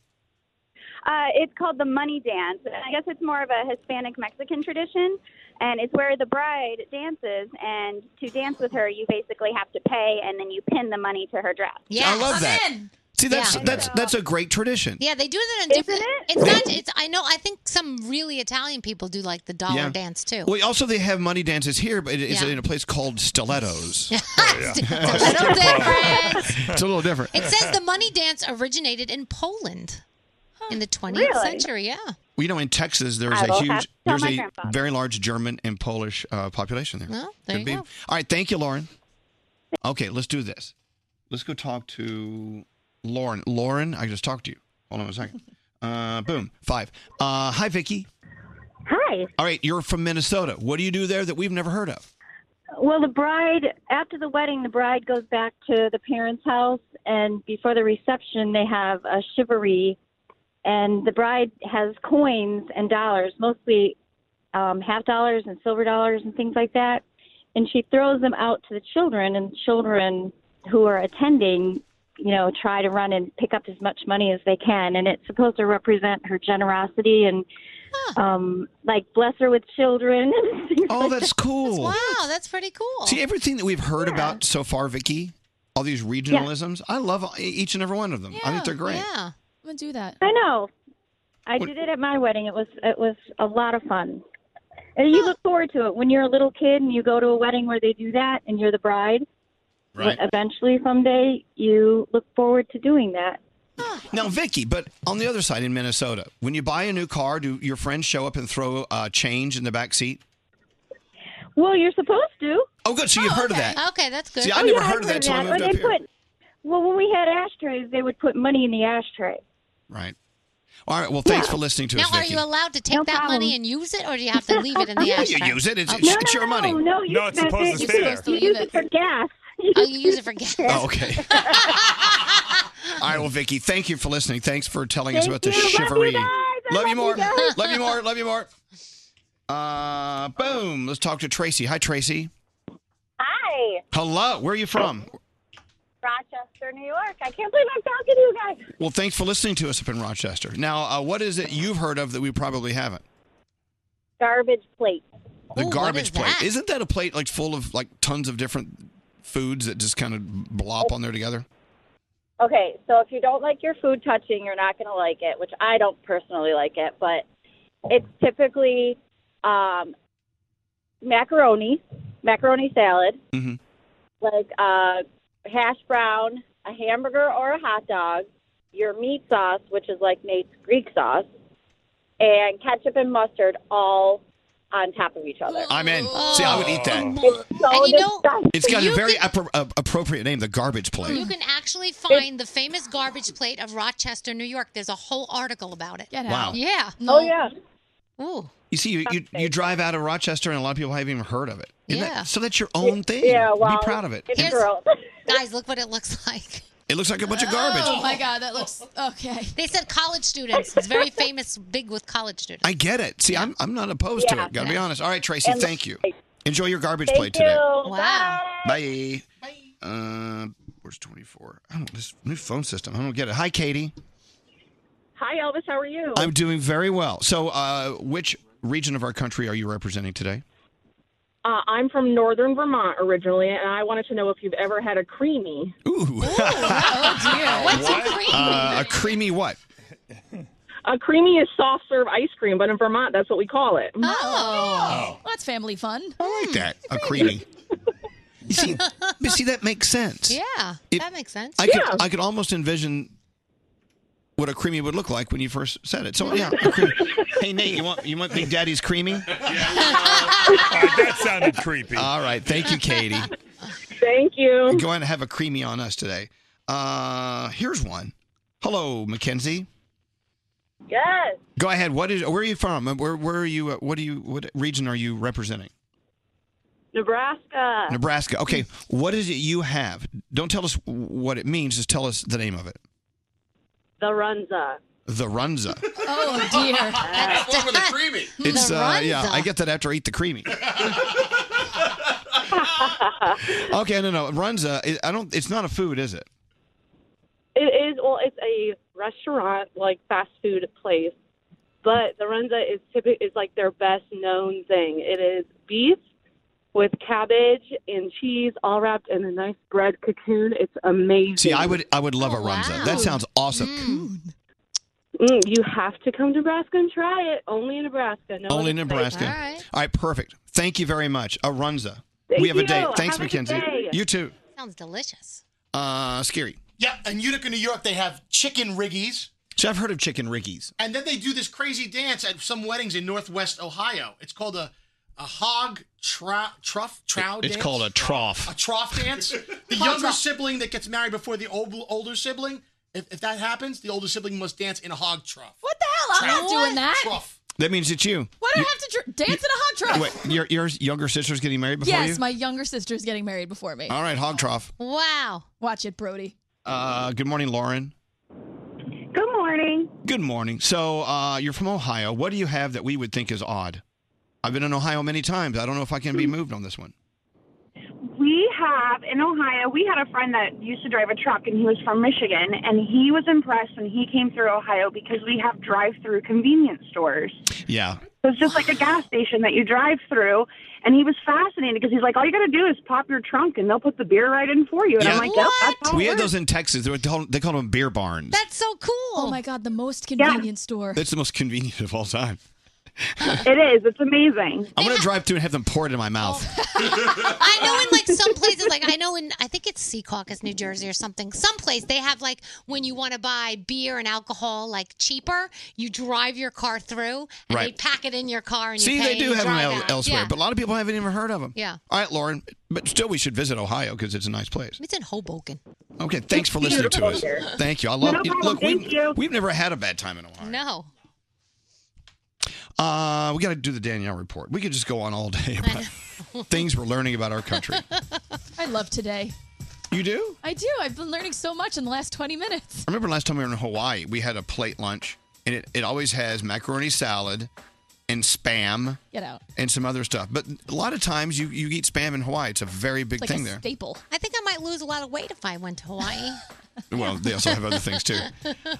Uh, it's called the money dance, and I guess it's more of a Hispanic Mexican tradition, and it's where the bride dances, and to dance with her, you basically have to pay, and then you pin the money to her dress. I love that. See, that's Yeah. that's that's a great tradition. Yeah, they do that in different. It? It's not. It's. I know. I think some really Italian people do like the dollar Yeah. dance too. Well, also they have money dances here, but it's Yeah. in a place called Stilettos. [laughs] yeah. [laughs] a it's little different. [laughs] It's a little different. It says the money dance originated in Poland in the 20th Really? century. Yeah. Well, you know, in Texas, there is I a will have huge, to tell there's my a grandfather. very large German and Polish uh, population there. Well, there you go. All right, thank you, Lauren. Okay, let's do this. Let's go talk to Lauren. Lauren, I just talked to you. Hold on [laughs] a second. Uh, boom, five. Uh, hi, Vicky. Hi. All right, you're from Minnesota. What do you do there that we've never [laughs] heard of? Well, the bride, after the wedding, the bride goes back to the parents' house, and before the reception, they have a chivalry, and the bride has coins and dollars, mostly um, half dollars and silver dollars and things like that. And she throws them out to the children, and the children who are attending, you know, try to run and pick up as much money as they can. And it's supposed to represent her generosity and, um, like, bless her with children. [laughs] Oh, that's cool. Wow, Oh, that's pretty cool. See, everything that we've heard about so far, Vicky, all these regionalisms, I love e-, each and every one of them. I think they're great. Yeah. I'm gonna do that. I know. I did it at my wedding. It was it was a lot of fun. And you look forward to it when you're a little kid and you go to a wedding where they do that and you're the bride. Right. Eventually someday you look forward to doing that. Now, Vicky, but on the other side in Minnesota, when you buy a new car, do your friends show up and throw uh, change in the back seat? Well, you're supposed to. Oh, good. So you've heard of that. Okay, that's good. See, Oh, I never heard of that till I Well, moved up they here. put- well, when we had ashtrays, they would put money in the ashtray. Right. All right. Well, thanks for listening to Now, us, are Vicky. you allowed to take that money and use it, or do you have to leave it in the Yeah, you ashtray? use it. It's- Okay. it's- it's your No, no, money. no, you- No, it's supposed to stay there. You use it for gas. Oh, you use it for gas. oh, okay. [laughs] All right. Well, Vicky, thank you for listening. Thanks for telling us Thank about the you. Love you chivalry. guys. I Love you love more. you guys. Love [laughs] you more. Love you more. Uh, boom. Let's talk to Tracy. Hi, Tracy. Hi, Hello. Where are you from? Rochester, New York. I can't believe I'm talking to you guys. Well, thanks for listening to us up in Rochester. Now, uh, what is it you've heard of that we probably haven't? Garbage plate. The Ooh, what garbage is plate. that? Isn't that a plate like full of like tons of different foods that just kind of blop on there together? Okay, so if you don't like your food touching, you're not going to like it, which I don't personally like it, but it's typically um, macaroni, macaroni salad, Mhm. like uh, hash brown, a hamburger or a hot dog, your meat sauce, which is like Nate's Greek sauce, and ketchup and mustard all on top of each other. I'm in. See, I would eat that. It's so And you know, It's got a you very appro- uh, appropriate name, the garbage plate. You can actually find the famous garbage plate of Rochester, New York. There's a whole article about it. out. Wow. Yeah. Oh, yeah. Ooh. You see, you, you you drive out of Rochester, and a lot of people haven't even heard of it. Isn't Yeah. That, so that's your own thing. Be proud of it. Here's- [laughs] guys, look what it looks like. It looks like a bunch of garbage. Oh my god, that looks okay. They said college students. It's very famous, big with college students. I get it. See, I'm I'm not opposed to Yeah. it. Gotta be Yeah. honest. All right, Tracy, And- thank you. Enjoy your garbage Thank plate today. you. Wow. Bye. Uh, where's 24? I don't this new phone system. I don't get it. Hi, Katie. Hi, Elvis. How are you? I'm doing very well. So, uh, which region of our country are you representing today? Uh, I'm from northern Vermont originally, and I wanted to know if you've ever had a creamy. Ooh. Oh, What's a Uh, a creamy what? A creamy is soft serve ice cream, but in Vermont, that's what we call it. Oh. Well, that's family fun. I like that. A [laughs] creamy. You see, but see, that makes sense. Yeah, It- that makes sense. I could I could almost envision what a creamy would look like when you first said it. So yeah. a creamy. [laughs] hey Nate, you want you want Big Daddy's [laughs] creamy? Uh, that sounded creepy. All right, [laughs] thank you, Katie. Thank you. Go ahead and have a creamy on us today. Uh, here's one. Hello, Mackenzie. Yes. Go ahead. What is? Where are you from? Where Where are you? uh, What do you? What region are you representing? Nebraska. Nebraska. Okay. What is it you have? Don't tell us what it means. Just tell us the name of it. The Runza. The runza. Oh [laughs] dear. That's one with a creamy. It's uh, yeah. I get that after I eat the creamy. okay, no, no. Runza. it- I don't. It's not a food, is it? It is well, it's a restaurant like fast food place, but the Renza is typical is like their best known thing. It is beef, with cabbage and cheese, all wrapped in a nice bread cocoon. It's amazing. See, I would I would love a runza. That sounds awesome. Mm, you have to come to Nebraska and try it. Only in Nebraska. No Only in other place. Nebraska. All right, perfect. Thank you very much. A runza. Thank we have a you. date. Thanks, Have a good Mackenzie. day. You too. Sounds delicious. Uh, scary. Yeah, in Utica, New York, they have chicken riggies. So I've heard of chicken riggies. And then they do this crazy dance at some weddings in Northwest Ohio. It's called a a hog trough trough trow It's dance. called a trough. a trough [laughs] dance. The Hog younger trough. sibling that gets married before the old, older sibling. If, if that happens, the older sibling must dance in a hog trough. What the hell? I'm not doing that. Trough. That means it's [laughs] you. Why do I have to dr- dance in a hog trough? Wait, your your younger sister's getting married before yes, you. my younger sister's getting married before me. All right, hog trough. Wow. Watch it, Brody. Uh, good morning, Lauren. Good morning. Good morning. So uh, you're from Ohio. What do you have that we would think is odd? I've been in Ohio many times. I don't know if I can be moved on this one. We have in Ohio, we had a friend that used to drive a truck and he was from Michigan and he was impressed when he came through Ohio because we have drive through convenience stores. Yeah. So it's just like a gas station that you drive through and he was fascinated because he's like, All you gotta do is pop your trunk and they'll put the beer right in for you and I'm like, Yep, that's Oh, how it we had works." those in Texas. They, were called, they called them beer barns. That's so cool. Oh my god, the most convenient store. [laughs] That's the most convenient of all time. It is. It's amazing. I'm going to drive through and have them pour it in my mouth. I know in like some places, like I know in I think it's Sea Caucus, New Jersey or something. Someplace they have like when you want to buy beer and alcohol like cheaper, you drive your car through and Right. they pack it in your car and See, you pay they do and have them drive el- out. elsewhere, Yeah. but a lot of people haven't even heard of them. Yeah. All right, Lauren. But still, we should visit Ohio because it's a nice place. It's in Hoboken. Okay, thanks for listening to us. Thank you. I love No problem. Look, we've, Thank you. we've never had a bad time in a while. No. Uh, we got to do the Danielle report. We could just go on [laughs] all day about things we're learning about our country. I love today. You do? I do. I've been learning so much in the last 20 minutes. I remember last time we were in Hawaii, we had a plate lunch, and it, it always has macaroni salad and spam Get out. and some other stuff. But a lot of times you, you eat spam in Hawaii. It's a very big It's like thing a there. staple. I think I might lose a lot of weight if I went to Hawaii. Well, [laughs] they also have other [laughs] things too.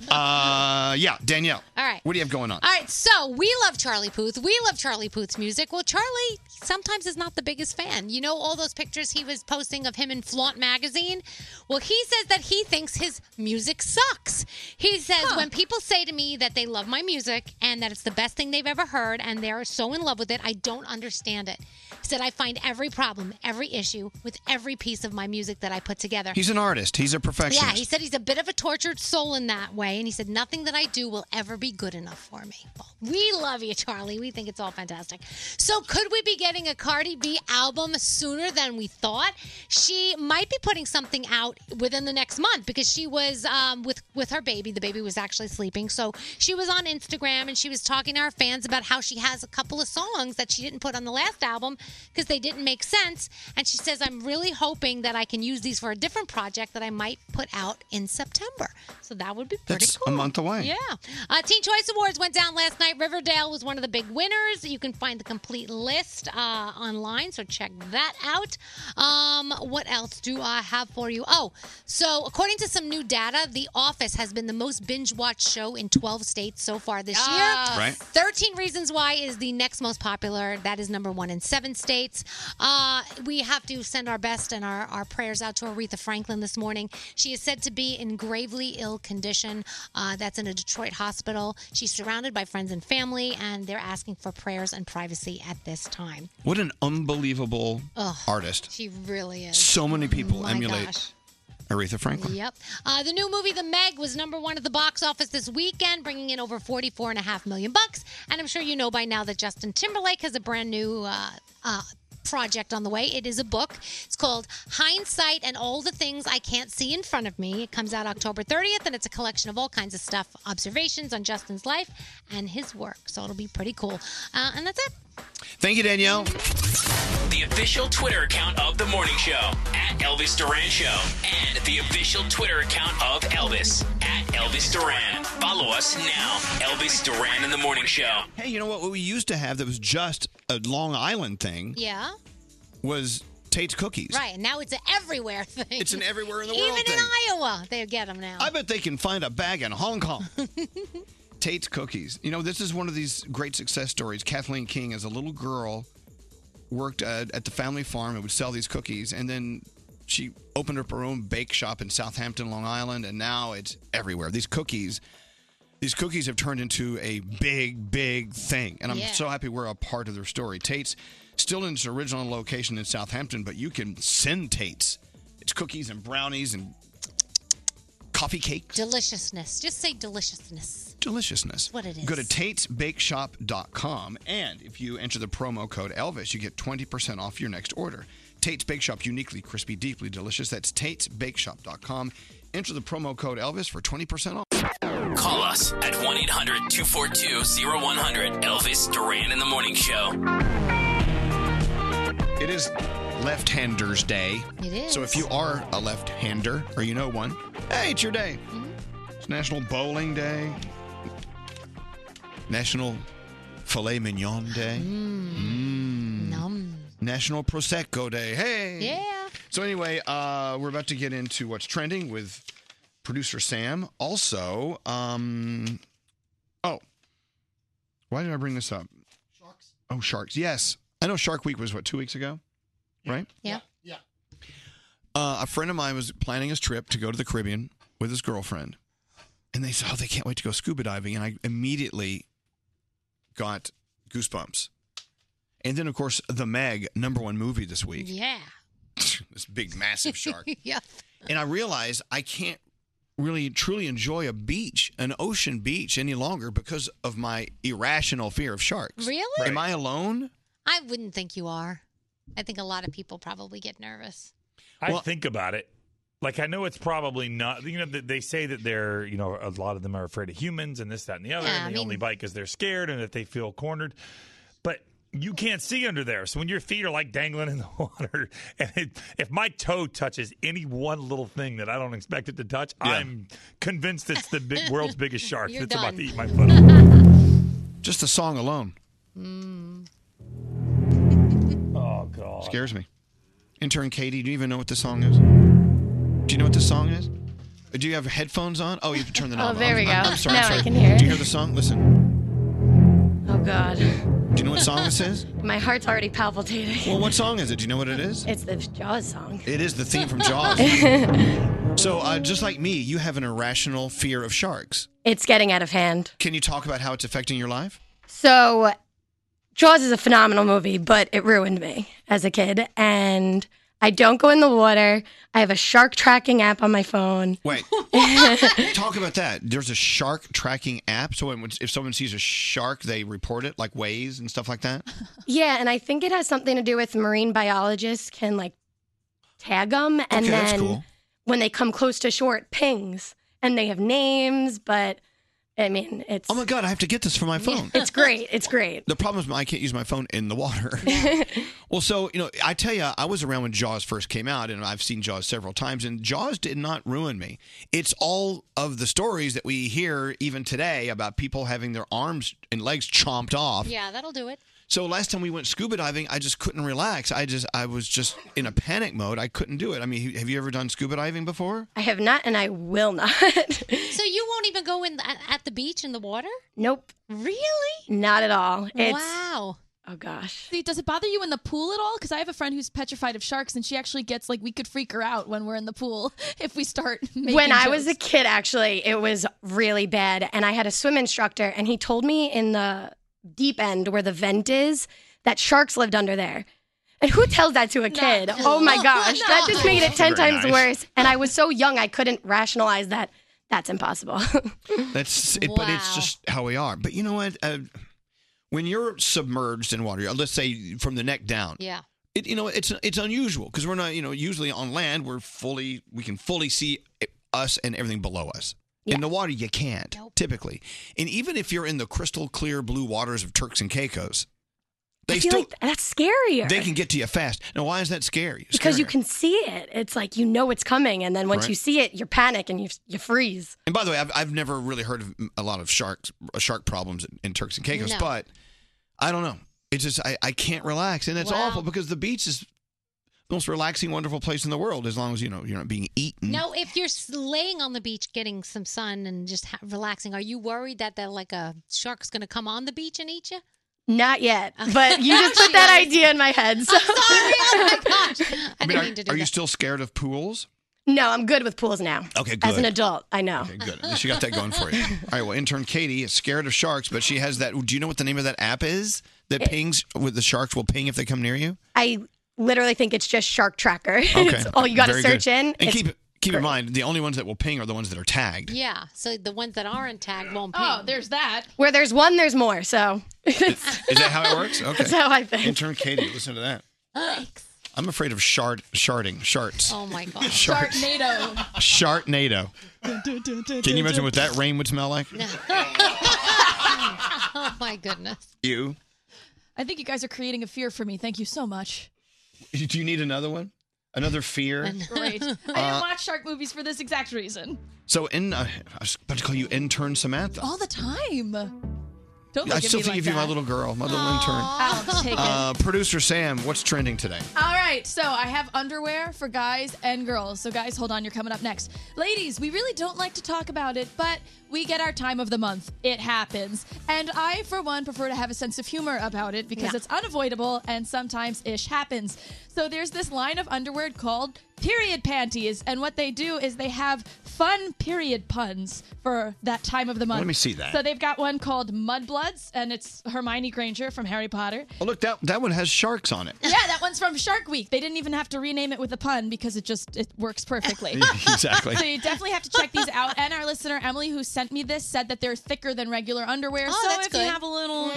Uh, yeah, Danielle. All right. What do you have going on? All right, so we love Charlie Puth. We love Charlie Puth's music. Well, Charlie sometimes is not the biggest fan. You know all those pictures he was posting of him in Flaunt magazine? Well, he says that he thinks his music sucks. He says, when people say to me that they love my music and that it's the best thing they've ever heard and they're so in love with it, I don't understand it. He said, I find every problem, every issue with every piece of my music that I put together. He's an artist. He's a perfectionist. Yeah, he said he's a bit of a tortured soul in that way, and he said nothing that I do will ever be good enough for me. Well, we love you, Charlie. We think it's all fantastic. So, could we be getting a Cardi B album sooner than we thought? She might be putting something out within the next month because she was um, with with her baby. The baby was actually sleeping, so she was on Instagram and she was talking to her fans about how she has a couple of songs that she didn't put on the last album because they didn't make sense. And she says, I'm really hoping that I can use these for a different project that I might put out in September. So that would be pretty That's cool. a month away. Yeah. Uh, Teen Choice Awards went down last night. Riverdale was one of the big winners. You can find the complete list uh, online, so check that out. Um, what else do I have for you? Oh, so according to some new data, The Office has been the most binge watched show in 12 states so far this year. Right. 13 Reasons Why is the next most popular. That is number one in seven states. Uh, we have to send our best and our, our prayers out to Aretha Franklin this morning. She is said to be in gravely ill condition. Uh, that's in a Detroit hospital. She's surrounded by friends and family, and they're asking for prayers and privacy at this time. What an unbelievable Ugh. artist. She really is. So many people My emulate gosh. Aretha Franklin. Yep. Uh, the new movie, The Meg, was number one at the box office this weekend, bringing in over forty-four and a half million bucks. And I'm sure you know by now that Justin Timberlake has a brand new. Uh, uh, Project on the way. It is a book. It's called Hindsight and All the Things I Can't See in Front of Me. It comes out October 30th and it's a collection of all kinds of stuff, observations on Justin's life and his work. So it'll be pretty cool. Uh, and that's it. Thank you, Danielle. The official Twitter account of the morning show at Elvis Duran Show, and the official Twitter account of Elvis at Elvis Duran. Follow us now, Elvis Duran in the morning show. Hey, you know what? What we used to have that was just a Long Island thing Yeah. was Tate's Cookies. Right. And now it's an everywhere [laughs] thing. It's an everywhere in the world Even thing. in Iowa, they get them now. I bet they can find a bag in [laughs] Hong Kong. Tate's Cookies. You know, this is one of these great success stories. Kathleen King, as a little girl, worked at, at the family farm and would sell these cookies. And then she opened up her own bake shop in Southampton, Long Island, and now it's everywhere. These cookies, these cookies have turned into a big, big thing. And I'm Yeah. so happy we're a part of their story. Tate's still in its original location in Southampton, but you can send Tate's. It's cookies and brownies and coffee cake. Deliciousness. Just say deliciousness. Deliciousness. That's what it is. Go to Tate'sBakeShop.com, and if you enter the promo code Elvis, you get 20% off your next order. Tate's Bake Shop, uniquely crispy, deeply delicious. That's Tate'sBakeShop.com. Enter the promo code Elvis for 20% off. Call us at 1 800 242 0100. Elvis Duran in the Morning Show. It is Left Handers Day. It is. So if you are a left hander or you know one, hey, it's your day. It's National Bowling Day, National Filet Mignon Day, Mm. National Prosecco Day. Hey. Yeah. So anyway, uh, we're about to get into what's trending with producer Sam. Also, um, oh, why did I bring this up? Sharks. Oh, sharks. Yes, I know. Shark Week was what two weeks ago, right? Yeah. Yeah. Uh, a friend of mine was planning his trip to go to the Caribbean with his girlfriend, and they said, "Oh, they can't wait to go scuba diving," and I immediately got goosebumps. And then, of course, the Meg, number one movie this week [laughs] Yeah. this big [laughs] massive shark. yep. and I realized I can't really truly enjoy a beach, an ocean beach any longer because of my irrational fear of sharks. Really? Am I alone? I wouldn't think you are. I think a lot of people probably get nervous. I think about it. Like I know it's probably not. You know, they- they say that they're. You know, a lot of them are afraid of humans and this, that, and the other. Yeah, and I they mean- only bite because they're scared and that they feel cornered. But you can't see under there, so when your feet are like dangling in the [laughs] water, and it, if my toe touches any one little thing that I don't expect it to touch, I'm convinced it's the big, world's biggest shark [laughs] You're that's about done. to eat my foot. [laughs] off. Just the song alone Oh God! scares me. Intern Katie, do you even know what this song is? Do you know what this song is? Do you have headphones on? Oh, you have to turn the [laughs] Oh, knob. on. there we I'm- go. I'm sorry. I'm Now I sorry. can hear Do you it. hear the song? Listen. Oh God, Do [laughs] you know what song this is? my heart's already palpitating. Well, what song is it? Do you know what it is? It's the Jaws song. It is the theme from Jaws. so, uh, just like me, you have an irrational fear of sharks. [laughs] It's getting out of hand. Can you talk about how it's affecting your life? So, Jaws is a phenomenal movie, but it ruined me as a kid, and I don't go in the water. I have a shark tracking app on my phone. [laughs] Wait, talk about that. There's a shark tracking app. So, when, if someone sees a shark, they report it, like ways and stuff like that. Yeah, and I think it has something to do with marine biologists can like tag them, and Okay, then that's cool. when they come close to shore, it pings, and they have names, but I mean, it's Oh my God, I have to get this for my phone. [laughs] it's great. It's great. [laughs] The problem is my- I can't use my phone in the water. [laughs] well, so you know, I tell you, I was around when Jaws first came out, and I've seen Jaws several times, and Jaws did not ruin me. It's all of the stories that we hear even today about people having their arms and legs chomped off. Yeah, that'll do it. So last time we went scuba diving, I just couldn't relax. I just I was just in a panic mode. I couldn't do it. I mean, have you ever done scuba diving before? I have not, and I will not. [laughs] So you won't even go in at, at the beach in the water? nope. Really? Not at all. It's, Wow. Oh gosh. See, does it bother you in the pool at all? Because I have a friend who's petrified of sharks, and she actually gets like we could freak her out when we're in the pool [laughs] if we start. Making when I was [laughs] a jokes. kid, actually, it was really bad. And I had a swim instructor, and he told me in the deep end where the vent is that sharks lived under there. And who tells that to a kid? oh my gosh, that just made it Not 10 very times nice. worse. And I was so young, I couldn't rationalize that. That's impossible. [laughs] That's it, but it's just how we are. But you know what? Uh, when you're submerged in water, let's say from the neck down, Yeah. it, you know it's it's unusual because we're not you know usually on land we're fully we can fully see eh, us and everything below us in the water you can't typically and even if you're in the crystal clear blue waters of turks and caicos they still that's scarier. they can get to you fast now why is that scary because you Scarier. can see it. It's like you know it's coming. And then once Right. you see it, you panic and you, you freeze. and by the way I've, I've never really heard of a lot of sharks uh, shark problems in, in turks and caicos No. but i don't know it's just i, I can't relax and it's Wow. awful because the beach is the most relaxing wonderful place in the world as long as you know you're not being eaten Now, if you're s- laying on the beach getting some sun and just ha- relaxing, are you worried that that like a shark's going to come on the beach and eat you? Not yet, Uh, [laughs] but you just put that idea in my head. So. I mean, are, are you still scared of [laughs] pools? No, I'm good with pools now. Okay, As an good. adult, I know. Okay, good. At least you got that going for you. All right. Well, intern Katie is scared of sharks, but she has that. Do you know what the name of that app is that It- pings? With the sharks will ping if they come near you. I literally think it's just Shark Tracker. [laughs] it's all you got to Very search good. in. And It's- keep keep in mind, the only ones that will ping are the ones that are tagged. Yeah. So the ones that aren't tagged won't ping. Oh, [gasps] there's that. Where there's one, there's more. So Is that how it works? Okay. That's how I think. Intern Katie, listen to that. I'm afraid of shard sharding sharts. Oh [laughs] my gosh. Shark- Sharknado. Shartnado. [laughs] Can you imagine what [laughs] [laughs] that rain would smell like? oh my goodness. You. I think you guys are creating a fear for me. Thank you so much. Do you need another one? Another fear? Great. I Uh, didn't watch shark movies for this exact reason. So in, uh, I was about to call you intern Samantha. All the time. Don't look I at still me think like of you, that. my little girl, my little I'll intern. take it. Uh, Producer Sam, what's trending today? All right, so I have underwear for guys and girls. So, guys, hold on, you're coming up next. Ladies, we really don't like to talk about it, but we get our time of the month. It happens. And I, for one, prefer to have a sense of humor about it because Yeah. it's unavoidable and sometimes ish happens. So, there's this line of underwear called period panties. And what they do is they have fun period puns for that time of the month. Let me see that. So, they've got one called Mudbloods, and it's Hermione Granger from Harry Potter. Oh, look, that, that one has sharks on it. Yeah, that one's from Shark Week. They didn't even have to rename it with a pun because it just it works perfectly. Exactly. So you definitely have to check these out. And our listener Emily, who sent me this, said that they're thicker than regular underwear. Oh, so that's if good. you have a little,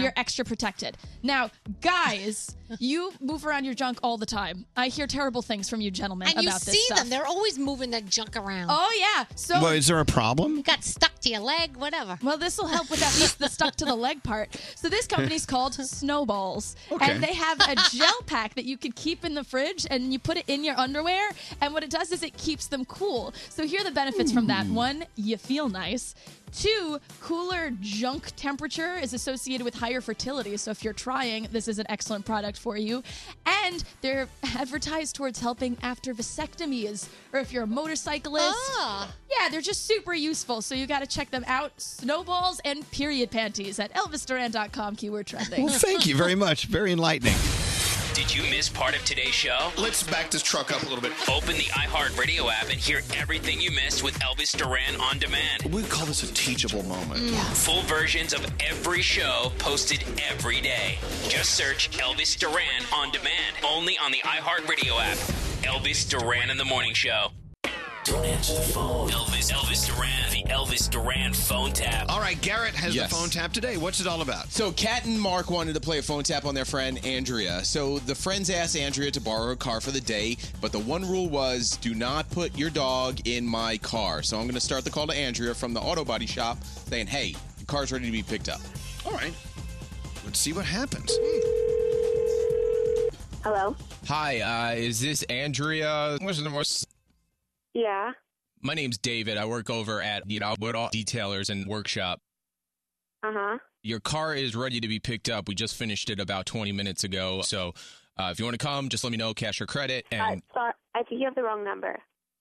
you're extra protected. Now, guys, you move around your junk all the time. I hear terrible things from you, gentlemen, And you about this see stuff. them. They're always moving their junk around. Oh, yeah. [laughs] So well, is there a problem? got stuck to your leg, whatever. Well, this will help with at least the stuck to the leg part. So this company's called Snowballs, Okay. and they have a gel pack that you could keep in the fridge, and you put it in your underwear, and what it does is it keeps them cool. So here are the benefits from that: one, you feel nice. Two, cooler junk temperature is associated with higher fertility. So if you're trying, this is an excellent product for you. And they're advertised towards helping after vasectomies or if you're a motorcyclist. Ah. Yeah, they're just super useful. So you got to check them out. Snowballs and period panties at elvisduran.com keyword trending. Well, thank you very much. Very [laughs] enlightening. Did you miss part of today's show? Let's back this truck up a little bit. Open the iHeartRadio app and hear everything you missed with Elvis Duran on demand. We call this a teachable moment. Mm. Full versions of every show posted every day. Just search Elvis Duran on demand only on the iHeartRadio app. Elvis Duran in the Morning Show. Don't answer the phone. Elvis, Elvis Duran, the Elvis Duran phone tap. All right, Garrett has Yes. the phone tap today. What's it all about? So Kat and Mark wanted to play a phone tap on their friend Andrea. So the friends asked Andrea to borrow a car for the day, but the one rule was do not put your dog in my car. So I'm going to start the call to Andrea from the auto body shop saying, "Hey, the car's ready to be picked up." All right. Let's see what happens. Hello? Hi, uh, is this Andrea? What's the most? Yeah. My name's David. I work over at you know Woodall Detailers and Workshop. Uh huh. Your car is ready to be picked up. We just finished it about 20 minutes ago. So uh, if you want to come, just let me know, cash or credit. And Sorry, I think you have the wrong number.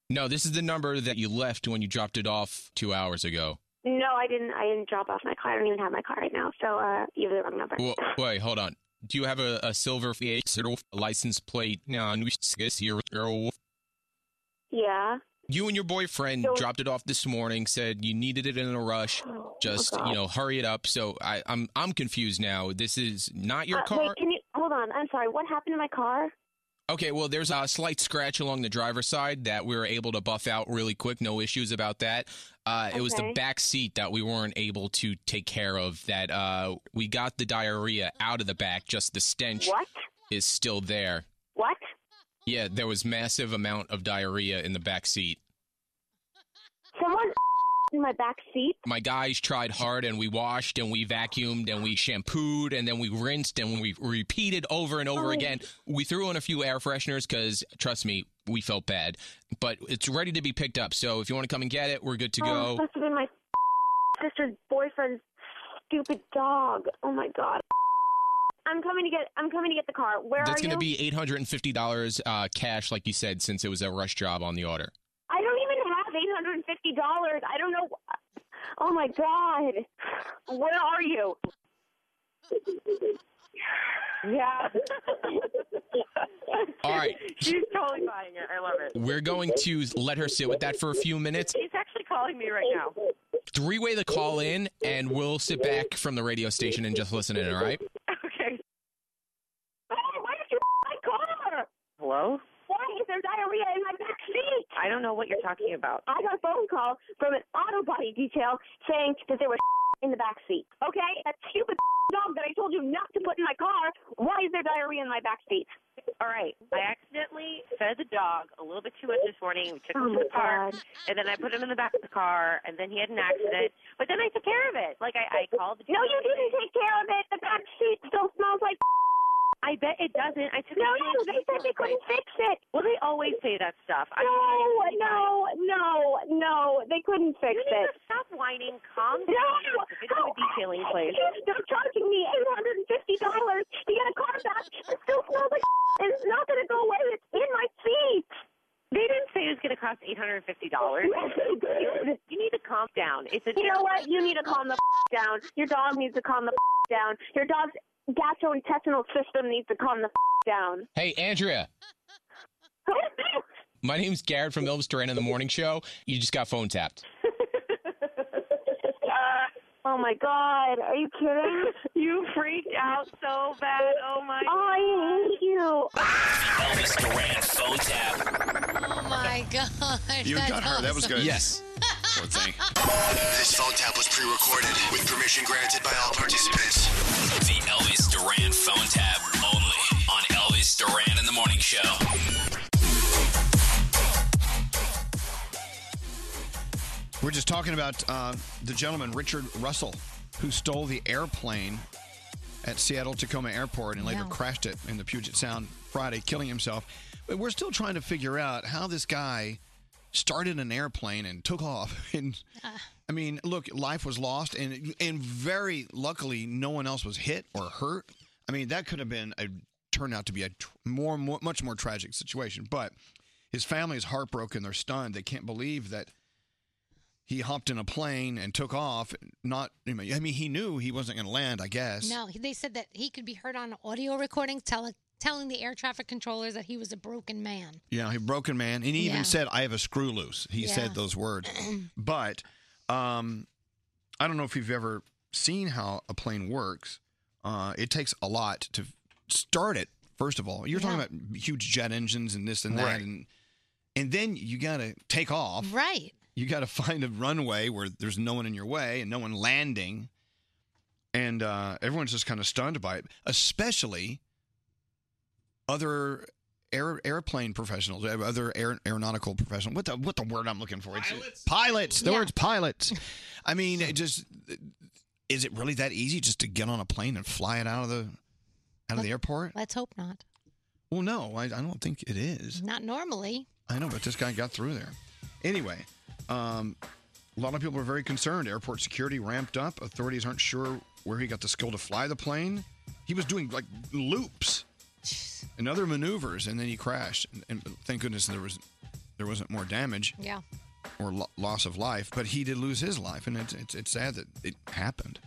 no, this is the number that you left when you dropped it off two hours ago. No, I didn't. I didn't drop off my car. I don't even have my car right now. So uh, you have the wrong number. Wha- wait, hold on. Do you have a, a silver Fiat Cero license plate? uh, No, we six year old. Yeah. You and your boyfriend So- dropped it off this morning. Said you needed it in a rush. Oh, Just God. you know, hurry it up. So I, I'm I'm confused now. This is not your Uh, car. Wait, can you hold on? I'm sorry. What happened to my car? Okay, well, there's a slight scratch along the driver's side that we were able to buff out really quick. No issues about that. Uh, It was the Okay. back seat that we weren't able to take care of. That uh, we got the diarrhea out of the back. Just the stench What? is still there. What? Yeah, there was massive amount of diarrhea in the back seat. Someone in my back seat. My guys tried hard, and we washed, and we vacuumed, and we shampooed, and then we rinsed, and we repeated over and over Oh. again. We threw in a few air fresheners because, trust me, we felt bad. But it's ready to be picked up. So if you want to come and get it, we're good to Oh, it go. must have been my sister's boyfriend's stupid dog. Oh my god. I'm coming to get. I'm coming to get the car. Where That's are you? going to be eight hundred and fifty dollars uh, cash, like you said, since it was a rush job on the order. I don't even have eight hundred and fifty dollars. I don't know. Oh my god. Where are you? Yeah. All right. [laughs] She's totally buying it. I love it. We're going to let her sit with that for a few minutes. She's actually calling me right now. Three way the call in, and we'll sit back from the radio station and just listen in, all right? Okay. Hey, why [laughs] did you call? Hello? Why is there diarrhea in my back seat? I don't know what you're talking about. I got a phone call from an auto body detail saying that there was [laughs] in the back seat. Okay, that stupid [laughs] dog that I told you not to put in my car. Why is there diarrhea in my back seat? All right. I accidentally fed the dog a little bit too much this morning. We took him Oh, to the my park, God. and then I put him in the back of the car, and then he had an accident. But then I took care of it. Like I, I called the. No, you didn't take care of it. The back seat still smells like. I bet it doesn't. I took. No, a no, they said they couldn't fix it. Well, they always say that stuff. I No, no, no, no. They couldn't fix You it. need to stop whining. Calm No. down. It's a video detailing place. They're charging me eight hundred and fifty dollars to get a car back. It still smells like. and [laughs] It's not going to go away. It's in my seat. They didn't say it was going to cost eight hundred and fifty dollars. You need to calm down. It's a. You know what? You need to calm the [laughs] f- down. Your dog needs to calm the [laughs] f- down. Your dog's gastrointestinal system needs to calm the [laughs] f- down. Hey, Andrea. My name's Garrett from Elvis Duran in the Morning Show. You just got phone tapped. Oh my god, are you kidding? Uh, [laughs] You freaked out so bad. Oh my. I hate you. Elvis Duran phone tap. Oh [laughs] my god. You that's got her. That was awesome. good. Yes. Poor thing. This phone tap was pre-recorded with permission granted by all participants. The Elvis Duran phone tap only on Elvis Duran in the Morning Show. We're just talking about uh, the gentleman, Richard Russell, who stole the airplane at Seattle Tacoma Airport and later Yeah. crashed it in the Puget Sound Friday, killing himself. But we're still trying to figure out how this guy started an airplane and took off. [laughs] And I mean, look, life was lost, and and very luckily, no one else was hit or hurt. I mean, that could have been a turned out to be a tr- more, more much more tragic situation. But his family is heartbroken. They're stunned. They can't believe that he hopped in a plane and took off. Not, I mean, I mean, he knew he wasn't going to land. I guess. No, he- they said that he could be heard on audio recordings tell, telling the air traffic controllers that he was a broken man. Yeah, he broken man, and he Yeah. even said, "I have a screw loose." He Yeah. said [clears throat] those words, but um, I don't know if you've ever seen how a plane works. Uh, it takes a lot to start it. First of all, you're talking about huge jet engines and this and that, Right. and and then you got to take off. Right. You got to find a runway where there's no one in your way and no one landing, and uh, everyone's just kind of stunned by it, especially other air, airplane professionals, uh, other air, aeronautical professionals. What the what the word I'm looking for? It's pilots. Pilots. The Yeah. [laughs] word's pilots. I mean, it just is it really that easy just to get on a plane and fly it out of the out of the airport? Let's hope not. Well, no, I, I don't think it is. Not normally. I know, but this guy got through there. Anyway, um, a lot of people are very concerned. Airport security ramped up. Authorities aren't sure where he got the skill to fly the plane. He was doing like loops and other maneuvers, and then he crashed. And, and thank goodness there was there wasn't more damage Yeah. or lo- loss of life, but he did lose his life, and it's it's, it's sad that it happened.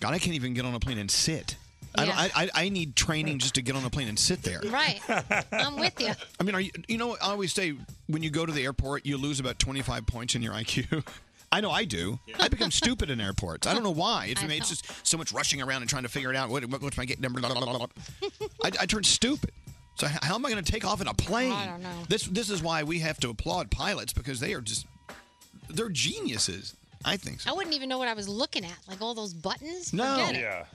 God, I can't even get on a plane and sit. I, don't, I, I I need training just to get on a plane and sit there. Right. [laughs] I'm with you. I mean, are you, you know, I always say when you go to the airport, you lose about 25 points in your IQ. [laughs] I know I do. I become stupid in airports. I don't know why. It's, I mean, it's just so much rushing around and trying to figure it out. What, what, what's my gate number? Blah, blah, blah, blah, blah. I, I turn stupid. So h- how am I going to take off in a plane? I don't know. This this is why we have to applaud pilots because they are just they're geniuses. I think so. I wouldn't even know what I was looking at. Like all those buttons. No. Forget it.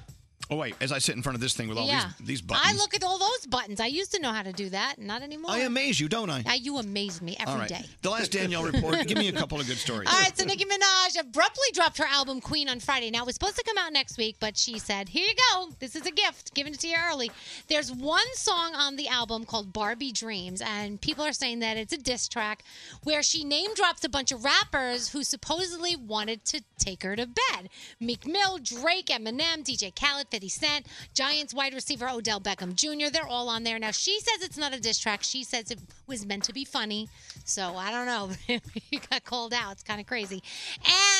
Oh wait, as I sit in front of this thing with all Yeah. these these buttons, I look at all those buttons. I used to know how to do that. Not anymore. I amaze you, don't I? Now you amaze me every day. all right. The last Danielle [laughs] report. give me a couple of good stories. All right, so Nicki Minaj abruptly dropped her album Queen on Friday. Now, it was supposed to come out next week, but she said, Here you go. This is a gift, giving it to you early. There's one song on the album called Barbie Dreams, and people are saying that it's a diss track where she name drops a bunch of rappers who supposedly wanted to take her to bed Meek Mill, Drake, Eminem, DJ Khaled, 50 50 Cent, Giants wide receiver Odell Beckham Jr. They're all on there. Now, she says it's not a diss track. She says it was meant to be funny. So I don't know. [laughs] you got called out. It's kind of crazy.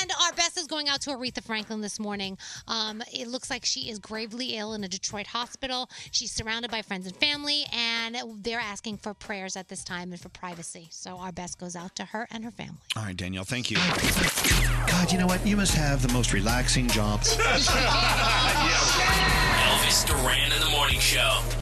And our best is going out to Aretha Franklin this morning. Um, it looks like she is gravely ill in a Detroit hospital. She's surrounded by friends and family, and they're asking for prayers at this time and for privacy. So our best goes out to her and her [laughs] family. All right, Danielle, thank you. God, you know what? You must have the most relaxing job. Elvis Duran in the Morning Show.